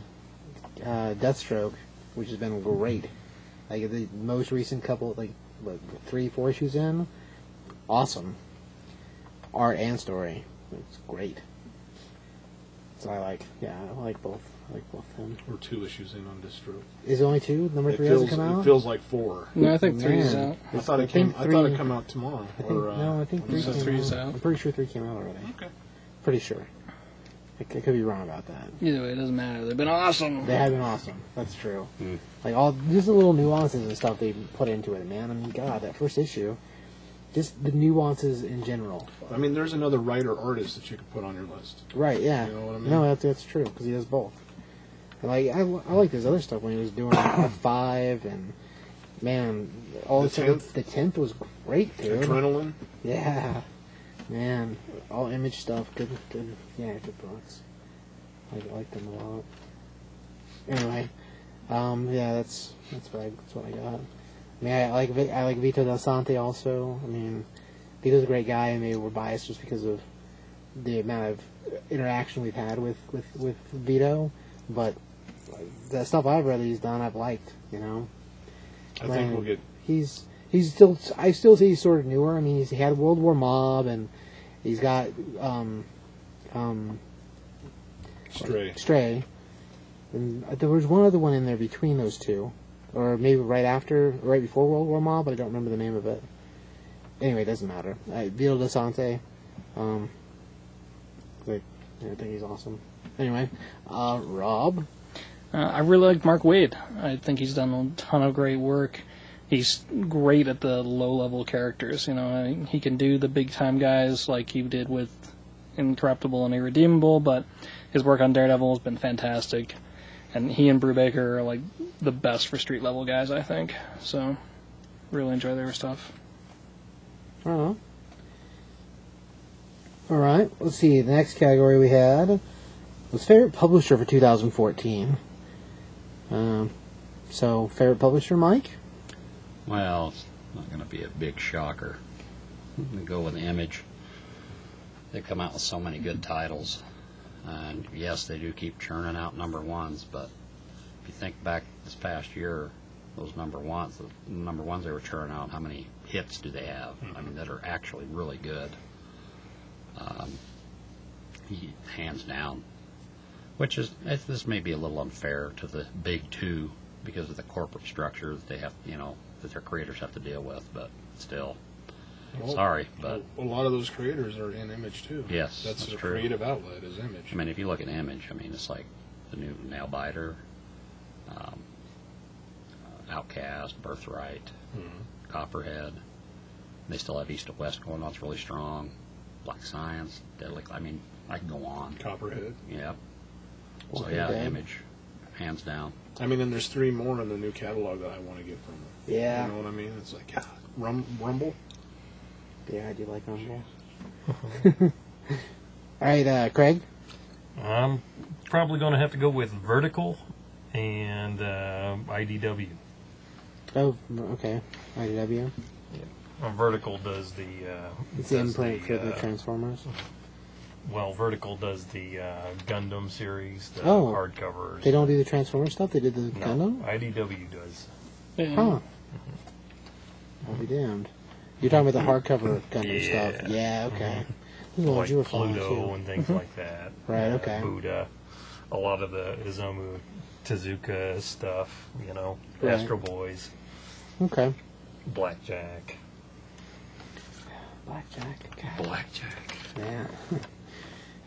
[SPEAKER 5] uh, Deathstroke, which has been great. Like the most recent couple, like what, three, four issues in, awesome. Art and story, it's great. So I like, yeah, I like both. I like both of them.
[SPEAKER 4] We're two issues in on Distro.
[SPEAKER 5] Is it only two? Number
[SPEAKER 4] It
[SPEAKER 5] three
[SPEAKER 4] feels,
[SPEAKER 5] hasn't come
[SPEAKER 4] it
[SPEAKER 5] out.
[SPEAKER 4] feels like four.
[SPEAKER 7] No, I think
[SPEAKER 5] Man.
[SPEAKER 7] three's out.
[SPEAKER 4] I thought
[SPEAKER 5] I
[SPEAKER 4] it came.
[SPEAKER 5] think
[SPEAKER 4] I thought
[SPEAKER 5] three-
[SPEAKER 4] it come out tomorrow.
[SPEAKER 5] I think,
[SPEAKER 4] or, uh,
[SPEAKER 5] no, I think three
[SPEAKER 4] so
[SPEAKER 5] came
[SPEAKER 7] three's
[SPEAKER 5] out.
[SPEAKER 7] out.
[SPEAKER 5] I'm pretty sure three came out already.
[SPEAKER 4] Okay.
[SPEAKER 5] Pretty sure. I, c- I could be wrong about that.
[SPEAKER 2] Either way, it doesn't matter. They've been awesome.
[SPEAKER 5] They have been awesome. That's true. Like all just the little nuances and stuff they put into it, man. I mean, God, that first issue, just the nuances in general.
[SPEAKER 4] I mean, there's another writer artist that you could put on your list.
[SPEAKER 5] Right? Yeah.
[SPEAKER 4] You know what I mean?
[SPEAKER 5] No, that's that's true because he does both. And like I, li- I like his other stuff when he was doing F five and man, all
[SPEAKER 4] The
[SPEAKER 5] the tenth.
[SPEAKER 4] 10th?
[SPEAKER 5] The tenth was great, dude.
[SPEAKER 4] Adrenaline.
[SPEAKER 5] Yeah, man, all image stuff. Good, good. Yeah, good books. I like them a lot. Anyway, um, yeah, that's that's what I that's what I got. I mean, I like Vi- I like Vito Del Sante also. I mean, Vito's a great guy, and maybe we're biased just because of the amount of interaction we've had with with with Vito. But like, the stuff I've read that he's done, I've liked. You know,
[SPEAKER 4] I
[SPEAKER 5] Right.
[SPEAKER 4] think we'll get.
[SPEAKER 5] he's he's still I still say he's sort of newer. I mean, he's, he had World War Mob, and he's got um, um,
[SPEAKER 4] Stray.
[SPEAKER 5] Stray. And there was one other one in there between those two, or maybe right after, right before World War Mob, but I don't remember the name of it. Anyway, it doesn't matter. I, Vito Desante, um, like, I think he's awesome. Anyway, uh, Rob,
[SPEAKER 2] Uh, I really like Mark Wade. I think he's done a ton of great work. He's great at the low-level characters. You know, I mean, he can do the big-time guys like he did with Incorruptible and Irredeemable, but his work on Daredevil has been fantastic. And he and Brubaker are like the best for street-level guys, I think. So, really enjoy their stuff.
[SPEAKER 5] I don't know. Uh-huh. All right, let's see. The next category we had was favorite publisher for 2014. Um, so favorite publisher, Mike.
[SPEAKER 6] Well, it's not going to be a big shocker. I'm gonna go with Image. They come out with so many good titles. And yes, they do keep churning out number ones, but if you think back this past year, those number ones, the number ones they were churning out, how many hits do they have? I mean, that are actually really good. Um, he- hands down. Which is, it's- this may be a little unfair to the big two because of the corporate structure that they have, you know, that their creators have to deal with, but still, sorry, but
[SPEAKER 4] a lot of those creators are in Image too.
[SPEAKER 6] Yes,
[SPEAKER 4] that's,
[SPEAKER 6] that's
[SPEAKER 4] their
[SPEAKER 6] true.
[SPEAKER 4] creative outlet is Image.
[SPEAKER 6] I mean, if you look at Image, I mean, it's like the new Nail Biter, um, uh, Outcast, Birthright,
[SPEAKER 4] Mm-hmm.
[SPEAKER 6] Copperhead. They still have East to West going on. It's really strong. Black Science, Deadly. I mean, I can go on.
[SPEAKER 4] Copperhead.
[SPEAKER 6] Yep. So
[SPEAKER 5] Walking
[SPEAKER 6] yeah,
[SPEAKER 5] Dead.
[SPEAKER 6] Image, hands down.
[SPEAKER 4] I mean, and there's three more in the new catalog that I want to get from them.
[SPEAKER 5] Yeah,
[SPEAKER 4] You know what I mean? It's like God, Rum, Rumble.
[SPEAKER 5] yeah, I do like Rumble. All right, uh, Craig.
[SPEAKER 3] I'm probably going to have to go with Vertical and uh, IDW.
[SPEAKER 5] Oh, okay. IDW.
[SPEAKER 3] Uh, Vertical does the uh,
[SPEAKER 5] It's the
[SPEAKER 3] does
[SPEAKER 5] imprint for the
[SPEAKER 3] uh,
[SPEAKER 5] Transformers.
[SPEAKER 3] well, Vertical does the uh, Gundam series, the
[SPEAKER 5] Oh.
[SPEAKER 3] hardcovers.
[SPEAKER 5] They don't do the Transformers stuff. They did the
[SPEAKER 3] no,
[SPEAKER 5] Gundam.
[SPEAKER 3] IDW does.
[SPEAKER 5] Huh. I'll be damned. You're talking about the hardcover Gundam stuff. Yeah. Okay. This is what
[SPEAKER 3] like
[SPEAKER 5] you were following,
[SPEAKER 3] Pluto
[SPEAKER 5] too. Mm-hmm.
[SPEAKER 3] and things like that.
[SPEAKER 5] Right,
[SPEAKER 3] Uh,
[SPEAKER 5] okay.
[SPEAKER 3] Buddha, a lot of the Izumu Tezuka stuff, you know,
[SPEAKER 5] Right.
[SPEAKER 3] Astro Boys,
[SPEAKER 5] Okay.
[SPEAKER 3] Blackjack.
[SPEAKER 5] Blackjack. God.
[SPEAKER 3] Blackjack.
[SPEAKER 5] Yeah.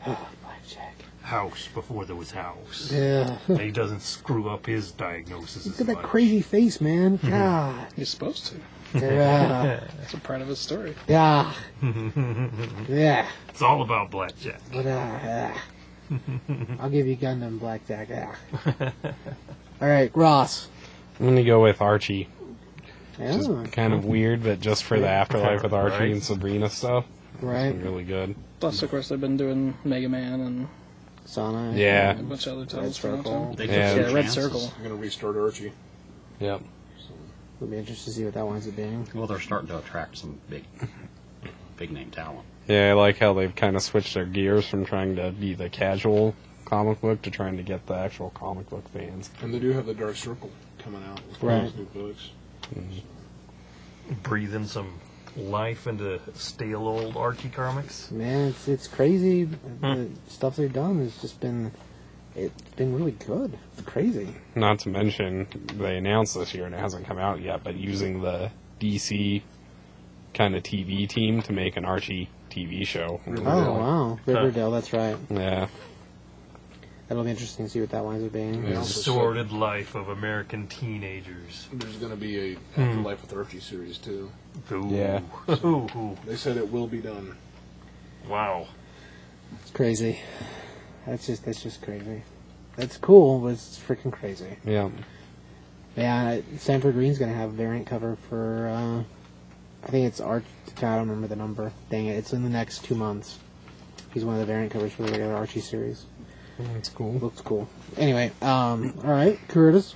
[SPEAKER 5] oh, blackjack.
[SPEAKER 3] House before there was house.
[SPEAKER 5] Yeah. Look
[SPEAKER 3] he doesn't screw up his diagnosis as
[SPEAKER 5] at that
[SPEAKER 3] much.
[SPEAKER 5] crazy face, man. God.
[SPEAKER 2] He's supposed to.
[SPEAKER 5] yeah.
[SPEAKER 2] That's a part of his story.
[SPEAKER 5] Yeah. yeah.
[SPEAKER 3] It's all about Blackjack.
[SPEAKER 5] But, uh, yeah. I'll give you Gundam Blackjack. Yeah. All right, Ross.
[SPEAKER 7] I'm gonna go with Archie. Just
[SPEAKER 5] Oh,
[SPEAKER 7] kind of weird, but just for the afterlife with Archie
[SPEAKER 3] Right.
[SPEAKER 7] and Sabrina stuff,
[SPEAKER 5] right.
[SPEAKER 7] really good.
[SPEAKER 2] Plus, of course, they've been doing Mega Man and
[SPEAKER 5] Sauna.
[SPEAKER 7] Yeah.
[SPEAKER 2] A bunch of other
[SPEAKER 5] Red
[SPEAKER 2] titles. from that time.
[SPEAKER 5] Circle.
[SPEAKER 6] They
[SPEAKER 7] Yeah.
[SPEAKER 6] some
[SPEAKER 2] Yeah, Red
[SPEAKER 6] chances.
[SPEAKER 2] Circle.
[SPEAKER 4] I'm gonna restart Archie.
[SPEAKER 7] Yep.
[SPEAKER 5] It'll be interesting to see what that winds up being.
[SPEAKER 6] Well, they're starting to attract some big, big name talent.
[SPEAKER 7] Yeah, I like how they've kind of switched their gears from trying to be the casual comic book to trying to get the actual comic book fans.
[SPEAKER 4] And they do have the Dark Circle coming out with
[SPEAKER 5] Right.
[SPEAKER 4] those new books.
[SPEAKER 3] Breathing some life into stale old Archie comics.
[SPEAKER 5] Man, it's it's crazy. The stuff they've done has just been it's been really good. It's crazy.
[SPEAKER 7] Not to mention, they announced this year and it hasn't come out yet, but using the DC kind of TV team to make an Archie TV show.
[SPEAKER 5] Oh wow, Riverdale. That's right.
[SPEAKER 7] Yeah.
[SPEAKER 5] That'll be interesting to see what that winds up being.
[SPEAKER 4] Yeah.
[SPEAKER 3] The sordid life of American teenagers.
[SPEAKER 4] There's gonna be a
[SPEAKER 5] Hmm.
[SPEAKER 4] Afterlife with Archie series too.
[SPEAKER 3] Ooh.
[SPEAKER 7] Yeah.
[SPEAKER 3] Ooh, ooh.
[SPEAKER 4] They said it will be done.
[SPEAKER 3] Wow.
[SPEAKER 5] It's crazy. That's just that's just crazy. That's cool, but it's freaking crazy.
[SPEAKER 7] Yeah.
[SPEAKER 5] Yeah, Sanford Green's gonna have a variant cover for. Uh, I think it's Arch. God, I don't remember the number. Dang it! It's in the next two months. He's one of the variant covers for the regular Archie series.
[SPEAKER 7] That's cool.
[SPEAKER 5] Looks cool. Anyway, um, all right, Curtis.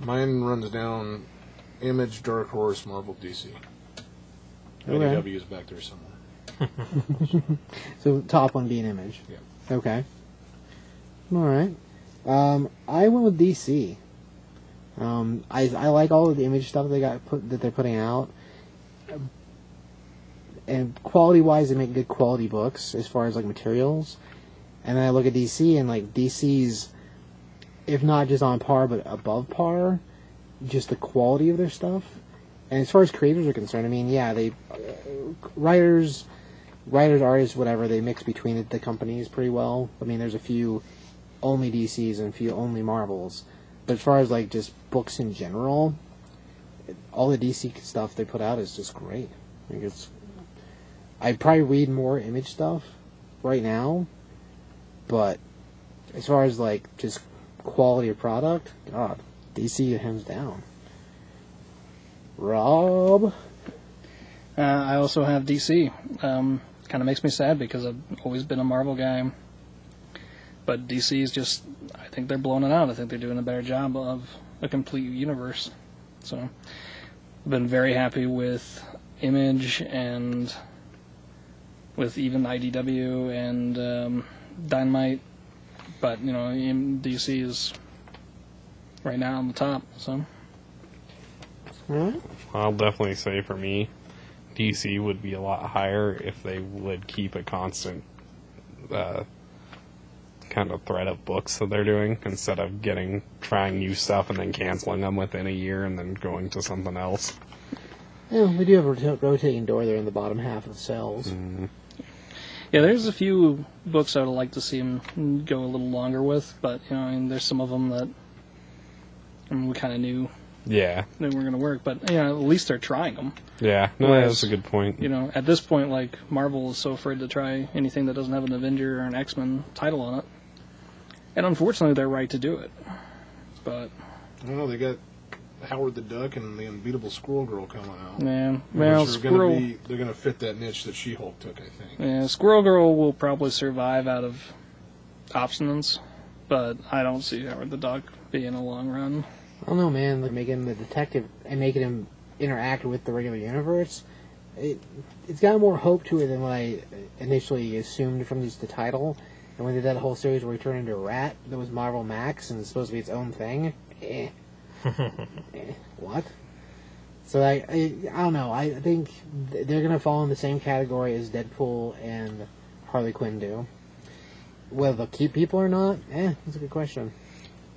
[SPEAKER 4] Mine runs down Image, Dark Horse, Marvel, DC.
[SPEAKER 5] Okay.
[SPEAKER 4] IDW is back there somewhere.
[SPEAKER 5] So top one being image.
[SPEAKER 4] Yeah.
[SPEAKER 5] Okay. All right. Um, I went with DC. Um, I I like all of the image stuff they got put that they're putting out. And quality wise, they make good quality books as far as like materials. And then I look at DC and like DC's, if not just on par but above par, just the quality of their stuff. And as far as creators are concerned, I mean, yeah, they uh, writers writers, artists, whatever, they mix between the, the companies pretty well. I mean, there's a few only DCs and a few only Marvels. But as far as like just books in general, it- all the DC stuff they put out is just great. Like it's, I probably read more image stuff right now, but as far as like just quality of product, God, DC hands down. Rob,
[SPEAKER 2] Uh, I also have DC. Um, kind of makes me sad because I've always been a Marvel guy. But DC is just, I think they're blowing it out. I think they're doing a better job of a complete universe. So, I've been very happy with Image and with even IDW and um, Dynamite. But, you know, in- DC is right now on the top. So,
[SPEAKER 7] I'll definitely say for me, DC would be a lot higher if they would keep a constant uh, kind of thread of books that they're doing instead of getting trying new stuff and then canceling them within a year and then going to something else.
[SPEAKER 5] yeah, we do have a rota- rotating door there in the bottom half of the cells.
[SPEAKER 2] Yeah, there's a few books I would like to see him go a little longer with, but you know, I mean, there's some of them that I mean, we kind of knew
[SPEAKER 7] Yeah,
[SPEAKER 2] they were going to work, but you know, at least they're trying them.
[SPEAKER 7] yeah, no,
[SPEAKER 2] Whereas-
[SPEAKER 7] that's a good point.
[SPEAKER 2] You know, at this point, like Marvel is so afraid to try anything that doesn't have an Avenger or an X Men title on it, and unfortunately, they're right to do it. But
[SPEAKER 4] I don't know. They got Howard the Duck and the Unbeatable Squirrel Girl coming out.
[SPEAKER 2] man, well,
[SPEAKER 4] which are
[SPEAKER 2] Squirrel,
[SPEAKER 4] Gonna be, they're going to fit that niche that She Hulk took, I think.
[SPEAKER 2] yeah, Squirrel Girl will probably survive out of obstinance, but I don't see Howard the Duck being a long run.
[SPEAKER 5] I don't know, man. Like making him the detective and making him interact with the regular universe, it it's got more hope to it than what I initially assumed from just the title. And when they did that whole series where he turned into a rat, that was Marvel Max, and it's supposed to be its own thing. Eh. Eh. What? So I, I I don't know. I think th- they're gonna fall in the same category as Deadpool and Harley Quinn do. Whether they'll keep people or not, eh, that's a good question.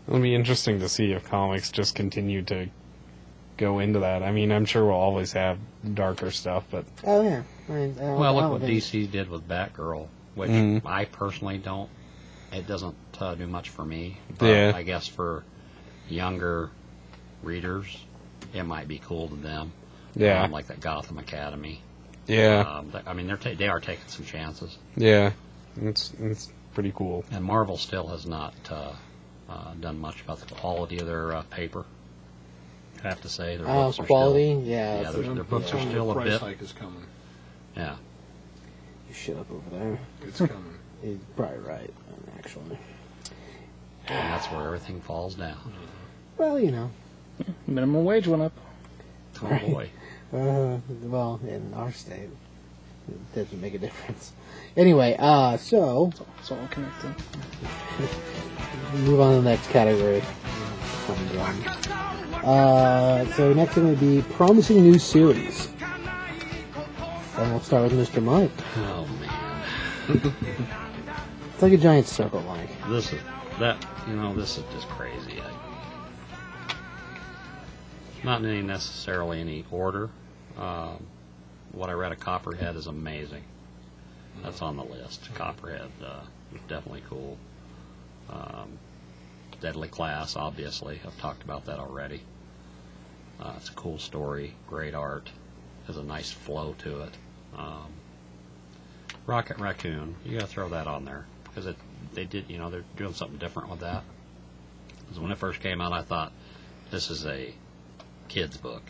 [SPEAKER 7] It'll be interesting to see if comics just continue to go into that. I mean, I'm sure we'll always have darker stuff, but
[SPEAKER 5] Oh yeah. I, I don't-
[SPEAKER 6] Well,
[SPEAKER 5] I don't
[SPEAKER 6] look what
[SPEAKER 5] think-
[SPEAKER 6] DC did with Batgirl, which
[SPEAKER 7] Mhm.
[SPEAKER 6] I personally don't. It doesn't uh, do much for me. But
[SPEAKER 7] Yeah.
[SPEAKER 6] I guess for younger readers, it might be cool to them.
[SPEAKER 7] yeah,
[SPEAKER 6] Um, like that Gotham Academy.
[SPEAKER 7] yeah,
[SPEAKER 6] Um, th- I mean, they're ta- they are taking some chances,
[SPEAKER 7] yeah, it's it's pretty cool.
[SPEAKER 6] and Marvel still has not uh, uh, done much about the quality of their uh, paper. I have to say, their
[SPEAKER 5] Oh,
[SPEAKER 6] books are
[SPEAKER 5] quality?
[SPEAKER 6] Still,
[SPEAKER 5] yeah.
[SPEAKER 6] yeah, their, their books are
[SPEAKER 4] Telling you
[SPEAKER 6] still
[SPEAKER 4] the
[SPEAKER 6] a
[SPEAKER 4] price
[SPEAKER 6] bit.
[SPEAKER 4] hike is coming.
[SPEAKER 6] Yeah,
[SPEAKER 5] You shut up over there.
[SPEAKER 4] It's coming.
[SPEAKER 5] He's probably right. actually.
[SPEAKER 6] and that's where everything falls down.
[SPEAKER 5] Well, you know,
[SPEAKER 2] Minimum wage went up.
[SPEAKER 6] Oh
[SPEAKER 5] Right.
[SPEAKER 6] boy.
[SPEAKER 5] uh, well, in our state, it doesn't make a difference. Anyway, uh, so
[SPEAKER 2] It's all connected.
[SPEAKER 5] we move on to the next category. Fun drum. Uh, so next one would be promising new series. And we'll start with Mr. Mike.
[SPEAKER 6] Oh man.
[SPEAKER 5] It's like a giant circle, Mike.
[SPEAKER 6] This is that you know, this is just crazy. I, not in any necessarily any order. Um, what I read of Copperhead is amazing. That's on the list. Copperhead uh, was definitely cool. Um, Deadly Class, obviously, I've talked about that already. Uh, it's a cool story, great art, has a nice flow to it. Um, Rocket Raccoon, you got to throw that on there because it they did you know they're doing something different with that. Because when it first came out, I thought this is a kids book.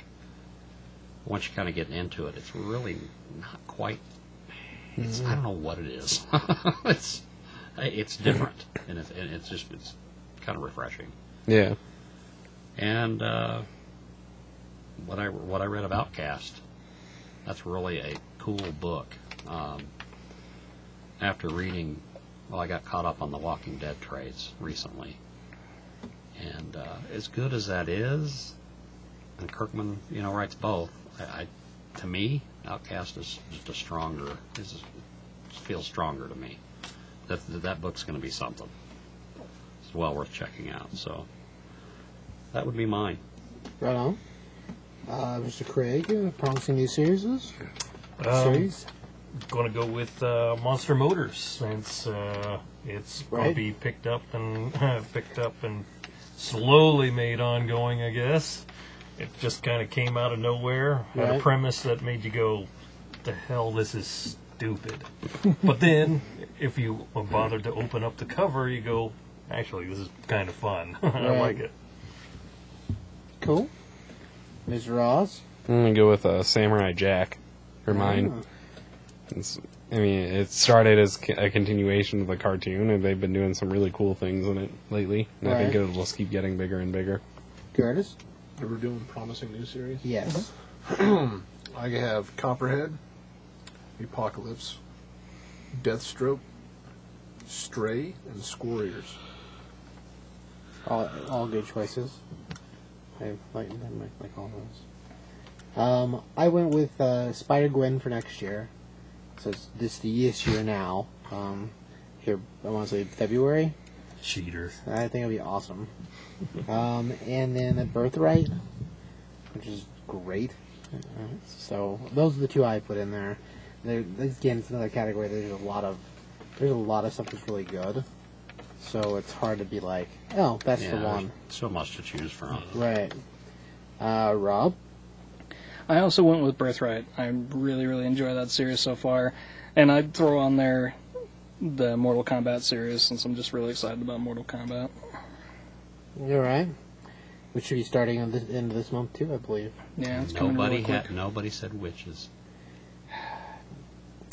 [SPEAKER 6] Once you kind of get into it, it's really not quite. It's I don't know what it is. it's it's different and it's and it's just it's kind of refreshing.
[SPEAKER 7] Yeah.
[SPEAKER 6] And uh, what I what I read of Outcast, that's really a cool book. Um, after reading, well, I got caught up on the Walking Dead trades recently, and uh, as good as that is, and Kirkman, you know, writes both. I, I to me, Outcast is just a stronger. Is just feels stronger to me. That that book's going to be something. It's well worth checking out. So. That would be mine.
[SPEAKER 5] Right on. Uh, Mr. Craig, uh, promising new series. uh,
[SPEAKER 3] Um,
[SPEAKER 5] series.
[SPEAKER 3] going to go with uh, Monster Motors since uh, it's going
[SPEAKER 5] Right.
[SPEAKER 3] to be picked up and picked up and slowly made ongoing. I guess it just kind of came out of nowhere. Had a
[SPEAKER 5] Right.
[SPEAKER 3] premise that made you go, "The hell, this is stupid." but then, if you were bothered to open up the cover, you go, "Actually, this is kind of fun. I
[SPEAKER 5] Right.
[SPEAKER 3] like it."
[SPEAKER 5] Cool. Ms. Ross.
[SPEAKER 7] I'm gonna go with uh, Samurai Jack for mine. It's, I mean, it started as c- a continuation of the cartoon, and they've been doing some really cool things in it lately. And I think
[SPEAKER 5] Right.
[SPEAKER 7] it'll just keep getting bigger and bigger.
[SPEAKER 5] Curtis. Mm-hmm.
[SPEAKER 4] They were doing promising new series.
[SPEAKER 5] Yes.
[SPEAKER 4] I have Copperhead, Apocalypse, Deathstroke, Stray, and Squarriors.
[SPEAKER 5] All, all good choices. I like, I like, like all those. Um, I went with uh, Spider Gwen for next year. So it's this the this year now. Um, here I want to say February.
[SPEAKER 3] Cheater.
[SPEAKER 5] I think it'll be awesome. Um, and then the Birthright, which is great. Uh, So those are the two I put in there. There again, it's another category. There's a lot of there's a lot of stuff that's really good. So it's hard to be like, oh, that's the
[SPEAKER 6] there's
[SPEAKER 5] one.
[SPEAKER 6] So much to choose from.
[SPEAKER 5] Right. Uh, Rob?
[SPEAKER 2] I also went with Birthright. I really, really enjoy that series so far. And I'd throw on there the Mortal Kombat series since I'm just really excited about Mortal Kombat.
[SPEAKER 5] You're right. Which should be starting at the end of this month, too, I believe.
[SPEAKER 2] Yeah, it's coming
[SPEAKER 6] Nobody
[SPEAKER 2] really quick.
[SPEAKER 6] had, nobody said witches.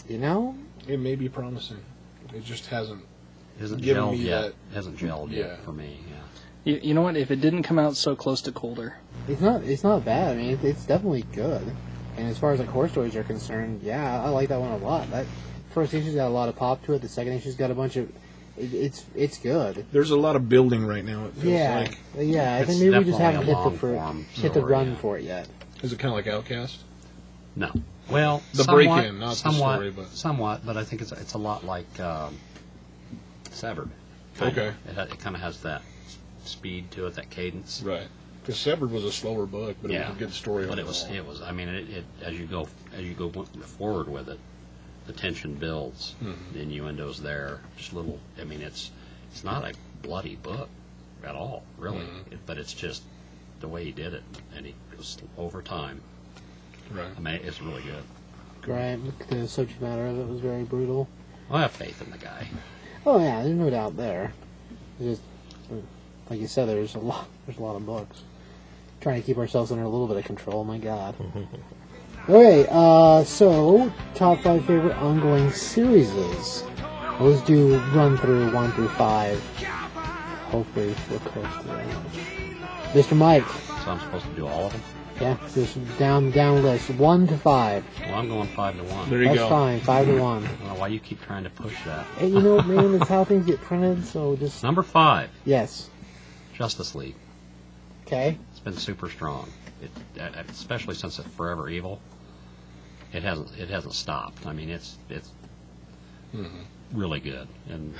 [SPEAKER 5] You know?
[SPEAKER 4] It may be promising. It just hasn't.
[SPEAKER 6] Hasn't
[SPEAKER 4] Giving
[SPEAKER 6] gelled
[SPEAKER 4] me
[SPEAKER 6] yet.
[SPEAKER 4] that-
[SPEAKER 6] Hasn't gelled
[SPEAKER 4] Yeah.
[SPEAKER 6] yet for me. Yeah.
[SPEAKER 2] You, you know what? If it didn't come out so close to colder,
[SPEAKER 5] It's not It's not bad. I mean, it, it's definitely good. And as far as, like, horror stories are concerned, yeah, I like that one a lot. That first issue's got a lot of pop to it. The second issue's got a bunch of... It, it's it's good.
[SPEAKER 4] There's a lot of building right now. It feels
[SPEAKER 5] Yeah.
[SPEAKER 4] like.
[SPEAKER 5] yeah, I
[SPEAKER 6] It's
[SPEAKER 5] think maybe we just
[SPEAKER 6] definitely
[SPEAKER 5] haven't
[SPEAKER 6] a
[SPEAKER 5] hit the,
[SPEAKER 6] long
[SPEAKER 5] fir-
[SPEAKER 6] form
[SPEAKER 5] hit the
[SPEAKER 6] story,
[SPEAKER 5] run
[SPEAKER 6] yeah.
[SPEAKER 5] for it yet.
[SPEAKER 4] Is it kind of like Outcast?
[SPEAKER 6] No. Well,
[SPEAKER 4] The
[SPEAKER 6] somewhat-
[SPEAKER 4] break-in, not the
[SPEAKER 6] somewhat,
[SPEAKER 4] story, but-
[SPEAKER 6] somewhat. But I think it's it's a lot like um, Severed. kind
[SPEAKER 4] Okay.
[SPEAKER 6] of. It, ha- it kind of has that s- speed to it, that cadence.
[SPEAKER 4] Right. Because Severed was a slower book, but it
[SPEAKER 6] yeah.
[SPEAKER 4] was a good story.
[SPEAKER 6] But it was
[SPEAKER 4] overall.
[SPEAKER 6] it was. I mean, it, it as you go as you go w- forward with it, the tension builds. The innuendo's there. Just little. I mean, it's it's not a bloody book at all, really. It- but it's just the way he did it, and he goes over time.
[SPEAKER 4] Right.
[SPEAKER 6] I mean, it's really good.
[SPEAKER 5] Right? The subject matter of it was very brutal.
[SPEAKER 6] I have faith in the guy.
[SPEAKER 5] Oh, yeah, there's no doubt there. It's just, like you said, there's a lot. There's a lot of books. Trying to keep ourselves under a little bit of control. My God. okay, uh, so top five favorite ongoing series. Let's do run through one through five. Hopefully we're close to that. Mr. Mike,
[SPEAKER 6] So I'm supposed to do all of them?
[SPEAKER 5] yeah, just down down list one to five.
[SPEAKER 6] Well, I'm going five to one.
[SPEAKER 4] There you
[SPEAKER 5] That's
[SPEAKER 4] go.
[SPEAKER 5] fine, five to one.
[SPEAKER 6] I don't know why you keep trying to push that.
[SPEAKER 5] And you know what, man? That's how things get printed. So just
[SPEAKER 6] Number five,
[SPEAKER 5] yes,
[SPEAKER 6] Justice League.
[SPEAKER 5] okay.
[SPEAKER 6] It's been super strong, it, uh, especially since it's Forever Evil. It hasn't it hasn't stopped. I mean, it's it's really good, and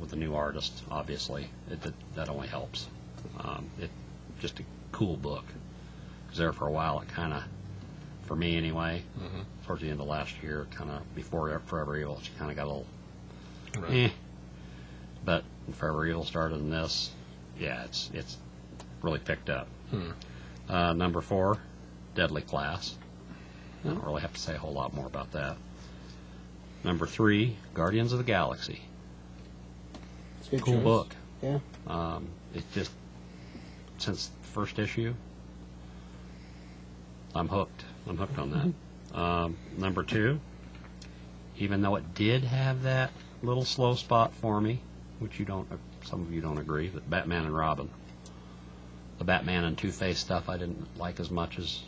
[SPEAKER 6] with the new artist, obviously, it, that that only helps. Um, it just a cool book. Because there for a while, it kind of, for me anyway, towards the end of last year, kind of before Forever Evil, it kind of got a little
[SPEAKER 4] Right.
[SPEAKER 6] Eh. But Forever Evil started in this. Yeah, it's it's really picked up. Uh, number four, Deadly Class. I don't really have to say a whole lot more about that. Number three, Guardians of the Galaxy.
[SPEAKER 5] It's a good
[SPEAKER 6] Cool
[SPEAKER 5] choice.
[SPEAKER 6] book.
[SPEAKER 5] Yeah.
[SPEAKER 6] Um, it just since the first issue, I'm hooked. I'm hooked on that. Um, number two, even though it did have that little slow spot for me, which you don't, some of you don't agree, but Batman and Robin, the Batman and Two Face stuff, I didn't like as much as.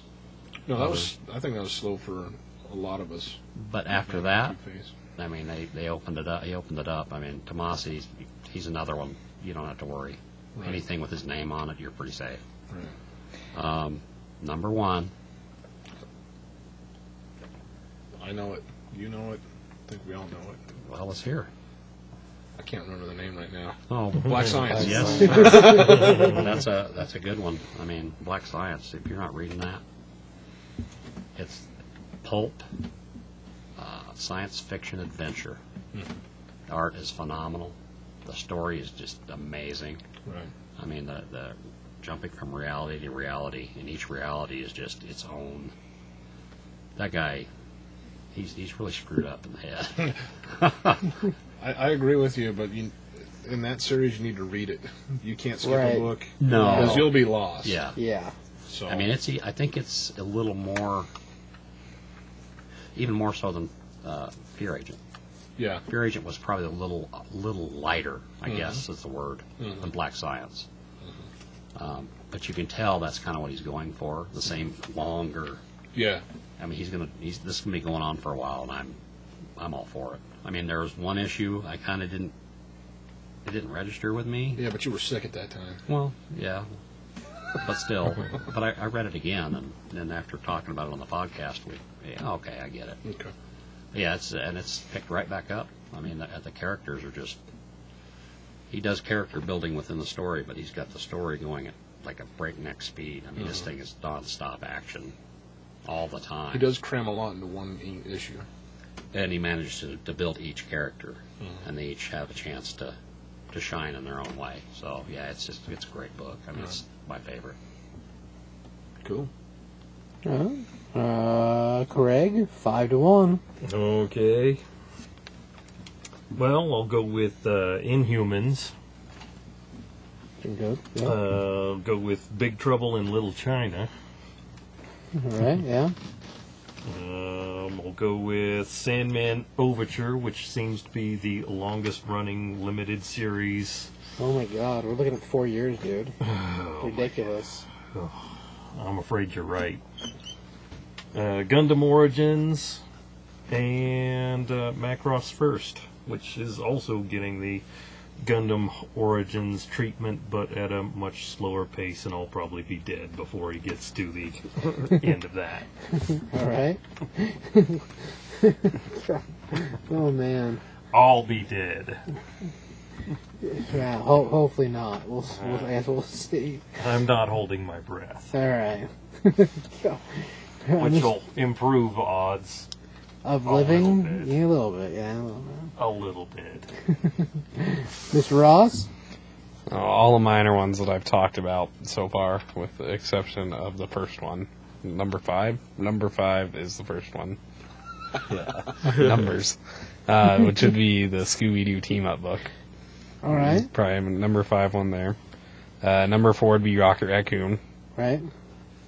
[SPEAKER 4] No, that was. I think that was slow for a lot of us.
[SPEAKER 6] But after that,
[SPEAKER 4] Two-Face.
[SPEAKER 6] I mean, they, they opened it up. He opened it up. I mean, Tomasi's, he's another one. You don't have to worry.
[SPEAKER 4] Right.
[SPEAKER 6] Anything with his name on it, you're pretty safe.
[SPEAKER 4] Right.
[SPEAKER 6] Um, number one,
[SPEAKER 4] I know it. You know it. I think we all know it.
[SPEAKER 6] well, let's hear.
[SPEAKER 4] I can't remember the name right now.
[SPEAKER 6] Oh,
[SPEAKER 4] Black Science.
[SPEAKER 6] yes, that's a that's a good one. I mean, Black Science. If you're not reading that, it's pulp uh, science fiction adventure. The Art is phenomenal. The story is just amazing.
[SPEAKER 4] Right.
[SPEAKER 6] I mean, the, the jumping from reality to reality, and each reality is just its own. That guy, he's he's really screwed up in the head.
[SPEAKER 4] I, I agree with you, but you, in that series, you need to read it. You can't skip
[SPEAKER 5] Right.
[SPEAKER 4] a book
[SPEAKER 6] No.
[SPEAKER 4] because you'll be lost.
[SPEAKER 6] yeah.
[SPEAKER 5] Yeah.
[SPEAKER 4] So
[SPEAKER 6] I mean, it's. e- I think it's a little more, even more so than uh, Fear Agent.
[SPEAKER 4] yeah,
[SPEAKER 6] Fear Agent was probably a little, a little lighter, I guess is the word, than Black Science. Um, but you can tell that's kind of what he's going for. The same longer.
[SPEAKER 4] yeah,
[SPEAKER 6] I mean, he's gonna. He's this is gonna be going on for a while, and I'm, I'm all for it. I mean, there was one issue I kind of didn't. It didn't register with me.
[SPEAKER 4] yeah. But you were sick at that time.
[SPEAKER 6] Well, yeah, but still. but I, I read it again, and then after talking about it on the podcast, we yeah, okay, I get it.
[SPEAKER 4] Okay.
[SPEAKER 6] Yeah, it's and it's picked right back up. I mean, the, the characters are just. He does character building within the story, but he's got the story going at like a breakneck speed. I mean, this thing is nonstop action, all the time.
[SPEAKER 4] Mm-hmm. He does cram a lot into one i- issue.
[SPEAKER 6] and he manages to, to build each character,
[SPEAKER 4] Mm-hmm.
[SPEAKER 6] and they each have a chance to to shine in their own way. So yeah, it's just it's a great book. I mean, it's my favorite.
[SPEAKER 4] Cool.
[SPEAKER 5] Uh, uh, Craig, five to one.
[SPEAKER 3] Okay. Well, I'll go with uh, Inhumans.
[SPEAKER 5] Pretty good. Yeah.
[SPEAKER 3] Uh, go with Big Trouble in Little China.
[SPEAKER 5] All right. Yeah.
[SPEAKER 3] Um, I'll go with Sandman Overture, which seems to be the longest running limited series.
[SPEAKER 5] Oh my God, we're looking at four years, dude. Oh Ridiculous.
[SPEAKER 3] I'm afraid you're right. Uh, Gundam Origins and uh, Macross First, which is also getting the Gundam Origins treatment, but at a much slower pace, and I'll probably be dead before he gets to the end of that.
[SPEAKER 5] All right. oh man.
[SPEAKER 3] I'll be dead.
[SPEAKER 5] Yeah. Ho- hopefully not. We'll, we'll, I guess we'll see.
[SPEAKER 3] I'm not holding my breath,
[SPEAKER 5] All right.
[SPEAKER 3] which will improve odds
[SPEAKER 5] Of
[SPEAKER 3] A little
[SPEAKER 5] living,
[SPEAKER 3] bit.
[SPEAKER 5] yeah, a little bit. Yeah, a little bit.
[SPEAKER 3] a little bit.
[SPEAKER 5] Mr. Ross.
[SPEAKER 7] Uh, all the minor ones that I've talked about so far, with the exception of the first one. Number five? Number five is the first one. Numbers. Uh, which would be the Scooby Doo team up book.
[SPEAKER 5] All right.
[SPEAKER 7] Probably a number five one there. Uh, number four would be Rocket Raccoon.
[SPEAKER 5] Right.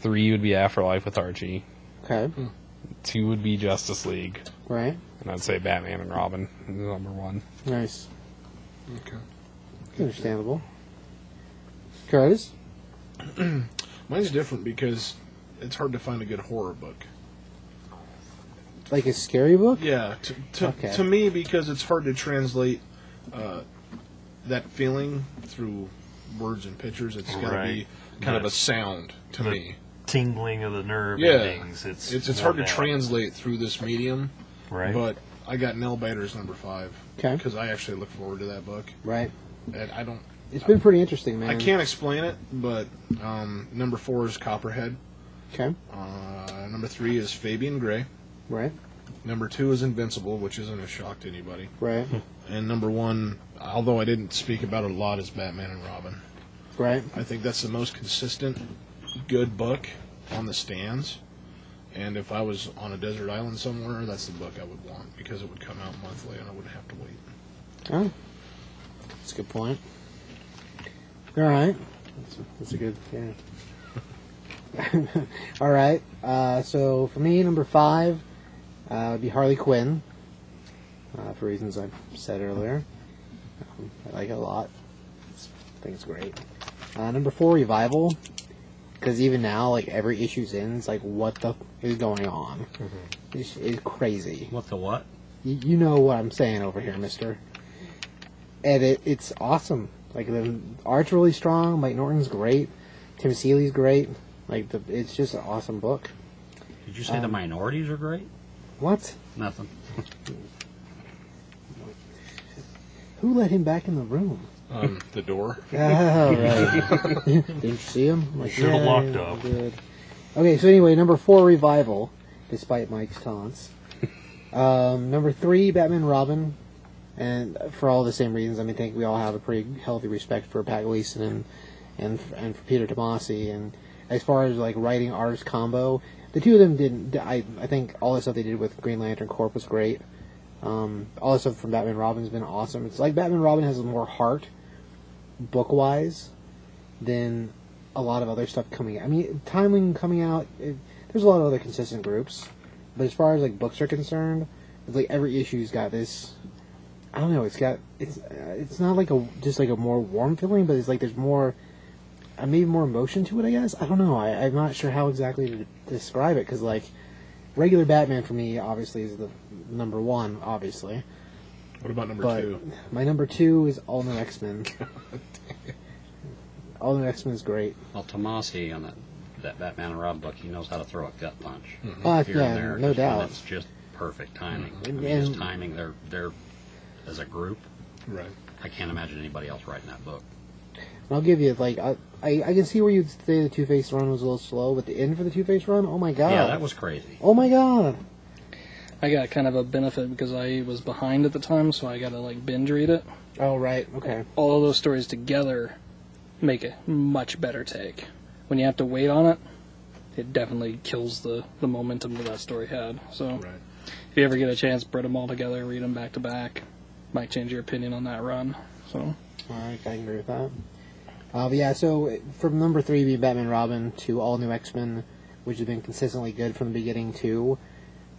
[SPEAKER 7] Three would be Afterlife with Archie.
[SPEAKER 5] Okay.
[SPEAKER 7] Two would be Justice League.
[SPEAKER 5] Right.
[SPEAKER 7] And I'd say Batman and Robin is number one.
[SPEAKER 5] Nice.
[SPEAKER 4] Okay.
[SPEAKER 5] Understandable. Curtis?
[SPEAKER 4] Mine's different because it's hard to find a good horror book.
[SPEAKER 5] Like a scary book?
[SPEAKER 4] Yeah, to to,
[SPEAKER 5] Okay.
[SPEAKER 4] to me because it's hard to translate uh, that feeling through words and pictures. It's got to
[SPEAKER 3] Right.
[SPEAKER 4] be kind of
[SPEAKER 3] The-
[SPEAKER 4] a sound to
[SPEAKER 3] the-
[SPEAKER 4] me.
[SPEAKER 3] Tingling of the nerve
[SPEAKER 4] Yeah.
[SPEAKER 3] and things. It's
[SPEAKER 4] It's it's
[SPEAKER 3] more
[SPEAKER 4] hard to
[SPEAKER 3] that,
[SPEAKER 4] translate through this medium,
[SPEAKER 3] Right.
[SPEAKER 4] but I got Nell Biter's number five
[SPEAKER 5] Okay.
[SPEAKER 4] because I actually look forward to that book,
[SPEAKER 5] Right.
[SPEAKER 4] and I don't.
[SPEAKER 5] It's been pretty interesting, man.
[SPEAKER 4] I can't explain it, but um, number four is Copperhead.
[SPEAKER 5] Okay.
[SPEAKER 4] Uh, number three is Fabian Gray.
[SPEAKER 5] Right.
[SPEAKER 4] Number two is Invincible, which isn't a shock to anybody.
[SPEAKER 5] Right.
[SPEAKER 4] And number one, although I didn't speak about it a lot, is Batman and Robin.
[SPEAKER 5] Right.
[SPEAKER 4] I think that's the most consistent good book on the stands. And if I was on a desert island somewhere, that's the book I would want because it would come out monthly and I wouldn't have to wait.
[SPEAKER 5] Oh. That's a good point. All right. That's a, that's a good, yeah. All right. Uh, so for me, number five uh, would be Harley Quinn, uh, for reasons I said earlier. Um, I like it a lot. It's, I think it's great. Uh, number four, Revival. Because even now, like every issue's in, it's like, what the f- is going on? It's, it's crazy.
[SPEAKER 6] What the what?
[SPEAKER 5] You, you know what I'm saying over here, mister. And it, it's awesome. Like, the art's really strong. Mike Norton's great. Tim Seeley's great. Like, the, it's just an awesome book.
[SPEAKER 6] Did you say
[SPEAKER 4] Um,
[SPEAKER 6] the minorities are great?
[SPEAKER 5] What?
[SPEAKER 6] Nothing.
[SPEAKER 5] Who let him back in the room?
[SPEAKER 4] Um, the door.
[SPEAKER 5] Oh, right. Didn't you see him? I'm Like,
[SPEAKER 3] Should've
[SPEAKER 5] yeah,
[SPEAKER 3] walked up."
[SPEAKER 5] Good. Okay, so anyway, number four, Revival, despite Mike's taunts. Um, number three, Batman Robin. And for all the same reasons, I mean, I think we all have a pretty healthy respect for Pat Gleason and and and for Peter Tomasi. And as far as like writing artist combo, the two of them didn't. I I think all the stuff they did with Green Lantern Corp was great. Um, all the stuff from Batman Robin's been awesome. It's like Batman Robin has more heart book wise than a lot of other stuff coming out. I mean, Timing coming out, it, there's a lot of other consistent groups, but as far as like books are concerned, it's like every issue's got this. I don't know. It's got it's uh, it's not like a just like a more warm feeling, but it's like there's more, uh, maybe more emotion to it. I guess I don't know. I, I'm not sure how exactly to describe it because like regular Batman for me obviously is the number one, obviously.
[SPEAKER 4] What about number
[SPEAKER 5] But
[SPEAKER 4] two?
[SPEAKER 5] my number two is All New X Men. All New X Men is great.
[SPEAKER 6] Well, Tomasi on that that Batman and Robin book, he knows how to throw a gut punch.
[SPEAKER 4] Hmm.
[SPEAKER 5] Uh,
[SPEAKER 6] Here
[SPEAKER 5] yeah,
[SPEAKER 6] and there,
[SPEAKER 5] no
[SPEAKER 6] just when
[SPEAKER 5] doubt.
[SPEAKER 6] It's just perfect timing. I
[SPEAKER 5] And-
[SPEAKER 6] mean, his
[SPEAKER 5] and-
[SPEAKER 6] timing. They're they're as a group.
[SPEAKER 4] Right.
[SPEAKER 6] I can't imagine anybody else writing that book.
[SPEAKER 5] And I'll give you like I, I, I can see where you'd say the Two Face run was a little slow, but the end for the Two Face run, oh my god,
[SPEAKER 6] Yeah, that was crazy.
[SPEAKER 5] oh my god,
[SPEAKER 2] I got kind of a benefit because I was behind at the time, so I got to like binge read it.
[SPEAKER 5] oh right, okay,
[SPEAKER 2] All of those stories together make a much better take. When you have to wait on it, it definitely kills the, the momentum that that story had. So
[SPEAKER 4] Right.
[SPEAKER 2] if you ever get a chance, put them all together, read them back to back. Might change your opinion on that run. So
[SPEAKER 5] all right, I agree with that. Uh, but yeah, so uh, from number three being Batman Robin to All New X Men, which has been consistently good from the beginning to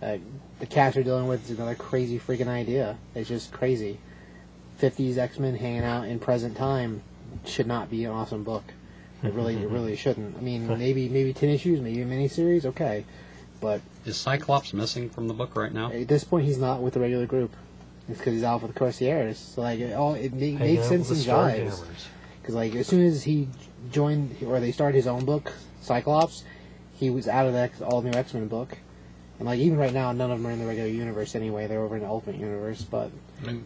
[SPEAKER 5] uh, the cast they're dealing with is another crazy freaking idea. It's just crazy. Fifties X Men hanging out in present time should not be an awesome book. It really, it really shouldn't. I mean, maybe maybe ten issues, maybe a miniseries, okay, but
[SPEAKER 6] Is Cyclops missing from the book right now?
[SPEAKER 5] At this point, he's not with the regular group. It's because he's out with Corsair. So like, it all it ma-
[SPEAKER 3] Hanging
[SPEAKER 5] makes
[SPEAKER 3] out
[SPEAKER 5] sense and
[SPEAKER 3] with the
[SPEAKER 5] jives.
[SPEAKER 3] Starjammers.
[SPEAKER 5] Because like, as soon as he joined or they started his own book, Cyclops, he was out of the X- all new X Men book. And like, even right now, none of them are in the regular universe anyway. They're over in the Ultimate Universe. But
[SPEAKER 4] I mean,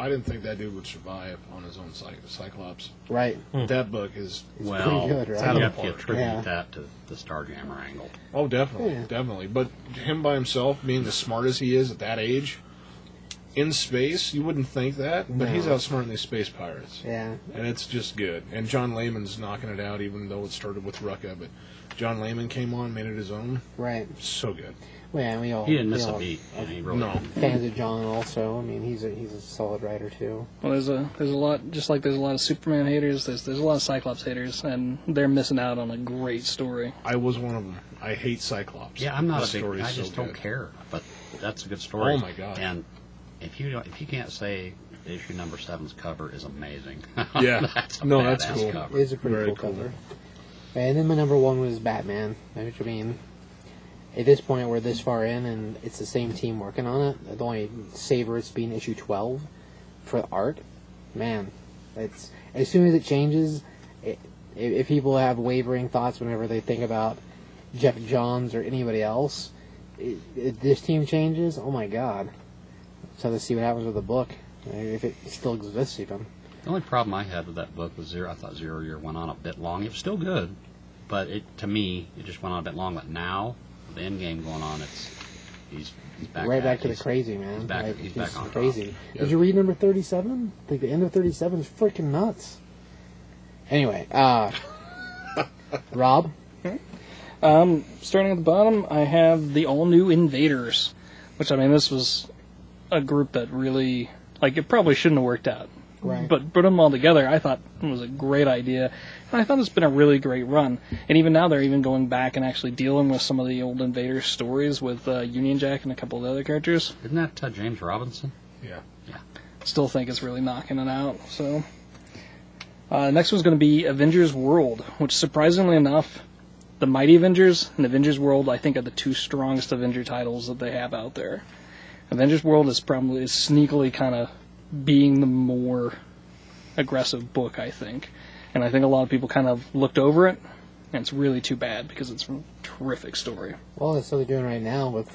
[SPEAKER 4] I didn't think that dude would survive on his own cy- Cyclops.
[SPEAKER 5] right,
[SPEAKER 4] That book is.
[SPEAKER 6] well,
[SPEAKER 5] pretty good, right?
[SPEAKER 6] you
[SPEAKER 4] Out of
[SPEAKER 6] have
[SPEAKER 4] the
[SPEAKER 6] to
[SPEAKER 4] park.
[SPEAKER 6] attribute
[SPEAKER 5] Yeah.
[SPEAKER 6] that to the Starjammer angle.
[SPEAKER 4] Oh, definitely,
[SPEAKER 5] Yeah.
[SPEAKER 4] definitely. But him by himself, being as smart as he is at that age, in space, you wouldn't think that, but
[SPEAKER 5] No.
[SPEAKER 4] he's outsmarting these space pirates.
[SPEAKER 5] yeah,
[SPEAKER 4] and it's just good. And John Lehman's knocking it out, even though it started with Rucka. But John Lehman came on, made it his own.
[SPEAKER 5] right.
[SPEAKER 4] So good.
[SPEAKER 5] Yeah, we all.
[SPEAKER 6] He didn't miss
[SPEAKER 5] we
[SPEAKER 6] a
[SPEAKER 5] all
[SPEAKER 6] beat. I mean, he really
[SPEAKER 4] No.
[SPEAKER 6] didn't.
[SPEAKER 5] Fans of John also. I mean, he's a he's a solid writer too.
[SPEAKER 2] Well, there's a there's a lot just like there's a lot of Superman haters. There's there's a lot of Cyclops haters, and they're missing out on a great story.
[SPEAKER 4] I was one of them. I hate Cyclops.
[SPEAKER 6] Yeah, I'm not
[SPEAKER 4] This
[SPEAKER 6] a big.
[SPEAKER 4] story's
[SPEAKER 6] I
[SPEAKER 4] so
[SPEAKER 6] just don't
[SPEAKER 4] good.
[SPEAKER 6] care. But that's a good story.
[SPEAKER 4] Oh, my God.
[SPEAKER 6] And if you don't, if you can't say issue number seven's cover is amazing,
[SPEAKER 4] Yeah.
[SPEAKER 6] that's a
[SPEAKER 4] No, that's
[SPEAKER 6] badass
[SPEAKER 4] cool.
[SPEAKER 6] Cover.
[SPEAKER 5] It is a pretty
[SPEAKER 4] Very
[SPEAKER 5] cool,
[SPEAKER 4] cool.
[SPEAKER 5] cover. And then my number one was Batman. Which I mean, at this point we're this far in, and it's the same team working on it. The only saver it's being issue twelve for the art. Man, it's as soon as it changes, it, if, if people have wavering thoughts whenever they think about Jeff Johns or anybody else, it, if this team changes, oh my god. So let's see what happens with the book. If it still exists, even.
[SPEAKER 6] The only problem I had with that book was zero. I thought zero year went on a bit long. It was still good, but it to me it just went on a bit long. But now with the end game going on, it's he's, he's back
[SPEAKER 5] right
[SPEAKER 6] at-
[SPEAKER 5] back to the
[SPEAKER 6] he's-
[SPEAKER 5] crazy man.
[SPEAKER 6] He's back.
[SPEAKER 5] Like,
[SPEAKER 6] he's back on
[SPEAKER 5] crazy.
[SPEAKER 4] Yeah.
[SPEAKER 5] Did you read number thirty-seven? Like the end of thirty-seven is freaking nuts. Anyway, uh, Rob,
[SPEAKER 2] Um, starting at the bottom, I have the all new Invaders, which I mean this was a group that really like it probably shouldn't have worked out.
[SPEAKER 5] right?
[SPEAKER 2] But put them all together, I thought it was a great idea, and I thought it's been a really great run. And even now, they're even going back and actually dealing with some of the old Invader stories with uh, Union Jack and a couple of the other characters.
[SPEAKER 6] Isn't that uh, James Robinson?
[SPEAKER 4] Yeah.
[SPEAKER 2] Still think it's really knocking it out. So uh, next one's going to be Avengers World, which surprisingly enough, the Mighty Avengers and Avengers World I think are the two strongest Avenger titles that they have out there. Avengers World is probably is sneakily kind of being the more aggressive book, I think. And I think a lot of people kind of looked over it, and it's really too bad because it's a terrific story.
[SPEAKER 5] Well, that's what they're doing right now with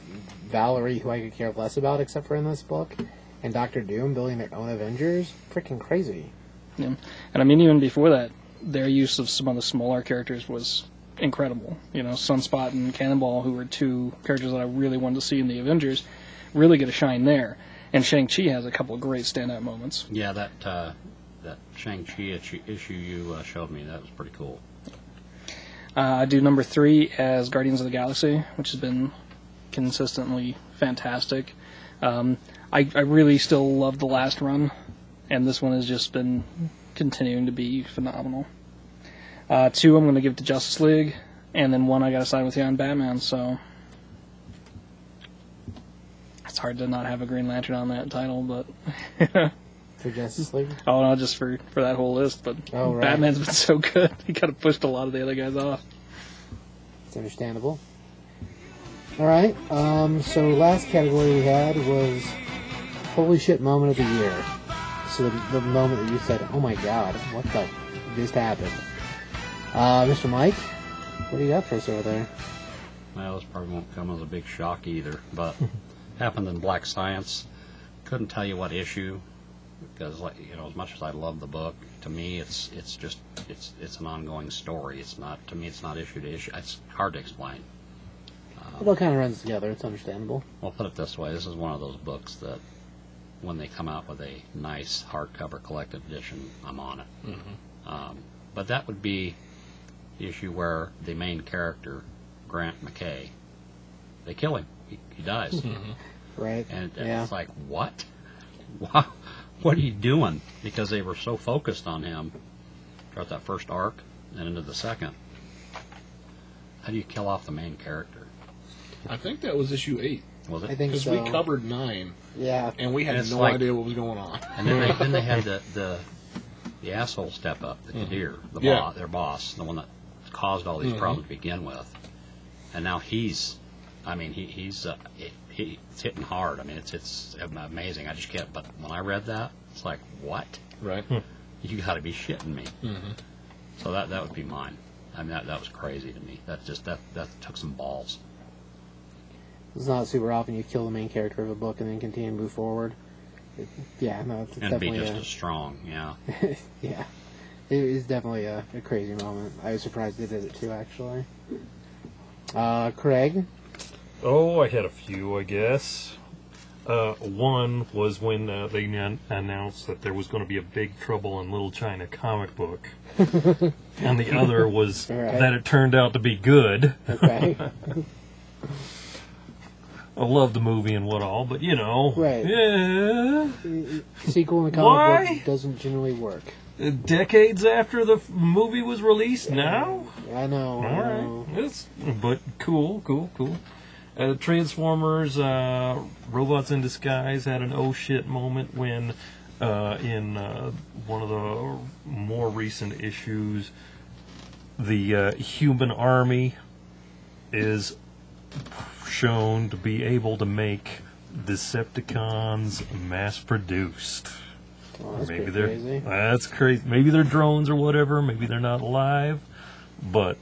[SPEAKER 5] Valerie, who I could care less about except for in this book, and Doctor Doom building their own Avengers. Freaking crazy.
[SPEAKER 2] Yeah. And I mean, even before that, their use of some of the smaller characters was incredible. You know, Sunspot and Cannonball, who were two characters that I really wanted to see in the Avengers, really get a shine there. And Shang-Chi has a couple of great standout moments.
[SPEAKER 6] Yeah, that uh, that Shang Chi issue you uh, showed me that was pretty cool.
[SPEAKER 2] Uh, I do number three as Guardians of the Galaxy, which has been consistently fantastic. Um, I, I really still love the last run, and this one has just been continuing to be phenomenal. Uh, two, I'm going to give to Justice League, and then one I got to side with you on Batman. So it's hard to not have a Green Lantern on that title, but
[SPEAKER 5] For Justice League,
[SPEAKER 2] oh no, just for for that whole list. But
[SPEAKER 5] Oh, right.
[SPEAKER 2] Batman's been so good, he kind of pushed a lot of the other guys off.
[SPEAKER 5] it's understandable. All right. Um, so last category we had was holy shit moment of the year. So the, the moment that you said, "Oh my god, what the just happened?" Uh, Mr. Mike, what do you got for us over there?
[SPEAKER 6] Well, this probably won't come as a big shock either, but happened in Black Science. Couldn't tell you what issue because, like you know, as much as I love the book, to me it's it's just it's it's an ongoing story. It's not to me it's not issue to issue. It's hard to explain.
[SPEAKER 5] It all kind of runs together. It's understandable.
[SPEAKER 6] Well, put it this way: this is one of those books that when they come out with a nice hardcover collected edition, I'm on it. Um, but that would be the issue where the main character, Grant McKay, they kill him. He, he dies.
[SPEAKER 5] Right.
[SPEAKER 6] And, and
[SPEAKER 5] yeah.
[SPEAKER 6] it's like, what? Wow. What are you doing? Because they were so focused on him throughout that first arc and into the second. How do you kill off the main character?
[SPEAKER 4] I think that was issue eight
[SPEAKER 6] Was
[SPEAKER 5] I
[SPEAKER 6] it?
[SPEAKER 5] think
[SPEAKER 4] because
[SPEAKER 5] so.
[SPEAKER 4] we covered nine
[SPEAKER 5] yeah.
[SPEAKER 4] and we had
[SPEAKER 6] And it's
[SPEAKER 4] no
[SPEAKER 6] like-
[SPEAKER 4] idea what was going on.
[SPEAKER 6] And then they, then they
[SPEAKER 7] Mm.
[SPEAKER 6] had the, the the asshole step up,
[SPEAKER 7] Mm-hmm.
[SPEAKER 6] the Kadir, the
[SPEAKER 4] Yeah.
[SPEAKER 6] boss, their boss, the one that caused all these problems to begin with. And now he's, I mean, he, he's uh, it, he, it's hitting hard. I mean, it's it's amazing. I just can't. But when I read that, it's like, what?
[SPEAKER 4] Right.
[SPEAKER 6] Hmm. You got to be shitting me.
[SPEAKER 7] Mm-hmm.
[SPEAKER 6] So that that would be mine. I mean, that, that was crazy to me. That just that that took some balls.
[SPEAKER 5] It's not super often you kill the main character of a book and then continue to move forward. It- yeah. No. It's
[SPEAKER 6] And be
[SPEAKER 5] definitely
[SPEAKER 6] just
[SPEAKER 5] a,
[SPEAKER 6] as strong, yeah.
[SPEAKER 5] yeah. It is definitely a, a crazy moment. I was surprised they did it too, actually. Uh, Craig,
[SPEAKER 3] Oh, I had a few, I guess. Uh, one was when uh, they an- announced that there was going to be a Big Trouble in Little China comic book, and the other was
[SPEAKER 5] Right.
[SPEAKER 3] that it turned out to be good.
[SPEAKER 5] okay.
[SPEAKER 3] I love the movie and what all, but you know,
[SPEAKER 5] Right.
[SPEAKER 3] yeah,
[SPEAKER 5] Sequel in the comic
[SPEAKER 3] Why?
[SPEAKER 5] book doesn't generally work.
[SPEAKER 3] decades after the f- movie was released now
[SPEAKER 5] I know.
[SPEAKER 3] all
[SPEAKER 5] I know.
[SPEAKER 3] right it's but cool cool cool uh, transformers uh, robots in disguise had an oh shit moment when uh, in uh, one of the more recent issues the uh, human army is shown to be able to make decepticons mass produced
[SPEAKER 5] Well, Oh, that's
[SPEAKER 3] maybe
[SPEAKER 5] pretty
[SPEAKER 3] they're
[SPEAKER 5] crazy.
[SPEAKER 3] that's crazy. Maybe they're drones or whatever. Maybe they're not alive, but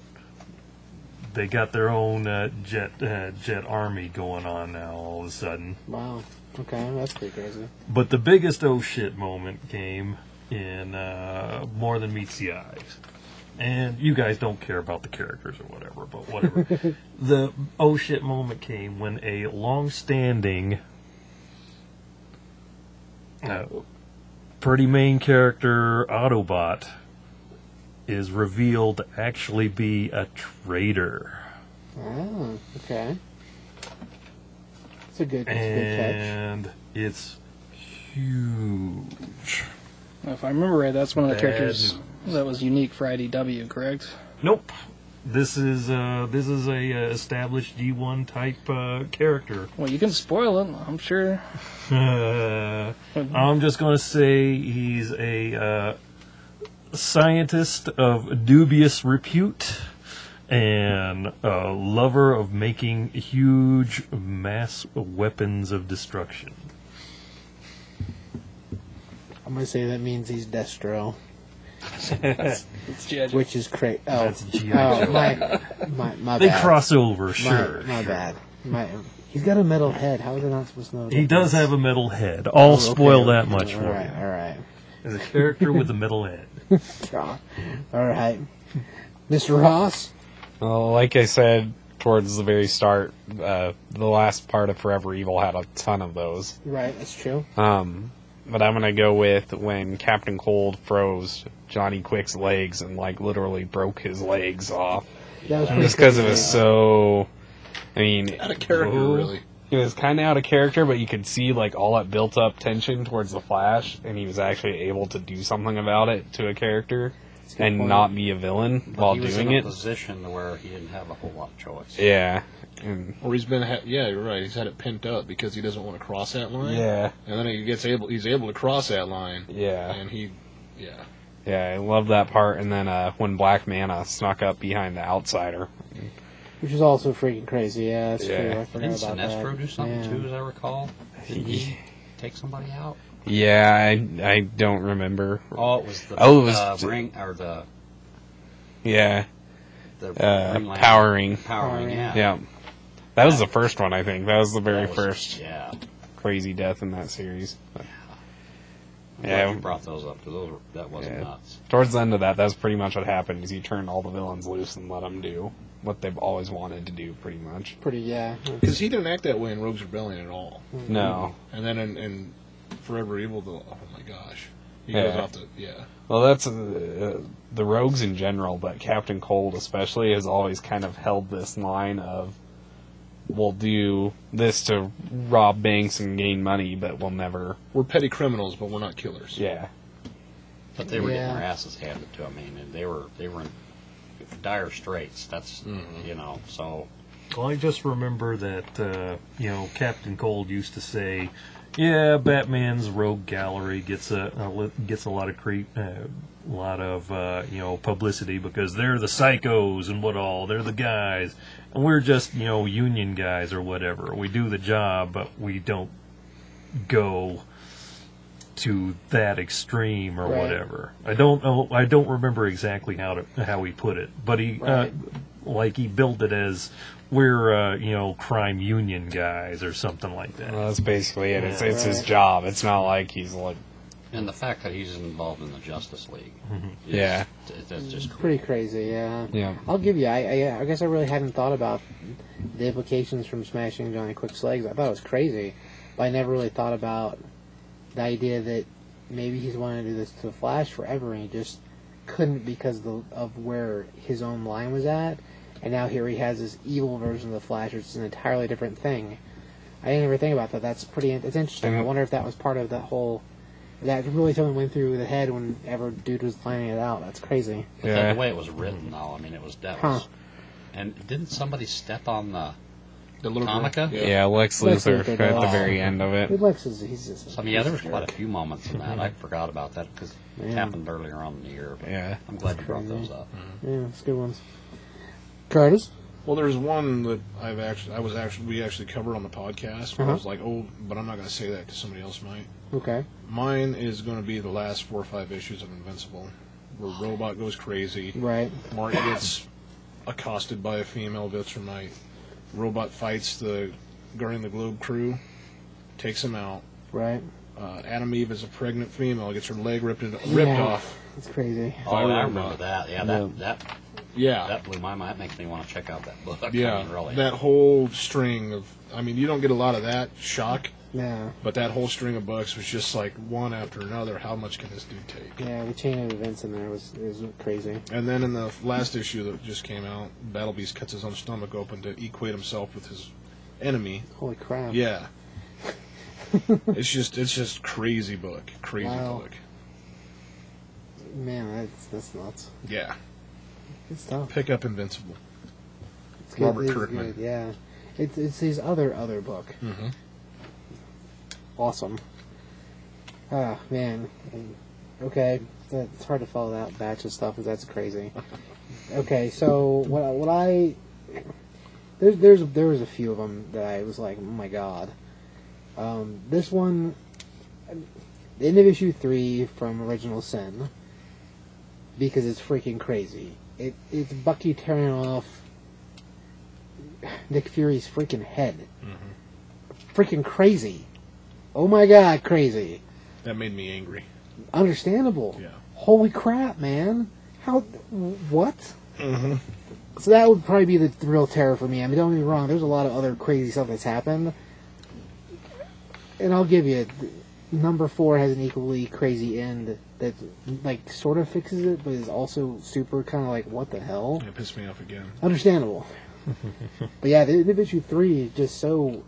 [SPEAKER 3] they got their own uh, jet uh, jet army going on now. All of a sudden,
[SPEAKER 5] Wow. Okay, that's pretty crazy.
[SPEAKER 3] but the biggest oh shit moment came in uh, More Than Meets the Eyes. And you guys don't care about the characters or whatever, but whatever. the oh shit moment came when a long standing, uh, pretty main character Autobot is revealed to actually be a traitor.
[SPEAKER 5] Oh, okay. It's a good, it's a
[SPEAKER 3] Eh.
[SPEAKER 5] good catch.
[SPEAKER 3] And it's huge.
[SPEAKER 2] If I remember right, that's one of the
[SPEAKER 3] Bad
[SPEAKER 2] characters that was unique for IDW, correct?
[SPEAKER 3] Nope. This is uh, this is a uh, established D1 type uh, character.
[SPEAKER 2] Well, you can spoil it, I'm sure.
[SPEAKER 3] Uh, I'm just gonna say he's a uh, scientist of dubious repute and a lover of making huge mass weapons of destruction.
[SPEAKER 5] I'm gonna say that means he's Destro,
[SPEAKER 2] It's G.I. Joe.
[SPEAKER 5] which is crazy. Oh,
[SPEAKER 3] That's G.I.
[SPEAKER 5] oh,
[SPEAKER 3] Joe.
[SPEAKER 5] my, my, my
[SPEAKER 3] They
[SPEAKER 5] bad.
[SPEAKER 3] cross over,
[SPEAKER 5] My,
[SPEAKER 3] sure. sure.
[SPEAKER 5] my bad. My, he's got a metal head. How is it not supposed to know?
[SPEAKER 3] He
[SPEAKER 5] that
[SPEAKER 3] does
[SPEAKER 5] he's-
[SPEAKER 3] have a metal head. I'll
[SPEAKER 5] Oh, okay,
[SPEAKER 3] spoil that
[SPEAKER 5] okay,
[SPEAKER 3] much
[SPEAKER 5] All
[SPEAKER 3] for
[SPEAKER 5] right, all right,
[SPEAKER 3] you. There's a character with a metal head.
[SPEAKER 5] all right. Mr. Ross.
[SPEAKER 7] Well, like I said towards the very start, uh, the last part of Forever Evil had a ton of those.
[SPEAKER 5] Right, that's true.
[SPEAKER 7] Um, but I'm gonna go with when Captain Cold froze Johnny Quick's legs and like literally broke his legs off
[SPEAKER 5] That was pretty
[SPEAKER 7] just because it
[SPEAKER 5] crazy.
[SPEAKER 7] was so. I mean,
[SPEAKER 4] Out of character,
[SPEAKER 3] Whoa.
[SPEAKER 4] really.
[SPEAKER 7] it was kind of out of character, but you could see like all that built up tension towards the Flash, and he was actually able to do something about it to a character
[SPEAKER 5] good
[SPEAKER 7] and
[SPEAKER 5] point.
[SPEAKER 7] not be a villain while
[SPEAKER 6] he was
[SPEAKER 7] doing
[SPEAKER 6] in a
[SPEAKER 7] it.
[SPEAKER 6] position to where he didn't have a whole lot of choice.
[SPEAKER 7] Yeah. And,
[SPEAKER 4] Or he's been, ha- yeah, you're right. He's had it pent up because he doesn't want to cross that line.
[SPEAKER 7] yeah.
[SPEAKER 4] And then he gets able, he's able to cross that line.
[SPEAKER 7] Yeah.
[SPEAKER 4] And he, yeah.
[SPEAKER 7] Yeah, I love that part. And then uh, when Black Mana snuck up behind the Outsider.
[SPEAKER 5] Which is also freaking crazy. Yeah, that's
[SPEAKER 7] Yeah.
[SPEAKER 5] true. I forgot
[SPEAKER 6] Didn't
[SPEAKER 5] about
[SPEAKER 6] Sinestro
[SPEAKER 5] that.
[SPEAKER 6] do something
[SPEAKER 5] yeah.
[SPEAKER 6] too, as I recall? Did he take somebody out?
[SPEAKER 7] Yeah, I, I don't remember.
[SPEAKER 6] Oh, it was the
[SPEAKER 7] Oh, it was-
[SPEAKER 6] uh, ring or the
[SPEAKER 7] Yeah,
[SPEAKER 6] the
[SPEAKER 7] uh,
[SPEAKER 6] ring light-
[SPEAKER 7] powering.
[SPEAKER 6] powering. Yeah,
[SPEAKER 7] Yeah. That was the first one, I think. That was the very
[SPEAKER 6] That was-
[SPEAKER 7] first
[SPEAKER 6] Yeah,
[SPEAKER 7] crazy death in that series. But,
[SPEAKER 6] yeah.
[SPEAKER 7] yeah,
[SPEAKER 6] You brought those up because those were, that was
[SPEAKER 7] Yeah.
[SPEAKER 6] nuts.
[SPEAKER 7] towards the end of that, that's pretty much what happened. Is he turned all the villains loose and let them do what they've always wanted to do, pretty much.
[SPEAKER 5] Pretty, yeah.
[SPEAKER 4] Because he didn't act that way in Rogues Rebellion at all.
[SPEAKER 6] Mm-hmm.
[SPEAKER 7] No,
[SPEAKER 4] And then in, in Forever Evil, the, oh my gosh. He goes
[SPEAKER 7] Yeah.
[SPEAKER 4] off the, yeah.
[SPEAKER 7] Well, that's uh, the rogues in general, but Captain Cold especially has always kind of held this line of we'll do this to rob banks and gain money, but we'll never.
[SPEAKER 4] We're petty criminals, but we're not killers.
[SPEAKER 7] Yeah.
[SPEAKER 6] But they were
[SPEAKER 5] Yeah.
[SPEAKER 6] getting their asses handed to them. I mean, and they were they were in dire straits. That's
[SPEAKER 7] Mm-hmm.
[SPEAKER 6] you know. So
[SPEAKER 3] Well, I just remember that uh, you know Captain Cold used to say, "Yeah, Batman's rogue gallery gets a, a li- gets a lot of creep, uh, a lot of uh, you know publicity because they're the psychos and what all. They're the guys, and we're just you know union guys or whatever. We do the job, but we don't go." To that extreme or
[SPEAKER 5] Right.
[SPEAKER 3] whatever, I don't know. I don't remember exactly how to how he put it, but he
[SPEAKER 5] Right.
[SPEAKER 3] uh, like he billed it as we're uh, you know crime union guys or something like that.
[SPEAKER 7] Well, that's basically it. It's, it's his
[SPEAKER 5] Right.
[SPEAKER 7] job. It's not like he's like.
[SPEAKER 6] and the fact that he's involved in the Justice League. is-
[SPEAKER 7] Yeah.
[SPEAKER 6] th- that's just cool.
[SPEAKER 5] Pretty crazy, yeah.
[SPEAKER 7] Yeah.
[SPEAKER 5] I'll give you. I, I I guess I really hadn't thought about the implications from smashing Johnny Quick's legs. I thought it was crazy, but I never really thought about the idea that maybe he's wanted to do this to the Flash forever, and he just couldn't because of, the, of where his own line was at. And now here he has this evil version of the Flash, which is an entirely different thing. I didn't ever think about that. That's pretty. It's interesting. I wonder if that was part of that whole. That really something went through the head whenever dude was planning it out. That's crazy.
[SPEAKER 6] But then
[SPEAKER 7] Yeah.
[SPEAKER 6] the way it was written, though, I mean, it was that
[SPEAKER 5] Huh.
[SPEAKER 6] was- And didn't somebody step on the
[SPEAKER 4] The
[SPEAKER 7] Mm-hmm.
[SPEAKER 4] little girl.
[SPEAKER 6] Tomica?
[SPEAKER 4] Yeah.
[SPEAKER 7] Yeah, Lex
[SPEAKER 5] Lex
[SPEAKER 7] Luthor
[SPEAKER 5] Luthor,
[SPEAKER 7] at the
[SPEAKER 5] yeah.
[SPEAKER 7] very end of it.
[SPEAKER 5] Lex is he's just.
[SPEAKER 6] So, I mean, yeah, there was
[SPEAKER 5] he's a
[SPEAKER 6] quite a
[SPEAKER 5] jerk.
[SPEAKER 6] few moments in that. I forgot about that because it
[SPEAKER 5] Yeah.
[SPEAKER 6] happened earlier on in the year. But
[SPEAKER 7] Yeah.
[SPEAKER 6] I'm glad you brought those up.
[SPEAKER 5] Yeah, it's good ones. Curtis.
[SPEAKER 4] Well, there's one that I've actually, I was actually, we actually covered on the podcast. Where I
[SPEAKER 5] Uh-huh.
[SPEAKER 4] was like, oh, but I'm not going to say that because somebody else might.
[SPEAKER 5] Okay.
[SPEAKER 4] Mine is going to be the last four or five issues of Invincible, where Robot goes crazy.
[SPEAKER 5] Right.
[SPEAKER 4] Mark gets accosted by a female Vitramite. Robot fights the Guardian of the Globe crew, takes him out.
[SPEAKER 5] Right.
[SPEAKER 4] Uh, Adam Eve is a pregnant female, gets her leg ripped in- ripped
[SPEAKER 5] Yeah.
[SPEAKER 4] off.
[SPEAKER 5] It's crazy.
[SPEAKER 6] Oh, I
[SPEAKER 4] Fire
[SPEAKER 6] remember
[SPEAKER 4] Robot.
[SPEAKER 6] that. Yeah, that, that
[SPEAKER 4] Yeah,
[SPEAKER 6] that blew my mind. That makes me want to check out that book. I
[SPEAKER 4] yeah.
[SPEAKER 6] mean, really.
[SPEAKER 4] That whole string of, I mean, you don't get a lot of that shock,
[SPEAKER 5] Yeah.
[SPEAKER 4] but that whole string of books was just like one after another. How much can this dude take?
[SPEAKER 5] Yeah. The chain of events in there was is crazy.
[SPEAKER 4] And then in the last issue that just came out, Battle Beast cuts his own stomach open to equate himself with his enemy,
[SPEAKER 5] Holy crap.
[SPEAKER 4] Yeah. it's just it's just crazy book, crazy
[SPEAKER 5] Wow.
[SPEAKER 4] book.
[SPEAKER 5] Man, that's that's nuts.
[SPEAKER 4] Yeah.
[SPEAKER 5] Good stuff.
[SPEAKER 4] Pick up Invincible.
[SPEAKER 5] It's
[SPEAKER 4] Robert
[SPEAKER 5] it's
[SPEAKER 4] Kirkman.
[SPEAKER 5] Good. Yeah, it's it's his other other book.
[SPEAKER 4] Mhm.
[SPEAKER 5] Awesome. Ah man, And- okay, that- it's hard to follow that batch of stuff because that's crazy. Okay, so what I- what I there's there's there was a few of them that I was like, oh my god. Um, this one, the end of issue three from Original Sin, because it's freaking crazy. It it's Bucky tearing off Nick Fury's freaking head. Freaking crazy. Oh my god, crazy.
[SPEAKER 4] That made me angry.
[SPEAKER 5] Understandable.
[SPEAKER 4] Yeah.
[SPEAKER 5] Holy crap, man. How. What? Mm-hmm. So that would probably be the th- real terror for me. I mean, don't get me wrong, there's a lot of other crazy stuff that's happened. And I'll give you, th- number four has an equally crazy end that, like, sort of fixes it, but is also super kind of like, what the hell?
[SPEAKER 4] It pissed me off again.
[SPEAKER 5] Understandable. but yeah, the end of issue three is just so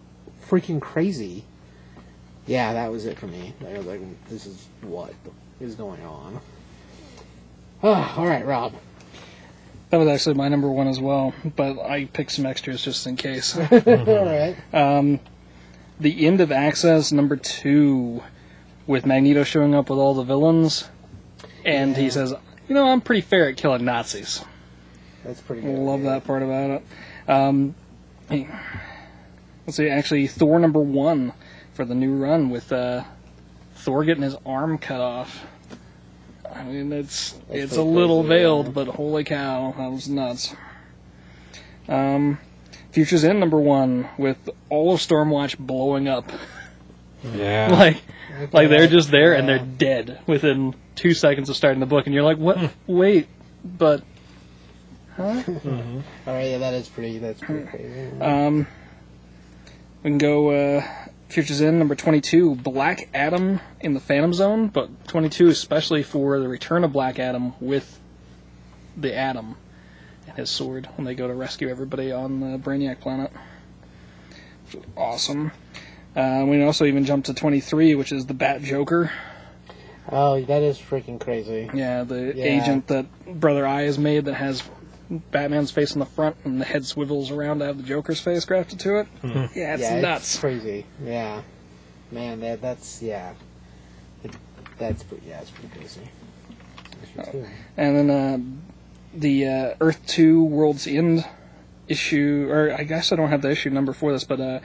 [SPEAKER 5] freaking crazy. Yeah, that was it for me. I was like, this is what is going on. Ah, all right, Rob.
[SPEAKER 2] That was actually my number one as well, but I picked some extras just in case.
[SPEAKER 5] all right.
[SPEAKER 2] the end of Access number two, with Magneto showing up with all the villains, and he says, "You know, I'm pretty fair at killing Nazis."
[SPEAKER 5] That's pretty good.
[SPEAKER 2] Love that part about it. Um, hey, let's see, actually, Thor number one for the new run with uh, Thor getting his arm cut off. I mean, it's
[SPEAKER 5] That's
[SPEAKER 2] it's a
[SPEAKER 5] pretty
[SPEAKER 2] little
[SPEAKER 5] crazy, yeah.
[SPEAKER 2] veiled, but holy cow, that was nuts. Um, Futures End number one with all of Stormwatch blowing up,
[SPEAKER 7] Yeah.
[SPEAKER 2] like like they're just there and
[SPEAKER 5] Yeah.
[SPEAKER 2] they're
[SPEAKER 5] Hmm.
[SPEAKER 2] dead within two seconds of starting the book, and you're like, what? Wait, but
[SPEAKER 5] All right, yeah, that is pretty. That's pretty crazy.
[SPEAKER 2] Um, we can go uh, Futures in number 22, Black Adam in the Phantom Zone, but 22 especially for the return of Black Adam with the Atom and his sword when they go to rescue everybody on the Brainiac planet. Which is Awesome. Uh, we can also even jump to 23, which is the Bat Joker.
[SPEAKER 5] Oh, that is freaking crazy.
[SPEAKER 2] Yeah, the
[SPEAKER 5] Yeah.
[SPEAKER 2] agent that Brother Eye has made that has Batman's face on the front and the head swivels around to have the Joker's face grafted to it. Hmm. Yeah, it's
[SPEAKER 5] yeah,
[SPEAKER 2] nuts.
[SPEAKER 5] It's crazy. Yeah, man, that that's yeah. It, that's pretty. Yeah, it's pretty crazy.
[SPEAKER 2] And then uh, the uh, Earth 2 World's End issue, or I guess I don't have the issue number for this, but uh,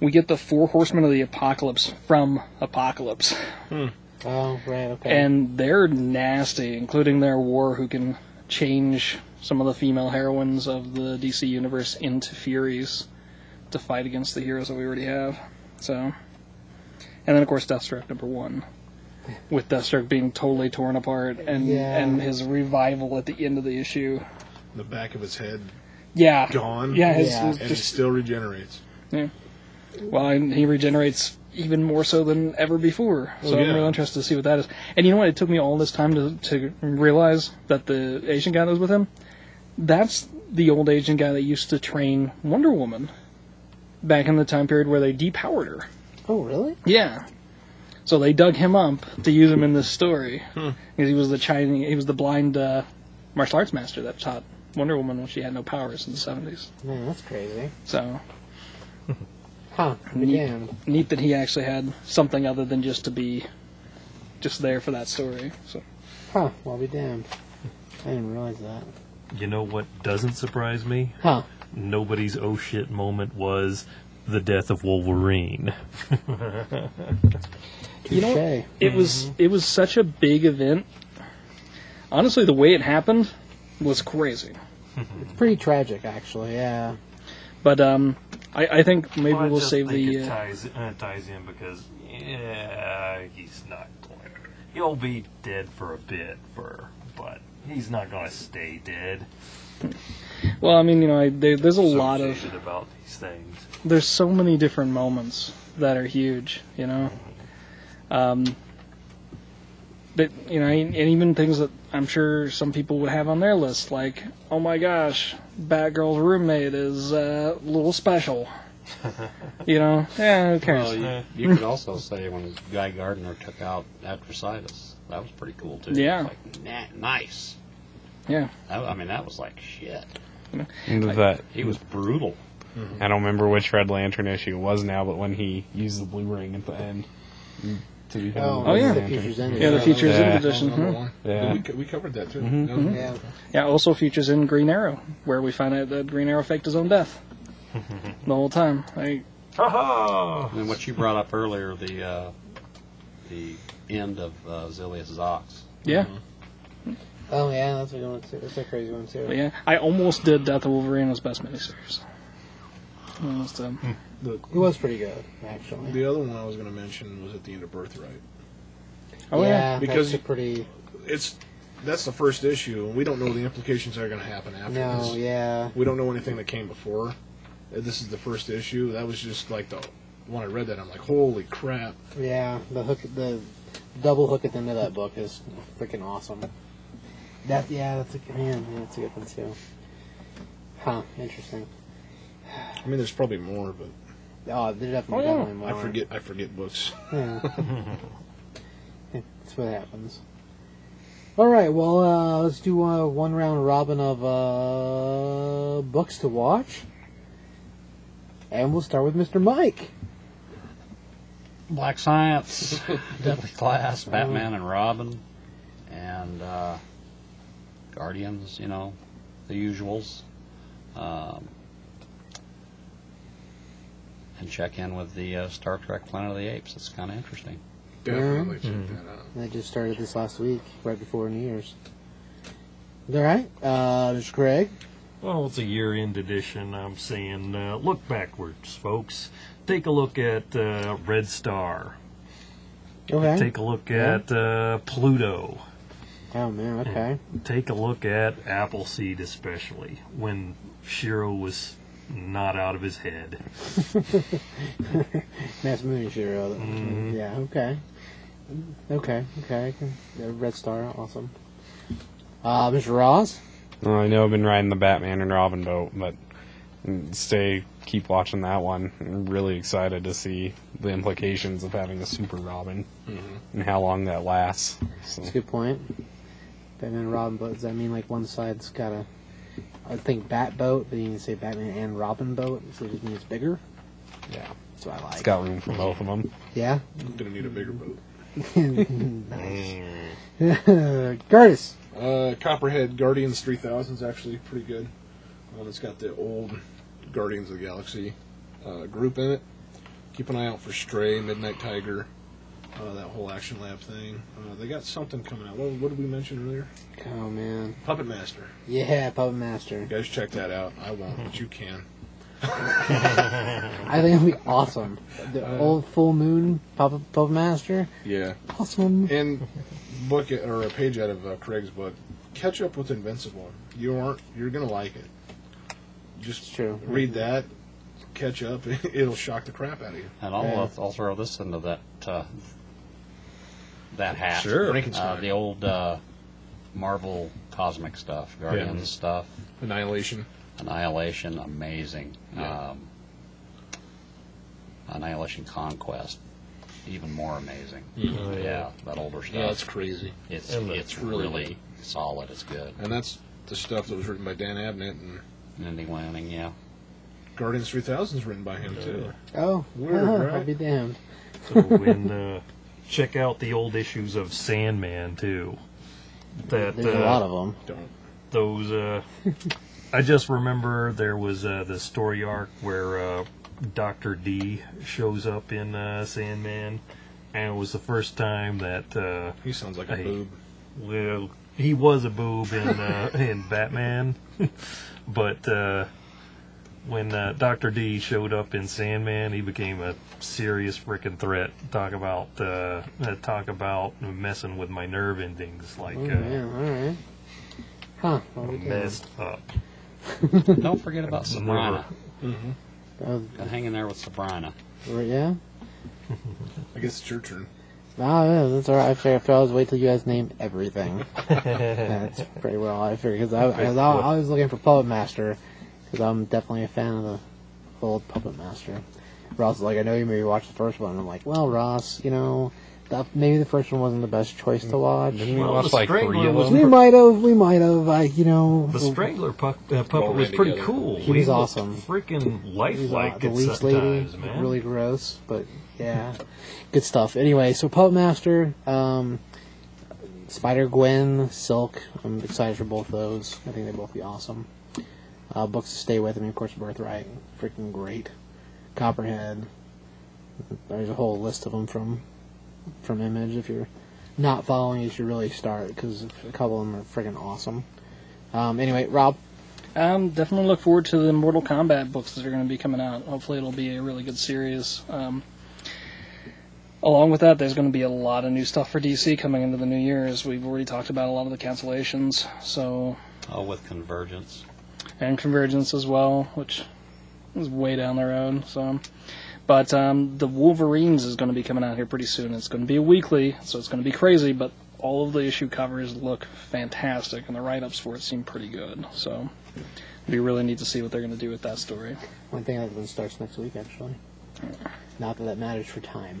[SPEAKER 2] we get the Four Horsemen of the Apocalypse from Apocalypse.
[SPEAKER 5] Oh, right. Okay.
[SPEAKER 2] And they're nasty, including their war, who can change some of the female heroines of the DC Universe into Furies to fight against the heroes that we already have. So. And then, of course, Deathstroke number one. With Deathstroke being totally torn apart and
[SPEAKER 5] Yeah.
[SPEAKER 2] and his revival at the end of the issue.
[SPEAKER 4] The back of his head
[SPEAKER 2] Yeah.
[SPEAKER 4] gone.
[SPEAKER 2] Yeah, his,
[SPEAKER 5] Yeah.
[SPEAKER 2] his
[SPEAKER 4] And he
[SPEAKER 2] just
[SPEAKER 4] still regenerates.
[SPEAKER 2] well, and he regenerates even more so than ever before. So
[SPEAKER 4] Well, yeah.
[SPEAKER 2] I'm real interested to see what that is. And you know what? It took me all this time to to realize that the Asian guy that was with him, that's the old Asian guy that used to train Wonder Woman. back in the time period where they depowered her.
[SPEAKER 5] Oh, really?
[SPEAKER 2] Yeah. So they dug him up to use him in this story because he was the Chinese, he was the blind uh, martial arts master that taught Wonder Woman when she had no powers in the seventies.
[SPEAKER 5] Man, that's crazy.
[SPEAKER 2] So
[SPEAKER 5] Huh. Yeah.
[SPEAKER 2] neat that he actually had something other than just to be just there for that story. So
[SPEAKER 5] Huh. Well, I'll be damned. I didn't realize that.
[SPEAKER 3] You know what doesn't surprise me?
[SPEAKER 5] Huh.
[SPEAKER 3] Nobody's oh shit moment was the death of Wolverine.
[SPEAKER 5] You know
[SPEAKER 2] it was it was such a big event. Honestly, the way it happened was crazy.
[SPEAKER 5] Pretty tragic, actually. Yeah.
[SPEAKER 2] But um, I, I think maybe we'll save the.
[SPEAKER 3] It
[SPEAKER 2] Uh,
[SPEAKER 3] ties, uh, ties in because yeah, he's not going. He'll be dead for a bit, for but he's not going to stay dead.
[SPEAKER 2] well, I mean, you know, I, there, there's a
[SPEAKER 3] So
[SPEAKER 2] lot of
[SPEAKER 3] jaded about these things.
[SPEAKER 2] there's so many different moments that are huge, you know. Um, that you know, and and even things that I'm sure some people would have on their list, like, oh my gosh, Batgirl's roommate is uh, a little special. you know, yeah, who cares?
[SPEAKER 6] Well, you, you could also say when Guy Gardner took out Atrocitus, that was pretty cool too.
[SPEAKER 2] Yeah.
[SPEAKER 6] It's like, na- nice.
[SPEAKER 2] Yeah.
[SPEAKER 6] That, I mean, that was like shit.
[SPEAKER 7] And that
[SPEAKER 6] He was brutal.
[SPEAKER 7] I don't remember which Red Lantern issue it was now, but when he used the blue ring at the end to become
[SPEAKER 5] Oh,
[SPEAKER 7] the Red
[SPEAKER 2] yeah.
[SPEAKER 5] The
[SPEAKER 7] Lantern.
[SPEAKER 5] features in it.
[SPEAKER 2] Yeah, the
[SPEAKER 5] that
[SPEAKER 2] features
[SPEAKER 7] Yeah.
[SPEAKER 2] in edition.
[SPEAKER 4] Number
[SPEAKER 2] mhm.
[SPEAKER 4] one.
[SPEAKER 7] Yeah.
[SPEAKER 4] We, co- we covered that too. That
[SPEAKER 5] was-
[SPEAKER 4] was-
[SPEAKER 5] Yeah.
[SPEAKER 2] Yeah, also features in Green Arrow, where we find out that Green Arrow faked his own death the whole time. Like,
[SPEAKER 3] Ha
[SPEAKER 6] And what you brought up earlier, the uh, the end of uh, Zilius Zox.
[SPEAKER 2] yeah,
[SPEAKER 5] Oh yeah, that's a good one too. That's a crazy one too.
[SPEAKER 2] but yeah. I almost did Death of Wolverine was best miniseries. Almost, um,
[SPEAKER 4] The,
[SPEAKER 5] It was pretty good, actually.
[SPEAKER 4] the other one I was going to mention was at the end of Birthright.
[SPEAKER 2] oh yeah.
[SPEAKER 4] Because-
[SPEAKER 5] because that's a pretty.
[SPEAKER 4] It's that's the first issue, and we don't know the implications that are going to happen after
[SPEAKER 5] No,
[SPEAKER 4] this.
[SPEAKER 5] yeah.
[SPEAKER 4] We don't know anything that came before. Uh, This is the first issue. That was just like the when I read that, I'm like, holy crap!
[SPEAKER 5] Yeah, the hook, the double hook at the end of that book is freaking awesome. That yeah, that's a good man. Yeah, that's a good one too. Huh? Interesting.
[SPEAKER 4] I mean, there's probably more, but
[SPEAKER 5] Oh, there definitely,
[SPEAKER 2] Oh, yeah.
[SPEAKER 5] definitely more.
[SPEAKER 4] I forget. I forget books.
[SPEAKER 5] Yeah. that's what happens. All right. Well, uh, let's do uh, one round robin of uh, books to watch, and we'll start with Mr. Mike.
[SPEAKER 6] Black Science, Deadly Class, Batman and Robin, and uh, Guardians, you know, the usuals. Um, and check in with the uh, Star Trek Planet of the Apes. It's kind of interesting.
[SPEAKER 4] Definitely check that out.
[SPEAKER 5] I just started this last week, right before New Year's. All right. Uh, there's Craig.
[SPEAKER 3] Well, it's a year end edition. I'm saying uh, look backwards, folks. Take a look at uh, Red Star.
[SPEAKER 5] Okay.
[SPEAKER 3] Take a look at uh, Pluto.
[SPEAKER 5] Oh man, okay.
[SPEAKER 3] Take a look at Appleseed, especially when Shiro was not out of his head.
[SPEAKER 5] That's Moon Shiro. uh, Yeah, okay. Okay, okay. Uh, Red Star, awesome. Uh, Mr. Ross?
[SPEAKER 7] Well, I know I've been riding the Batman and Robin boat, but stay, keep watching that one. I'm really excited to see the implications of having a super Robin and how long that lasts. So,
[SPEAKER 5] That's a good point. Batman and Robin, but does that mean like one side's got a. I think Bat Boat, but you can say Batman and Robin Boat, so it just means bigger.
[SPEAKER 7] yeah,
[SPEAKER 5] That's what I like.
[SPEAKER 7] it's got room for both of them.
[SPEAKER 5] Yeah?
[SPEAKER 4] I'm gonna need a bigger boat.
[SPEAKER 5] Curtis!
[SPEAKER 4] Uh, Copperhead Guardians 3000 is actually pretty good. Um, it's got the old Guardians of the Galaxy uh, group in it. Keep an eye out for Stray, Midnight Tiger, uh, that whole Action Lab thing. Uh, they got something coming out. What, what did we mention earlier?
[SPEAKER 5] Oh man.
[SPEAKER 4] Puppet Master.
[SPEAKER 5] Yeah, Puppet Master.
[SPEAKER 4] You guys check that out. I won't, but you can.
[SPEAKER 5] I think it'll be awesome. The old full moon Puppet, Puppet Master?
[SPEAKER 4] Yeah.
[SPEAKER 5] Awesome.
[SPEAKER 4] And book it, or a page out of uh, Craig's book. Catch up with Invincible. You aren't. You're gonna like it. Just
[SPEAKER 5] It's true.
[SPEAKER 4] read that. Catch up. It'll shock the crap out of you.
[SPEAKER 6] And I'll,
[SPEAKER 5] Yeah.
[SPEAKER 6] I'll throw this into that uh, that hat.
[SPEAKER 4] Sure.
[SPEAKER 6] Uh,
[SPEAKER 4] Frankenstein.
[SPEAKER 6] the old uh, Marvel cosmic stuff, Guardians stuff,
[SPEAKER 4] Annihilation.
[SPEAKER 6] Annihilation, amazing.
[SPEAKER 4] Yeah.
[SPEAKER 6] Um, Annihilation Conquest. Even more amazing.
[SPEAKER 7] Oh,
[SPEAKER 3] Mhm.
[SPEAKER 6] yeah, that older stuff.
[SPEAKER 4] Yeah, it's crazy.
[SPEAKER 6] it's
[SPEAKER 3] and
[SPEAKER 6] it's
[SPEAKER 4] it's really
[SPEAKER 6] really, solid. It's good.
[SPEAKER 4] And that's the stuff that was written by Dan Abnett and
[SPEAKER 6] Mindy Lanning, yeah.
[SPEAKER 4] Guardians 3000 is written by him too.
[SPEAKER 5] Oh,
[SPEAKER 4] Weird,
[SPEAKER 5] I'll
[SPEAKER 4] right?
[SPEAKER 5] be damned.
[SPEAKER 3] So and uh, check out the old issues of Sandman too. That
[SPEAKER 5] There's
[SPEAKER 3] uh,
[SPEAKER 5] a lot of them.
[SPEAKER 4] Don't.
[SPEAKER 3] those. Uh, I just remember there was uh, the story arc where uh, Doctor D shows up in uh, Sandman, and it was the first time that uh,
[SPEAKER 4] He sounds like a
[SPEAKER 3] Hey.
[SPEAKER 4] boob.
[SPEAKER 3] well he was a boob in uh, in Batman, but uh, when uh, Doctor D showed up in Sandman, he became a serious freaking threat. Talk about uh, uh, talk about messing with my nerve endings like
[SPEAKER 5] Oh, man, all right. Huh. I'll
[SPEAKER 3] uh,
[SPEAKER 5] be damned.
[SPEAKER 3] messed up.
[SPEAKER 6] Don't forget about Sabrina.
[SPEAKER 5] Oh,
[SPEAKER 6] Got hanging there with Sabrina.
[SPEAKER 5] right, yeah?
[SPEAKER 4] I guess it's your turn.
[SPEAKER 5] Ah, yeah, that's all right. I figured if I always wait till you guys name everything. that's pretty well. I figured because I, 'cause I, I was looking for Puppet Master because I'm definitely a fan of the old Puppet Master. Ross is like, I know you maybe watched the first one. I'm like, well, Ross, you know, that, maybe the first one wasn't the best choice to watch.
[SPEAKER 7] Didn't we
[SPEAKER 3] Well,
[SPEAKER 7] watch
[SPEAKER 3] the
[SPEAKER 7] like
[SPEAKER 3] Strangler
[SPEAKER 7] three of
[SPEAKER 3] was-
[SPEAKER 7] them?
[SPEAKER 5] We might have, we might have, I, you know,
[SPEAKER 3] The Strangler puck, uh, puppet
[SPEAKER 4] All
[SPEAKER 3] was
[SPEAKER 4] ran
[SPEAKER 3] pretty
[SPEAKER 4] together.
[SPEAKER 3] cool.
[SPEAKER 5] He
[SPEAKER 3] We
[SPEAKER 5] was
[SPEAKER 3] looked
[SPEAKER 5] awesome.
[SPEAKER 3] Freaking
[SPEAKER 5] He's
[SPEAKER 3] lifelike
[SPEAKER 5] not the
[SPEAKER 3] at
[SPEAKER 5] least
[SPEAKER 3] sometimes,
[SPEAKER 5] lady,
[SPEAKER 3] man.
[SPEAKER 5] really gross, but yeah, good stuff. Anyway, so Puppet Master, um, Spider Gwen, Silk. I'm excited for both those. I think they both be awesome. Uh, books to stay with. I mean, of course, Birthright, freaking great. Copperhead. There's a whole list of them from from Image. If you're not following, you should really start because a couple of them are freaking awesome. Um, anyway, Rob,
[SPEAKER 2] Um, definitely look forward to the Mortal Kombat books that are going to be coming out. Hopefully, it'll be a really good series. Um, along with that, there's going to be a lot of new stuff for DC coming into the new year, as we've already talked about a lot of the cancellations. So,
[SPEAKER 6] Oh, with Convergence.
[SPEAKER 2] and Convergence as well, which is way down the road. So, but um, the Wolverines is going to be coming out here pretty soon. It's going to be a weekly, so it's going to be crazy. But all of the issue covers look fantastic, and the write-ups for it seem pretty good. So, we really need to see what they're going to do with that story.
[SPEAKER 5] One thing that one starts next week, actually. Not that that matters for time.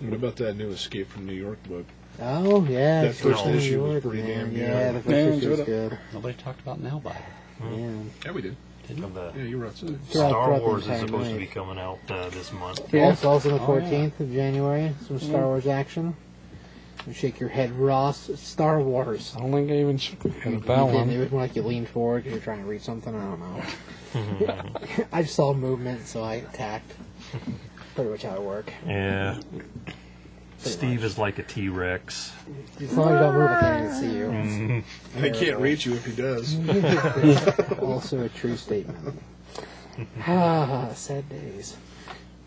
[SPEAKER 4] What about that new Escape from New York book?
[SPEAKER 5] Oh yeah,
[SPEAKER 4] That
[SPEAKER 5] Escape
[SPEAKER 4] first
[SPEAKER 5] from New
[SPEAKER 4] issue was
[SPEAKER 5] York,
[SPEAKER 4] pretty
[SPEAKER 5] man.
[SPEAKER 4] damn good.
[SPEAKER 5] Yeah, the first
[SPEAKER 2] Yeah,
[SPEAKER 5] issue was
[SPEAKER 2] enjoyed
[SPEAKER 5] good.
[SPEAKER 6] Nobody talked about Nailbiter.
[SPEAKER 5] Yeah.
[SPEAKER 4] Yeah, we did.
[SPEAKER 3] Of the
[SPEAKER 4] Yeah, you were outside.
[SPEAKER 3] Mm-hmm.
[SPEAKER 5] Throughout-
[SPEAKER 3] Star
[SPEAKER 5] throughout the
[SPEAKER 3] Wars is
[SPEAKER 5] entire
[SPEAKER 3] supposed to
[SPEAKER 5] night.
[SPEAKER 3] be coming out uh, this month.
[SPEAKER 2] Yeah.
[SPEAKER 5] Also, also the
[SPEAKER 6] yeah.
[SPEAKER 5] fourteenth of January, some Star Wars action. You shake your head, Ross. It's Star Wars.
[SPEAKER 7] I don't think I even shook my head
[SPEAKER 5] You
[SPEAKER 7] at that
[SPEAKER 5] didn't. It
[SPEAKER 7] one.
[SPEAKER 5] was more like you leaned forward because you're trying to read something. I don't know. I just saw movement, so I attacked. Pretty much how I work.
[SPEAKER 3] Yeah. Steve is like a T Rex.
[SPEAKER 5] As long as you don't move, I can't even see you.
[SPEAKER 3] Mm-hmm.
[SPEAKER 4] They can't reach you if he does.
[SPEAKER 5] also a true statement. Ah, sad days.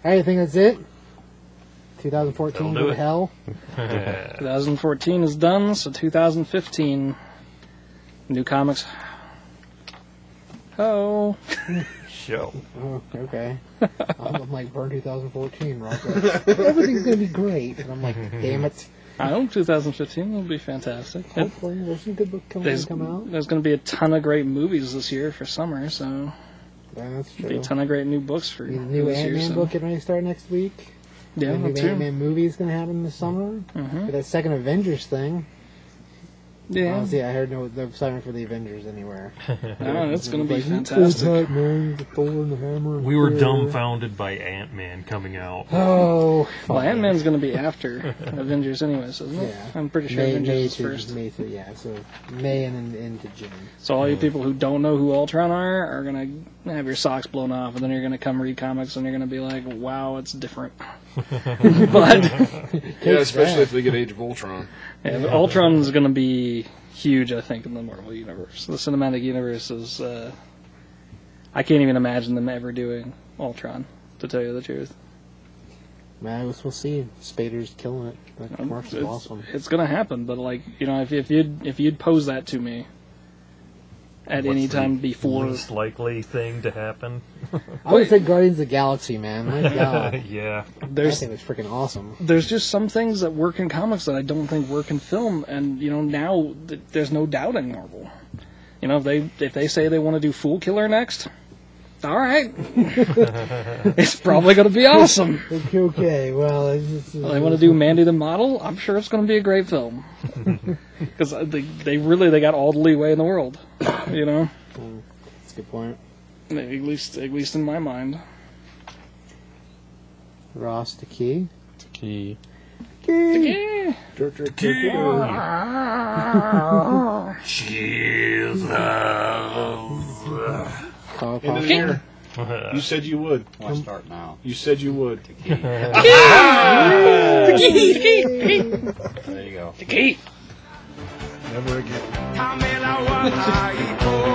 [SPEAKER 5] All right, I think that's it.
[SPEAKER 3] That'll
[SPEAKER 5] 2014 go
[SPEAKER 3] do
[SPEAKER 5] to
[SPEAKER 3] it.
[SPEAKER 5] hell.
[SPEAKER 2] 2014 is done, so 2015, new comics. Oh,
[SPEAKER 3] Show.
[SPEAKER 5] Oh, okay. I'm, I'm like, burn 2014, Rob. Like, Everything's going to be great. And I'm like, damn it.
[SPEAKER 2] I hope 2015 will be fantastic. It-
[SPEAKER 5] Hopefully, there's some good book coming
[SPEAKER 2] there's
[SPEAKER 5] come out.
[SPEAKER 2] there's going to be a ton of great movies this year for summer, so
[SPEAKER 5] That's
[SPEAKER 2] be a
[SPEAKER 5] true.
[SPEAKER 2] ton of great new books for
[SPEAKER 5] The new
[SPEAKER 2] this year.
[SPEAKER 5] Ant-Man
[SPEAKER 2] So.
[SPEAKER 5] book getting ready to start next week.
[SPEAKER 2] yeah,
[SPEAKER 5] the new
[SPEAKER 2] that's true.
[SPEAKER 5] Ant-Man movie is going to happen this summer.
[SPEAKER 2] Mhm.
[SPEAKER 5] But that second Avengers thing.
[SPEAKER 2] Yeah,
[SPEAKER 5] Honestly, I heard no, no sign for the Avengers anywhere.
[SPEAKER 2] no, it's going to be
[SPEAKER 5] Like,
[SPEAKER 2] fantastic.
[SPEAKER 5] Batman, the Thor, and the Hammer. and
[SPEAKER 3] We were
[SPEAKER 5] Thor.
[SPEAKER 3] dumbfounded by Ant Man coming out.
[SPEAKER 5] Oh,
[SPEAKER 2] Well, Ant Man's going to be after Avengers, anyways, isn't it?
[SPEAKER 5] Yeah.
[SPEAKER 2] I'm pretty sure
[SPEAKER 5] May,
[SPEAKER 2] Avengers
[SPEAKER 5] May
[SPEAKER 2] is
[SPEAKER 5] to,
[SPEAKER 2] first.
[SPEAKER 5] May to, yeah, so May and then into June.
[SPEAKER 2] So all you people who don't know who Ultron are are gonna have your socks blown off, and then you're gonna come read comics, and you're gonna be like, "Wow, it's different." but
[SPEAKER 4] yeah, especially
[SPEAKER 5] that.
[SPEAKER 4] if they get Age of Ultron.
[SPEAKER 2] yeah, but Ultron's gonna be huge, I think, in the Marvel universe. The cinematic universe is. Uh, I can't even imagine them ever doing Ultron. To tell you the truth,
[SPEAKER 5] Man, I guess we'll see. Spader's killing it. That
[SPEAKER 2] Um,
[SPEAKER 5] commercial's
[SPEAKER 2] it's,
[SPEAKER 5] awesome.
[SPEAKER 2] it's gonna happen. But like, you know, if if you'd if you'd pose that to me at
[SPEAKER 3] What's
[SPEAKER 2] any
[SPEAKER 3] the
[SPEAKER 2] time before,
[SPEAKER 3] least likely thing to happen.
[SPEAKER 5] I would say Guardians of the Galaxy, man. My God,
[SPEAKER 3] yeah.
[SPEAKER 5] I
[SPEAKER 2] there's
[SPEAKER 5] think it's freaking awesome.
[SPEAKER 2] there's just some things that work in comics that I don't think work in film, and you know now th- there's no doubting Marvel. You know if they if they say they want to do Fool Killer next, All right. it's probably going to be awesome.
[SPEAKER 5] Okay, well, it's just,
[SPEAKER 2] Well, they want to do Mandy the Model. I'm sure it's going to be a great film because they, they really they got all the leeway in the world, you know.
[SPEAKER 5] That's a good point.
[SPEAKER 2] At least at least in my mind.
[SPEAKER 5] Ross the key.
[SPEAKER 7] Key.
[SPEAKER 2] Yeah.
[SPEAKER 5] Call
[SPEAKER 4] In
[SPEAKER 5] Paul.
[SPEAKER 4] there. You said you would.
[SPEAKER 6] Why start now?
[SPEAKER 4] You said you would.
[SPEAKER 6] There you go.
[SPEAKER 2] Kate.
[SPEAKER 4] Never again.
[SPEAKER 8] Pamela Wallahi,